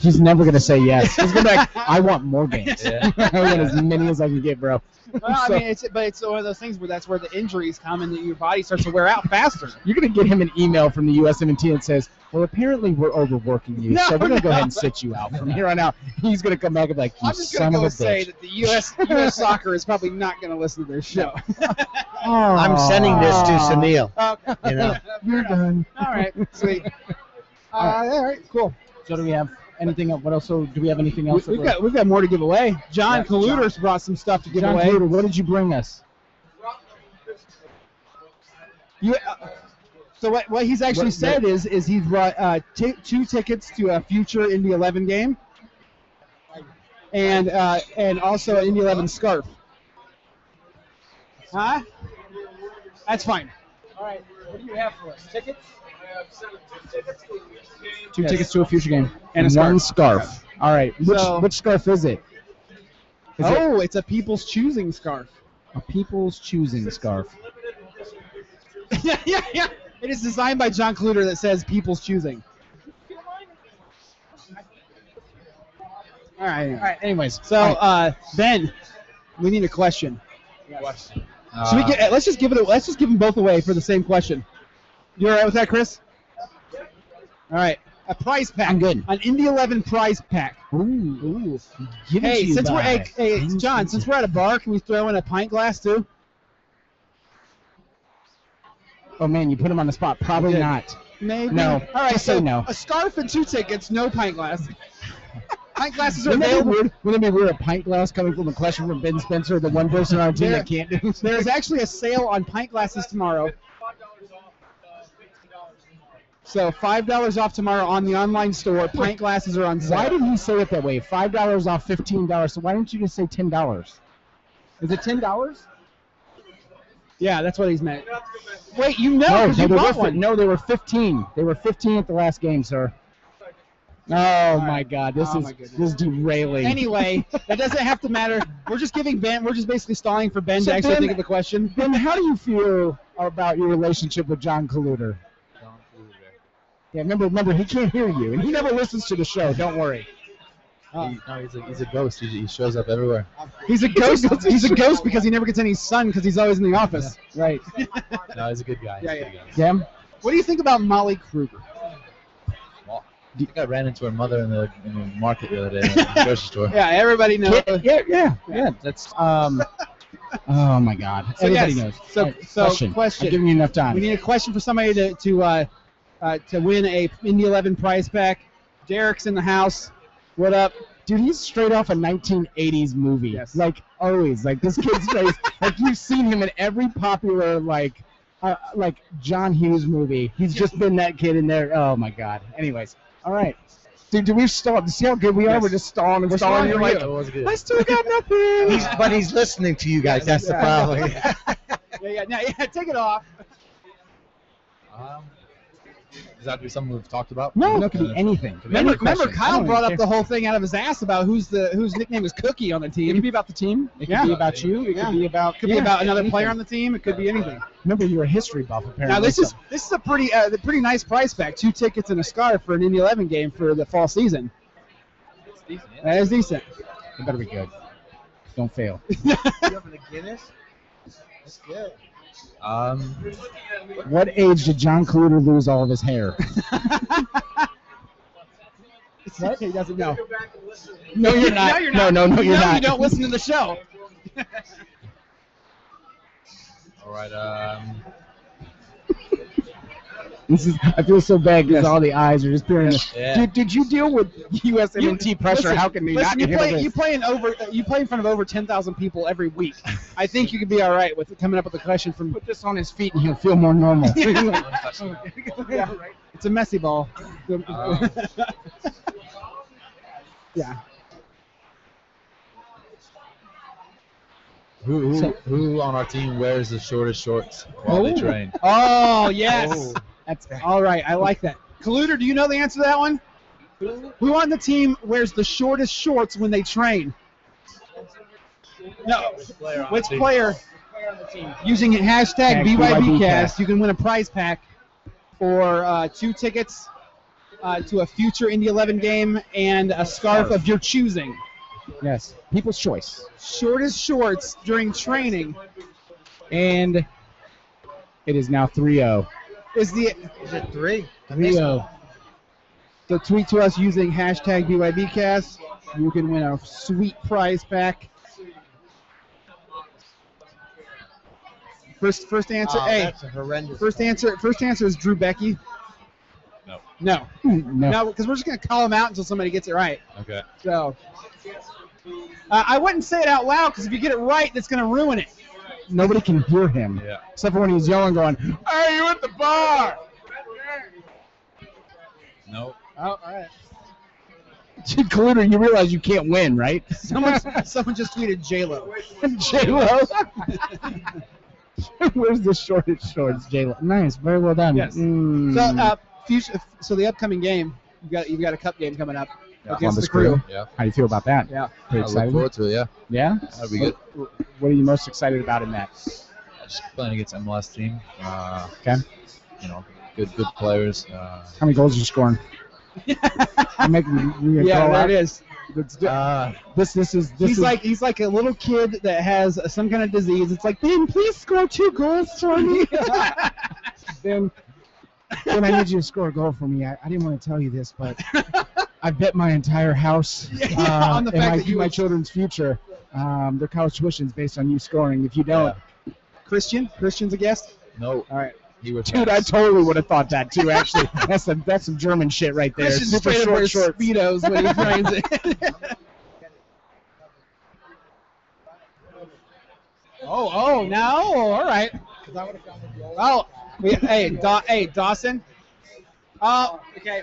Speaker 1: he's never gonna say yes. He's gonna be like, I want more games.
Speaker 4: Yeah.
Speaker 1: I want as many as I can get, bro.
Speaker 2: well, I
Speaker 1: So-
Speaker 2: mean, it's but it's one of those things where that's where the injuries come and that your body starts to wear out faster.
Speaker 1: You're gonna get him an email from the USMNT that says, "Well, apparently we're overworking you, so
Speaker 2: No,
Speaker 1: we're gonna go
Speaker 2: no.
Speaker 1: ahead and sit you out from here on out." He's gonna come back and be like, "You
Speaker 2: I'm just
Speaker 1: son
Speaker 2: gonna
Speaker 1: of
Speaker 2: go
Speaker 1: a
Speaker 2: say
Speaker 1: bitch."
Speaker 2: that the U.S. U.S. soccer is probably not gonna listen to this show. Um,
Speaker 3: I'm sending this to Sunil.
Speaker 2: Okay.
Speaker 3: You know.
Speaker 1: You're done.
Speaker 2: All right, sweet. Uh, all right, cool.
Speaker 1: So do we have anything else? What else? So do we have anything
Speaker 2: We,
Speaker 1: else? that
Speaker 2: we've
Speaker 1: we're-
Speaker 2: got we've got more to give away. John
Speaker 1: Yeah,
Speaker 2: Kaluder's brought some stuff to give
Speaker 1: John
Speaker 2: away.
Speaker 1: Cater, what did you bring us?
Speaker 2: You, uh, so what, what he's actually
Speaker 1: What-
Speaker 2: said is is he's brought uh, t- two tickets to a future Indy 11 game, and uh, and also an Indy 11 scarf. Huh? That's fine. All right. What do you have for us? Tickets
Speaker 1: Two
Speaker 2: Yes.
Speaker 1: tickets to a future game
Speaker 2: and a
Speaker 1: one
Speaker 2: scarf.
Speaker 1: scarf. All right. Which
Speaker 2: So-
Speaker 1: which scarf is it? Is it
Speaker 2: Oh, it's a people's choosing scarf.
Speaker 1: a people's choosing scarf?
Speaker 2: yeah, yeah, yeah. It is designed by John Cluter that says people's choosing. All right. All
Speaker 1: All
Speaker 2: right.
Speaker 1: right. Anyways,
Speaker 2: So, uh, Ben, we need a question.
Speaker 4: Question.
Speaker 2: Should we
Speaker 1: Uh,
Speaker 2: get, eh, let's just give it. A, let's just give them both away for the same question. You all right with that, Chris? All right. A prize pack.
Speaker 1: I'm good.
Speaker 2: An Indy 11 prize pack.
Speaker 1: Ooh, ooh. Give it to
Speaker 2: Hey,
Speaker 1: you
Speaker 2: since we're
Speaker 1: by-
Speaker 2: hey, hey, John, since we're at a bar, can we throw in a pint glass too?
Speaker 1: oh man, you put him on the spot. Probably
Speaker 2: Yeah.
Speaker 1: not.
Speaker 2: Maybe.
Speaker 1: No.
Speaker 2: All right.
Speaker 1: Just
Speaker 2: So
Speaker 1: say no.
Speaker 2: a scarf and two tickets, no pint glass. pint glasses are
Speaker 1: Wouldn't it, be
Speaker 2: available.
Speaker 1: weird, wouldn't it be weird a pint glass coming from a question from Ben Spencer, the one person on our team
Speaker 2: There-
Speaker 1: that can't do?
Speaker 2: There is actually a sale on pint glasses tomorrow. So five dollars off tomorrow on the online store. Pint glasses are on sale.
Speaker 1: Why did he say it that way? Five dollars off fifteen dollars. So why didn't you just say ten dollars? Is it ten dollars?
Speaker 2: yeah, that's what he's meant. Wait, you know,
Speaker 1: no,
Speaker 2: 'cause
Speaker 1: they
Speaker 2: you
Speaker 1: were
Speaker 2: bought
Speaker 1: fif-
Speaker 2: one.
Speaker 1: no, they were fifteen. They were fifteen at the last game, sir. Oh my
Speaker 2: right.
Speaker 1: God, this
Speaker 2: Oh, my
Speaker 1: is
Speaker 2: goodness.
Speaker 1: this is derailing.
Speaker 2: Anyway, that doesn't have to matter. We're just giving Ben. We're just basically stalling for Ben
Speaker 1: So
Speaker 2: to actually
Speaker 1: Ben-
Speaker 2: think of a question.
Speaker 1: Ben, how do you feel about your relationship with John Kaluder?
Speaker 4: Uh,
Speaker 1: Yeah, remember, remember, he can't hear you, and he never listens to the show. Don't worry.
Speaker 2: Oh.
Speaker 4: He, no, he's a, he's a ghost. He, he shows up everywhere.
Speaker 2: He's a ghost. he's a ghost because he never gets any sun because he's always in the office.
Speaker 1: Right.
Speaker 4: No, he's a good guy. He's
Speaker 2: Yeah,
Speaker 4: a good guy.
Speaker 1: Yeah.
Speaker 2: What do you think about Molly Kruger?
Speaker 4: I think I ran into her mother in the, in the market the other day, in the grocery store.
Speaker 2: Yeah, everybody knows.
Speaker 1: Yeah, yeah, yeah, yeah. That's um. Oh my God.
Speaker 2: So
Speaker 1: Everybody
Speaker 2: yes,
Speaker 1: knows.
Speaker 2: so-
Speaker 1: All right,
Speaker 2: so
Speaker 1: question.
Speaker 2: question.
Speaker 1: I'm giving you enough time.
Speaker 2: We need a question for somebody to to uh, uh, to win a Indy 11 prize pack. Derek's in the house. What up?
Speaker 1: Dude, he's straight off a 1980s movie.
Speaker 2: Yes.
Speaker 1: Like always, like this kid's face. Like you've seen him in every popular like, uh, like John Hughes movie. He's just been that kid in there. Oh my God. Anyways, all right. Dude, do we stall? See how good we are?
Speaker 2: Yes.
Speaker 1: We're just stalling and
Speaker 2: We're
Speaker 1: stalling.
Speaker 2: stalling
Speaker 1: You're
Speaker 2: for
Speaker 1: like,
Speaker 4: it was good.
Speaker 1: I still got nothing.
Speaker 3: He's, but he's listening to you guys. That's the problem.
Speaker 2: Yeah, yeah, yeah, yeah take it off.
Speaker 4: Um, does that have to be something we've talked about?
Speaker 1: no, it
Speaker 4: Uh,
Speaker 1: could be anything.
Speaker 2: Remember,
Speaker 1: Any question. Oh,
Speaker 2: remember
Speaker 1: I
Speaker 2: Kyle
Speaker 1: don't
Speaker 2: brought
Speaker 1: even
Speaker 2: up the whole thing out of his ass about whose the whose nickname was Cookie on the
Speaker 1: It
Speaker 2: team.
Speaker 1: could be about the team. It could
Speaker 2: Yeah.
Speaker 1: be about you. It
Speaker 2: Yeah.
Speaker 1: could be about.
Speaker 2: It could be about another player on the team. It could be anything.
Speaker 1: Remember, you're a history buff. Apparently.
Speaker 2: Now this
Speaker 1: so-
Speaker 2: is this is a pretty uh, the pretty nice price pack. Two tickets and a scarf for an Indy 11 game for the fall season.
Speaker 4: it's decent, yeah.
Speaker 2: That is decent.
Speaker 1: It better be good. Don't fail.
Speaker 3: You having a Guinness? That's good.
Speaker 4: Um,
Speaker 1: What age did John Cluter lose all of his hair?
Speaker 2: He doesn't know.
Speaker 1: No, you're not.
Speaker 2: No, you're not.
Speaker 1: No, no, no, you're
Speaker 2: no,
Speaker 1: not.
Speaker 2: you don't listen to the show.
Speaker 4: all right. Um,
Speaker 1: This is. I feel so bad because all the eyes are just peering.
Speaker 4: yeah.
Speaker 1: Dude, did you deal with USMNT pressure?
Speaker 2: listen,
Speaker 1: How can we not
Speaker 2: listen, you
Speaker 1: handle
Speaker 2: play,
Speaker 1: this?
Speaker 2: you play in over you play in front of over 10,000 people every week. I think you could be all right with coming up with a question from.
Speaker 1: Put this on his feet and he'll feel more normal.
Speaker 2: Yeah, it's a messy ball.
Speaker 4: Um,
Speaker 1: Oh.
Speaker 2: yeah.
Speaker 4: who, who,
Speaker 1: So-
Speaker 4: who on our team wears the shortest shorts while they
Speaker 1: Oh.
Speaker 4: train?
Speaker 2: Oh yes.
Speaker 3: Oh.
Speaker 2: That's all right. I like that. Colluder, do you know the answer to that one? Who on the team wears the shortest shorts when they train? No, which player? Using hashtag
Speaker 1: Hashtag
Speaker 2: BYBcast,
Speaker 1: BYBcast.
Speaker 2: you can win a prize pack for uh, two tickets uh, to a future Indy 11 game and a scarf of your choosing.
Speaker 1: yes, people's choice.
Speaker 2: Shortest shorts during training
Speaker 1: And it is now oh. 3-0.
Speaker 2: is the
Speaker 3: Is it three?
Speaker 2: oh.
Speaker 1: 3-0.
Speaker 2: So tweet to us using hashtag BYBcast. You can win a sweet prize pack. First, first answer.
Speaker 3: Oh,
Speaker 2: hey,
Speaker 3: that's a horrendous.
Speaker 2: first answer. First answer is Drew Becky.
Speaker 4: No.
Speaker 2: No.
Speaker 1: mm, No.
Speaker 2: No, because we're just gonna call him out until somebody gets it right.
Speaker 4: Okay.
Speaker 2: So, uh, I wouldn't say it out loud because if you get it right, that's gonna ruin it.
Speaker 1: Nobody can hear him.
Speaker 4: Yeah.
Speaker 1: Except for when he's yelling, going,
Speaker 2: Hey, you at the bar?
Speaker 4: No.
Speaker 2: Oh, all right.
Speaker 1: Colluder, you realize you can't win, right?
Speaker 2: Someone, someone just tweeted J Lo.
Speaker 1: J Lo. Where's the shortest shorts, J Lo? Nice, very well done.
Speaker 2: Yes.
Speaker 1: Mm.
Speaker 2: So, uh, future, so the upcoming game, you got you got a cup game coming up
Speaker 4: Yeah.
Speaker 2: against
Speaker 1: Columbus
Speaker 2: the crew.
Speaker 1: Crew.
Speaker 4: Yeah.
Speaker 1: How do you feel about that?
Speaker 2: Yeah.
Speaker 1: Pretty
Speaker 4: I look
Speaker 1: excited.
Speaker 4: forward to it. Yeah.
Speaker 1: yeah.
Speaker 4: That'd be good.
Speaker 1: What are you most excited about in that?
Speaker 4: Just playing against MLS team. Uh,
Speaker 1: Okay.
Speaker 4: You know, good good players. Uh,
Speaker 1: How many goals are you scoring? I'm making you gonna
Speaker 2: Yeah,
Speaker 1: call
Speaker 2: there
Speaker 1: out?
Speaker 2: it is.
Speaker 1: Let's do-
Speaker 4: uh,
Speaker 1: This, this is this is
Speaker 2: he's like he's like a little kid that has uh, some kind of disease. It's like, Ben, please score two goals for me.
Speaker 1: Ben. Ben, I need you to score a goal for me. I, I didn't want to tell you this, but I bet my entire house
Speaker 2: Yeah,
Speaker 1: uh,
Speaker 2: yeah, on the
Speaker 1: and
Speaker 2: fact
Speaker 1: my,
Speaker 2: that you
Speaker 1: my
Speaker 2: would-
Speaker 1: children's future. Um, their college tuition's based on you scoring. If you don't,
Speaker 2: Christian, Christian's a guest.
Speaker 4: no.
Speaker 1: all right.
Speaker 4: He was.
Speaker 1: Dude, I totally would have thought that too. Actually, that's some that's some German shit right there.
Speaker 2: Christian's
Speaker 1: Super
Speaker 2: straight up
Speaker 1: short
Speaker 2: wears
Speaker 1: shorts.
Speaker 2: speedos when he trains it. oh, oh, now, all right. Oh, we, hey, da, hey, Dawson. Oh, okay.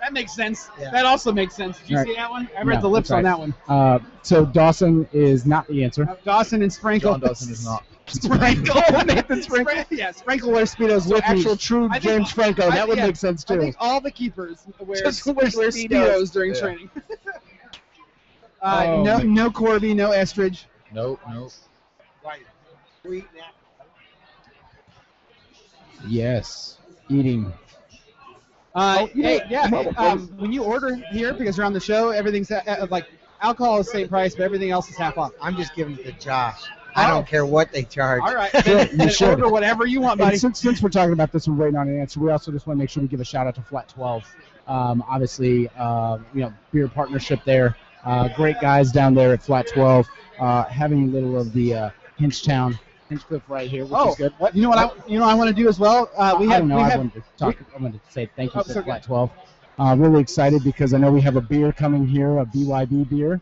Speaker 2: That makes sense.
Speaker 3: Yeah.
Speaker 2: That also makes sense. Did you
Speaker 1: Right.
Speaker 2: see that one? I read
Speaker 1: No,
Speaker 2: the lips
Speaker 1: that's
Speaker 2: on
Speaker 1: right.
Speaker 2: that one.
Speaker 1: Uh, so Dawson is not the answer.
Speaker 2: Dawson and Sprinkle.
Speaker 4: John Dawson is not.
Speaker 2: Sprinkle. Nathan Sprinkle. Yeah, Sprinkle wears speedos with
Speaker 1: Actual
Speaker 2: me.
Speaker 1: true
Speaker 2: I think-
Speaker 1: James Franco.
Speaker 2: I-
Speaker 1: that would
Speaker 2: yeah,
Speaker 1: make sense
Speaker 2: I
Speaker 1: too.
Speaker 2: think all the keepers wear,
Speaker 1: Just
Speaker 2: wear
Speaker 1: wear
Speaker 2: speedos,
Speaker 1: speedos
Speaker 2: during
Speaker 4: Yeah.
Speaker 2: training. uh,
Speaker 1: Oh,
Speaker 2: no,
Speaker 1: man.
Speaker 2: no Corby, no Estridge.
Speaker 4: No. No.
Speaker 1: yes, eating
Speaker 2: Uh,
Speaker 5: you
Speaker 2: hey,
Speaker 5: did.
Speaker 2: yeah.
Speaker 5: Mobile,
Speaker 2: Um, when you order here, because you're on the show, everything's uh, uh, like alcohol is same price, but everything else is half off.
Speaker 3: I'm just giving it to Josh. I
Speaker 2: Oh.
Speaker 3: don't care what they charge.
Speaker 2: All right.
Speaker 5: Yeah, you
Speaker 2: Then
Speaker 5: should.
Speaker 2: order whatever you want, buddy.
Speaker 1: And since, since we're talking about this and waiting on an answer, we also just want to make sure we give a shout out to Flat 12. Um, obviously, uh, you know, beer partnership there. Uh, great guys down there at Flat 12. Uh, having a little of the uh, Hinchtown, Hinchcliffe right here, which
Speaker 2: Oh,
Speaker 1: is good.
Speaker 2: You know what? I, you know what I want to do as well. Uh, we
Speaker 1: I
Speaker 2: have
Speaker 1: don't know.
Speaker 2: we
Speaker 1: I
Speaker 2: have
Speaker 1: wanted to talk. I wanted to say thank you
Speaker 2: Oh,
Speaker 1: to
Speaker 2: it's okay.
Speaker 1: Flat 12. Uh, really excited because I know we have a beer coming here, a BYB beer.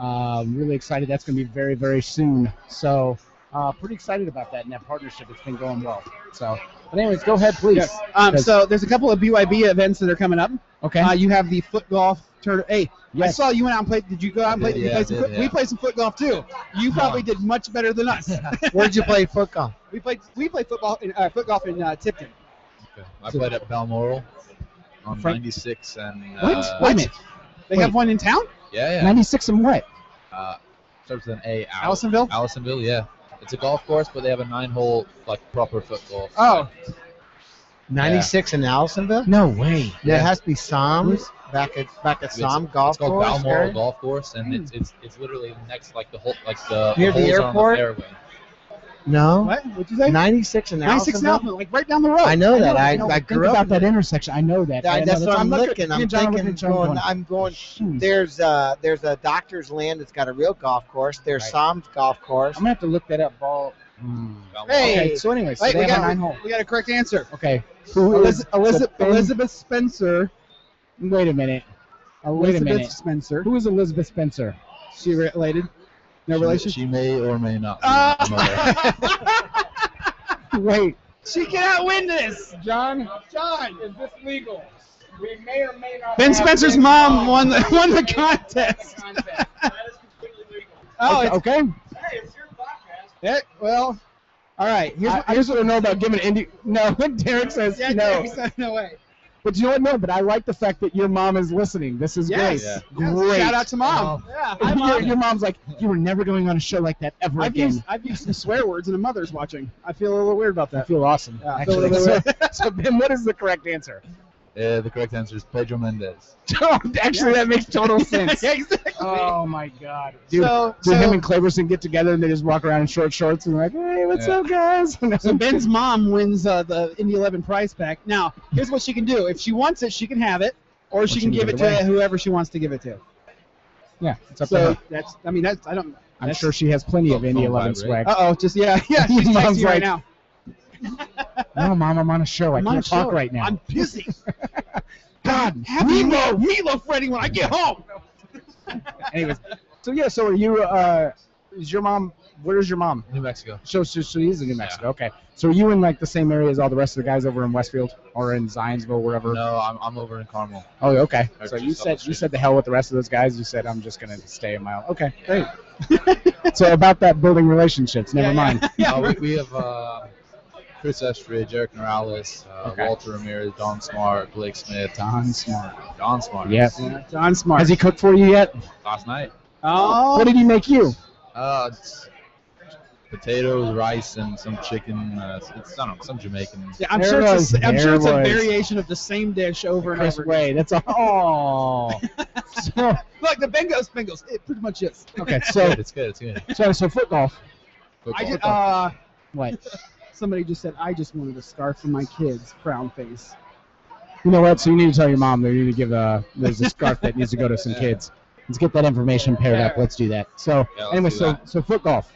Speaker 1: Um, really excited. That's going to be very, very soon. So, uh, pretty excited about that and that partnership. It's been going well. So, but anyways, go ahead, please.
Speaker 2: Yes. Um, so there's a couple of BYB events that are coming up.
Speaker 1: Okay.
Speaker 2: Uh, you have the foot golf tournament. Hey, I
Speaker 1: yes.
Speaker 2: saw you went out and played. Did you go out and play?
Speaker 4: I did,
Speaker 2: you
Speaker 4: yeah,
Speaker 2: played
Speaker 4: I
Speaker 2: some
Speaker 4: did,
Speaker 2: foot, We
Speaker 4: yeah.
Speaker 2: played some foot golf too. You probably did much better than us.
Speaker 3: Where'd you play football?
Speaker 2: we played we played football in, uh, foot golf in uh, Tipton.
Speaker 4: Okay. I played at Balmoral on
Speaker 1: Frank-
Speaker 4: 96 and.
Speaker 2: What?
Speaker 4: Uh,
Speaker 2: Wait a minute. They have one in town,
Speaker 4: Yeah,
Speaker 1: 96 and what?
Speaker 4: yeah. Uh, starts with an A. Al-
Speaker 2: Allisonville.
Speaker 4: Allisonville, yeah. It's a golf course, but they have a nine-hole like proper foot golf.
Speaker 2: Oh,
Speaker 3: 96 in Allisonville?
Speaker 1: No way.
Speaker 3: There has to be Psalms back at back at Psalm Golf
Speaker 4: It's called
Speaker 3: Course.
Speaker 4: Balmoral
Speaker 3: area.
Speaker 4: Golf Course, and
Speaker 2: Hmm.
Speaker 4: it's, it's it's literally next like the whole like the
Speaker 3: Near the
Speaker 4: holes are
Speaker 3: airport?
Speaker 4: On the fairway.
Speaker 3: No,
Speaker 2: what? What'd you say?
Speaker 3: 96 in
Speaker 2: 96
Speaker 3: Allisonville.
Speaker 2: now, like right down the road.
Speaker 3: I know that. I,
Speaker 1: know,
Speaker 3: I
Speaker 1: think
Speaker 3: grew up.
Speaker 1: about that intersection. I know that. I
Speaker 3: I,
Speaker 1: know
Speaker 3: that's what I'm
Speaker 1: looking-
Speaker 3: looking.
Speaker 1: me
Speaker 3: I'm
Speaker 1: and John are looking
Speaker 3: thinking.
Speaker 1: at each other
Speaker 3: Going, I'm going.
Speaker 1: shoot.
Speaker 3: There's a there's a doctor's land that's got a real golf course. There's
Speaker 1: Right.
Speaker 3: Psalms Golf Course.
Speaker 1: I'm gonna have to look that up. Ball. Hmm.
Speaker 4: Balmoral.
Speaker 2: Hey,
Speaker 1: Okay. So, anyways, so
Speaker 2: Wait,
Speaker 1: they
Speaker 2: we
Speaker 1: have a
Speaker 2: got
Speaker 1: nine hole.
Speaker 2: we got a correct answer.
Speaker 1: Okay. Who is
Speaker 2: Elizabeth, Elizabeth,
Speaker 1: the-
Speaker 2: Elizabeth Spencer.
Speaker 1: Wait a minute. Uh, wait a
Speaker 2: Elizabeth
Speaker 1: minute.
Speaker 2: Spencer.
Speaker 1: Who is Elizabeth Spencer?
Speaker 2: She related. No
Speaker 4: She,
Speaker 2: relation.
Speaker 4: she may or may not. Be
Speaker 2: Ah!
Speaker 4: I'm aware.
Speaker 2: Uh,
Speaker 1: Wait.
Speaker 2: she cannot win this.
Speaker 1: John?
Speaker 2: John.
Speaker 1: Is this legal? We may or may not.
Speaker 2: Ben Spencer's mom won the, won the contest. Oh, it's,
Speaker 1: okay.
Speaker 2: eh, well, all right.
Speaker 1: Here's,
Speaker 2: Here's what,
Speaker 1: what- here's what I know about giving indie. No, Derek says
Speaker 2: yeah,
Speaker 1: no.
Speaker 2: Derek said no way.
Speaker 1: But you know what? No, but I like the fact that your mom is listening. This is
Speaker 2: Yes.
Speaker 1: great.
Speaker 2: Yes,
Speaker 1: Great.
Speaker 2: Shout out to
Speaker 3: Oh.
Speaker 2: mom. Yeah.
Speaker 1: Your-
Speaker 2: Hi, mom.
Speaker 1: Your mom's like, you were never going on a show like that ever
Speaker 2: I've
Speaker 1: again.
Speaker 2: used, I've used some swear words and a mother's watching. I feel a little weird about
Speaker 1: I
Speaker 2: that.
Speaker 1: feel awesome.
Speaker 2: Yeah, I feel
Speaker 1: actually.
Speaker 2: a little
Speaker 1: So,
Speaker 2: weird.
Speaker 1: so, Ben, what is the correct answer?
Speaker 4: Uh, the correct answer is Pedro Mendez.
Speaker 1: actually, that makes total sense.
Speaker 2: yeah, exactly.
Speaker 1: Oh my God, dude.
Speaker 2: so,
Speaker 1: Do
Speaker 2: so,
Speaker 1: him and Claverson get together and they just walk around in short shorts and like, hey, what's
Speaker 4: Yeah.
Speaker 1: up, guys?
Speaker 2: so Ben's mom wins uh, the Indy 11 prize pack. Now, here's what she can do. If she wants it, she can have it, or, she can give it, to
Speaker 1: away.
Speaker 2: whoever she wants to give it to.
Speaker 1: yeah, it's up to
Speaker 2: So
Speaker 1: her.
Speaker 2: that's, I mean, that's, I don't.
Speaker 1: I'm
Speaker 2: that's-
Speaker 1: sure she has plenty of
Speaker 4: Phone
Speaker 1: Indy 11
Speaker 4: vibrate.
Speaker 1: swag.
Speaker 2: Uh oh, just yeah, yeah. She's texting
Speaker 1: Mom's
Speaker 2: you
Speaker 1: like,
Speaker 2: right now.
Speaker 1: no, mom, I'm on a show. I
Speaker 2: I'm on
Speaker 1: can't
Speaker 2: a
Speaker 1: talk
Speaker 2: show.
Speaker 1: right now.
Speaker 2: I'm busy.
Speaker 1: God,
Speaker 2: Happy meatloaf, meatloaf ready when I get home.
Speaker 1: Anyways, so yeah, so are you? Uh, is your mom? Where is your mom?
Speaker 4: New Mexico.
Speaker 1: So, so she is in New Mexico. Okay, so are you in like the same area as all the rest of the guys over in Westfield or in Zionsville, wherever?
Speaker 4: No, I'm, I'm over in Carmel.
Speaker 1: Oh, okay.
Speaker 4: Or
Speaker 1: So
Speaker 4: just
Speaker 1: you
Speaker 4: up the
Speaker 1: said you
Speaker 4: street.
Speaker 1: said the hell with the rest of those guys. You said I'm just gonna stay a mile. Okay, great. so about that building relationships. Never
Speaker 2: Yeah, yeah.
Speaker 1: mind.
Speaker 2: Yeah,
Speaker 4: Uh, we, we have uh, Chris Estridge, Eric Morales, uh,
Speaker 1: Okay.
Speaker 4: Walter Ramirez, Don Smart, Blake Smith.
Speaker 1: Don Smart.
Speaker 4: Don Smart.
Speaker 1: Yes.
Speaker 2: Yeah, John Smart.
Speaker 1: Has he cooked for you yet?
Speaker 4: Last night.
Speaker 2: oh,
Speaker 1: What did he make you?
Speaker 4: Uh, it's potatoes, rice, and some chicken. Uh, it's- it's I don't know, some Jamaican.
Speaker 2: yeah, I'm
Speaker 1: There
Speaker 2: sure
Speaker 1: was-
Speaker 2: it's a, I'm
Speaker 1: there
Speaker 2: sure it's a
Speaker 1: was.
Speaker 2: variation of the same dish over and
Speaker 1: Chris
Speaker 2: over. again.
Speaker 1: Way. That's all. Oh. so,
Speaker 2: Look, the Bengals, Bengals. It pretty much is.
Speaker 1: okay. So
Speaker 4: Good, it's good. It's good.
Speaker 1: so so foot golf.
Speaker 4: Football.
Speaker 2: I just, uh,
Speaker 1: What?
Speaker 2: somebody just said I just wanted a scarf for my kids, crown face.
Speaker 1: You know what? So you need to tell your mom that you need to give a there's a scarf that needs to go to some
Speaker 4: Yeah.
Speaker 1: kids. Let's get that information paired up. Let's do that. So
Speaker 4: Yeah, let's
Speaker 1: anyway,
Speaker 4: do
Speaker 1: so
Speaker 4: that.
Speaker 1: so foot golf.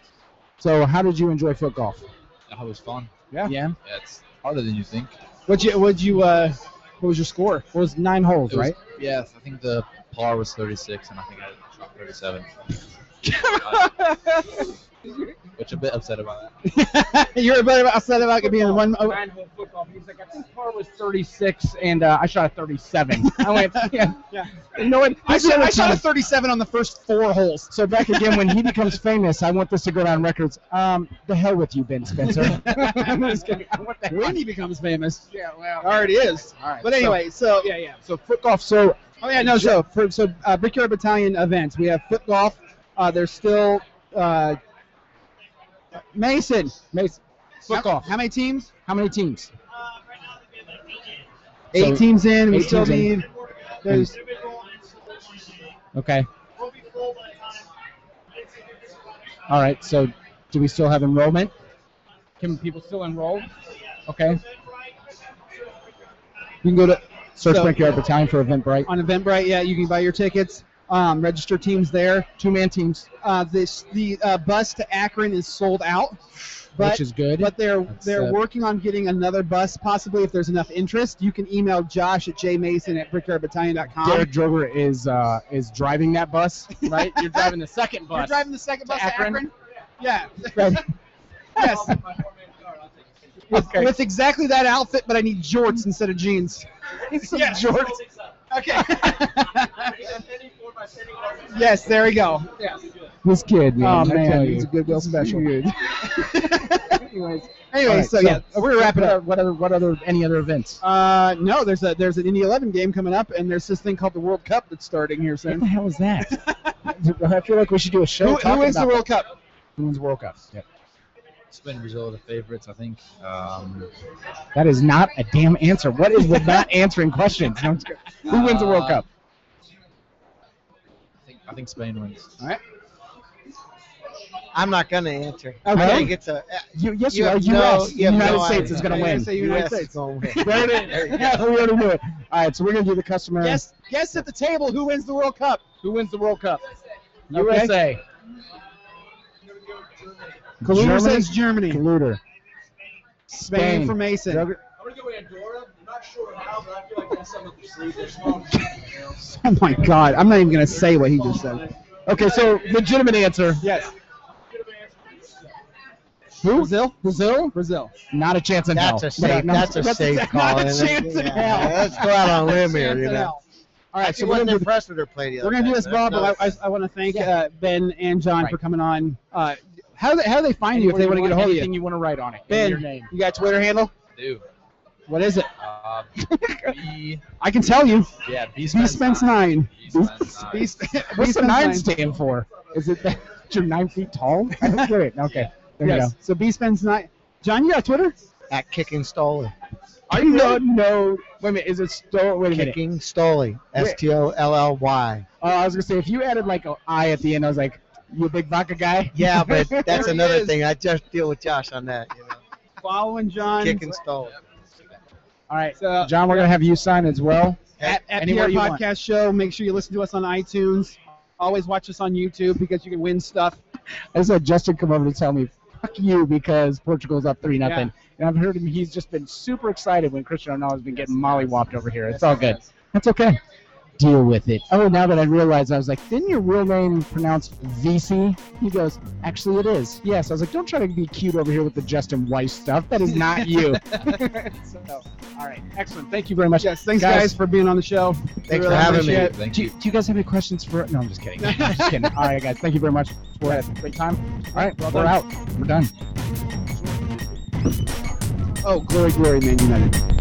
Speaker 1: So how did you enjoy foot golf?
Speaker 4: That was fun.
Speaker 2: Yeah.
Speaker 1: Yeah.
Speaker 4: Yeah, it's harder than you think.
Speaker 2: What you what you uh, what was your score?
Speaker 1: It was nine holes,
Speaker 4: It was-
Speaker 1: right?
Speaker 4: Yeah, I think the par was 36, and I think I shot 37, which I'm a bit upset about. That.
Speaker 2: You're about upset about it being one. oh,
Speaker 1: nine hole football. He's like, I think par was 36, and uh, I shot a 37. I went, yeah,
Speaker 2: Yeah.
Speaker 1: You know what?
Speaker 2: I
Speaker 1: This is
Speaker 2: shot, I
Speaker 1: what
Speaker 2: shot a
Speaker 1: time-
Speaker 2: 37 on the first four holes.
Speaker 1: So back again, when he becomes famous, I want this to go down records. Um, the hell with you, Ben Spencer. I'm just kidding. I want that.
Speaker 2: When he becomes famous,
Speaker 1: Yeah, well.
Speaker 2: already is.
Speaker 1: All right.
Speaker 2: But anyway, so yeah, yeah.
Speaker 1: so, so foot golf. So
Speaker 2: Oh yeah, no. So for so uh, Brickyard Battalion events, we have foot golf. Uh, there's still uh, Mason.
Speaker 1: Mason,
Speaker 2: How-
Speaker 1: foot golf.
Speaker 2: How many teams?
Speaker 1: How many teams?
Speaker 2: Eight
Speaker 1: So-
Speaker 2: teams in. We
Speaker 1: eight
Speaker 2: still
Speaker 1: teams in.
Speaker 2: need. There's
Speaker 1: Okay. All right. So, do we still have enrollment? Can people still enroll? Okay.
Speaker 2: you can go to
Speaker 1: Search
Speaker 2: So-
Speaker 1: Brickyard Battalion for Eventbrite.
Speaker 2: on Eventbrite. Yeah, you can buy your tickets. Um, register teams there.
Speaker 1: Two man teams,
Speaker 2: Uh, this the uh, bus to Akron is sold out, but
Speaker 1: which is good.
Speaker 2: but they're
Speaker 4: That's
Speaker 2: they're
Speaker 1: uh,
Speaker 4: sad.
Speaker 2: working on getting another bus. Possibly, if there's enough interest, you can email Josh at jmason at brickyardbattalion.com.
Speaker 1: Derek Droger is uh, is driving that bus, right? You're driving the second
Speaker 2: You're
Speaker 1: bus.
Speaker 2: driving the second bus to
Speaker 1: Akron?
Speaker 2: Akron? Yeah.
Speaker 1: Right.
Speaker 2: yes. With,
Speaker 1: Okay.
Speaker 2: with exactly that outfit, but I need jorts instead of jeans. yes. jorts. Okay. yes, there we go. Yes.
Speaker 1: This kid,
Speaker 2: Oh,
Speaker 1: man. I
Speaker 2: man,
Speaker 1: tell
Speaker 2: he's
Speaker 1: you.
Speaker 5: a good girl special.
Speaker 1: Anyways,
Speaker 2: Anyway,
Speaker 1: All right,
Speaker 2: so, yeah, we're wrapping
Speaker 1: what
Speaker 2: up.
Speaker 1: other- What other, what other, any other events?
Speaker 2: Uh, no, there's a there's an Indy 11 game coming up, and there's this thing called the World Cup that's starting here
Speaker 1: What
Speaker 2: soon.
Speaker 1: the hell is that? I feel like we should do a show.
Speaker 2: Who, who
Speaker 1: talking
Speaker 2: wins the
Speaker 1: about
Speaker 2: World Cup?
Speaker 1: who wins the World Cup. Yep.
Speaker 4: Spain, Brazil are the favorites, I think. Um,
Speaker 1: That is not a damn answer. What is with not answering questions? No, I'm just kidding. who wins the World
Speaker 4: Uh,
Speaker 1: Cup?
Speaker 4: I think, I think Spain wins.
Speaker 3: I'm not gonna answer.
Speaker 1: Okay.
Speaker 3: I think it's a
Speaker 1: You, yes,
Speaker 3: you
Speaker 1: you, are.
Speaker 3: have no-
Speaker 1: US,
Speaker 3: you have
Speaker 1: United
Speaker 3: no
Speaker 1: States is
Speaker 4: idea.
Speaker 1: going to
Speaker 2: You're
Speaker 1: win.
Speaker 2: gonna say United
Speaker 3: US is
Speaker 2: States.
Speaker 3: gonna win.
Speaker 1: There it is. Yeah, we already knew it. All right, so we're going to do the customer.
Speaker 2: Yes, yes, at the table, who wins the World Cup?
Speaker 1: Who wins the World Cup?
Speaker 2: USA. Kaluder
Speaker 1: Germany?
Speaker 2: says Germany.
Speaker 1: Colluder.
Speaker 2: Spain, for Mason.
Speaker 6: I'm gonna go with Andorra. I'm not sure how, but I feel like that's something to sleep. They're small.
Speaker 2: Oh my God! I'm not even gonna say what he just said.
Speaker 1: Okay, so legitimate answer.
Speaker 2: Yes.
Speaker 1: Who?
Speaker 2: Brazil?
Speaker 1: Brazil?
Speaker 2: Brazil.
Speaker 1: Not a chance in hell.
Speaker 3: That's a safe.
Speaker 1: Not-
Speaker 3: That's a safe call.
Speaker 1: Not a
Speaker 3: isn't it?
Speaker 1: chance in
Speaker 3: Yeah,
Speaker 1: hell.
Speaker 3: Let's go out on a limb here.
Speaker 2: Chance
Speaker 3: You
Speaker 2: in
Speaker 3: know.
Speaker 2: hell. All right,
Speaker 3: She
Speaker 2: so we're
Speaker 3: wasn't
Speaker 2: gonna do,
Speaker 3: impressed with her play the
Speaker 2: we're
Speaker 3: other
Speaker 2: gonna do
Speaker 3: night.
Speaker 2: this, Bob.
Speaker 3: That's
Speaker 2: But I, I, I want to thank uh, Ben and John for
Speaker 1: Right.
Speaker 2: coming on. Uh, how do they, how do they find you if they want to get a hold of
Speaker 1: Anything
Speaker 2: you?
Speaker 1: you want to write on it.
Speaker 2: Ben.
Speaker 1: In your name.
Speaker 2: You got a Twitter handle?
Speaker 4: Do.
Speaker 2: What is it?
Speaker 4: Uh, B,
Speaker 2: I can tell you.
Speaker 4: yeah, B
Speaker 2: B
Speaker 4: Spence
Speaker 2: Spence
Speaker 4: nine.
Speaker 2: nine.
Speaker 4: B Spence nine.
Speaker 2: B Spence
Speaker 1: What's the nine
Speaker 2: nine.
Speaker 1: stand for? Is it that you're nine feet tall? I don't get it. Okay. There
Speaker 2: Yes. So B Spence nine. John, you got Twitter?
Speaker 3: At kicking Stoley.
Speaker 1: you go. I don't know. Wait a minute. Is it still? Wait a minute.
Speaker 3: Kicking Stoley. S T O L L Y.
Speaker 1: Uh, I was gonna say if you added like an I at the end, I was like, you a big vodka guy.
Speaker 3: Yeah, but
Speaker 2: There
Speaker 3: that's
Speaker 2: he
Speaker 3: another
Speaker 2: is.
Speaker 3: thing. I just deal with Josh on that. You know.
Speaker 2: Following John.
Speaker 3: Kicking Stoley.
Speaker 1: All right.
Speaker 2: So,
Speaker 1: John, we're gonna have you sign as well.
Speaker 2: at, at
Speaker 1: Anywhere
Speaker 2: PR
Speaker 1: you want.
Speaker 2: Podcast Show. Make sure you listen to us on iTunes. Always watch us on YouTube because you can win stuff.
Speaker 1: I just had Justin come over to tell me, fuck you, because Portugal's up 3 nothing. And I've heard him, he's just been super excited when Cristiano Ronaldo's been getting mollywopped over here. It's all good. That's okay. Deal with it. Oh, now that I realize, I was like, didn't your real name pronounced VC? He goes, actually, it is. Yes. I was like, don't try to be cute over here with the Justin Weiss stuff. That is not you.
Speaker 2: So,
Speaker 1: all right. Excellent. Thank you very much.
Speaker 2: yes, thanks guys,
Speaker 1: Guys.
Speaker 2: for being on the show.
Speaker 3: Thanks for having me.
Speaker 2: appreciate
Speaker 4: Thank
Speaker 1: Do
Speaker 4: you.
Speaker 1: you, do you guys have any questions for? No, I'm just kidding. I'm just kidding. All right, guys. Thank you very much. We had a great time. All right,
Speaker 2: Well
Speaker 1: we're
Speaker 2: done.
Speaker 1: out. We're done.
Speaker 2: Oh, glory, glory, man, United.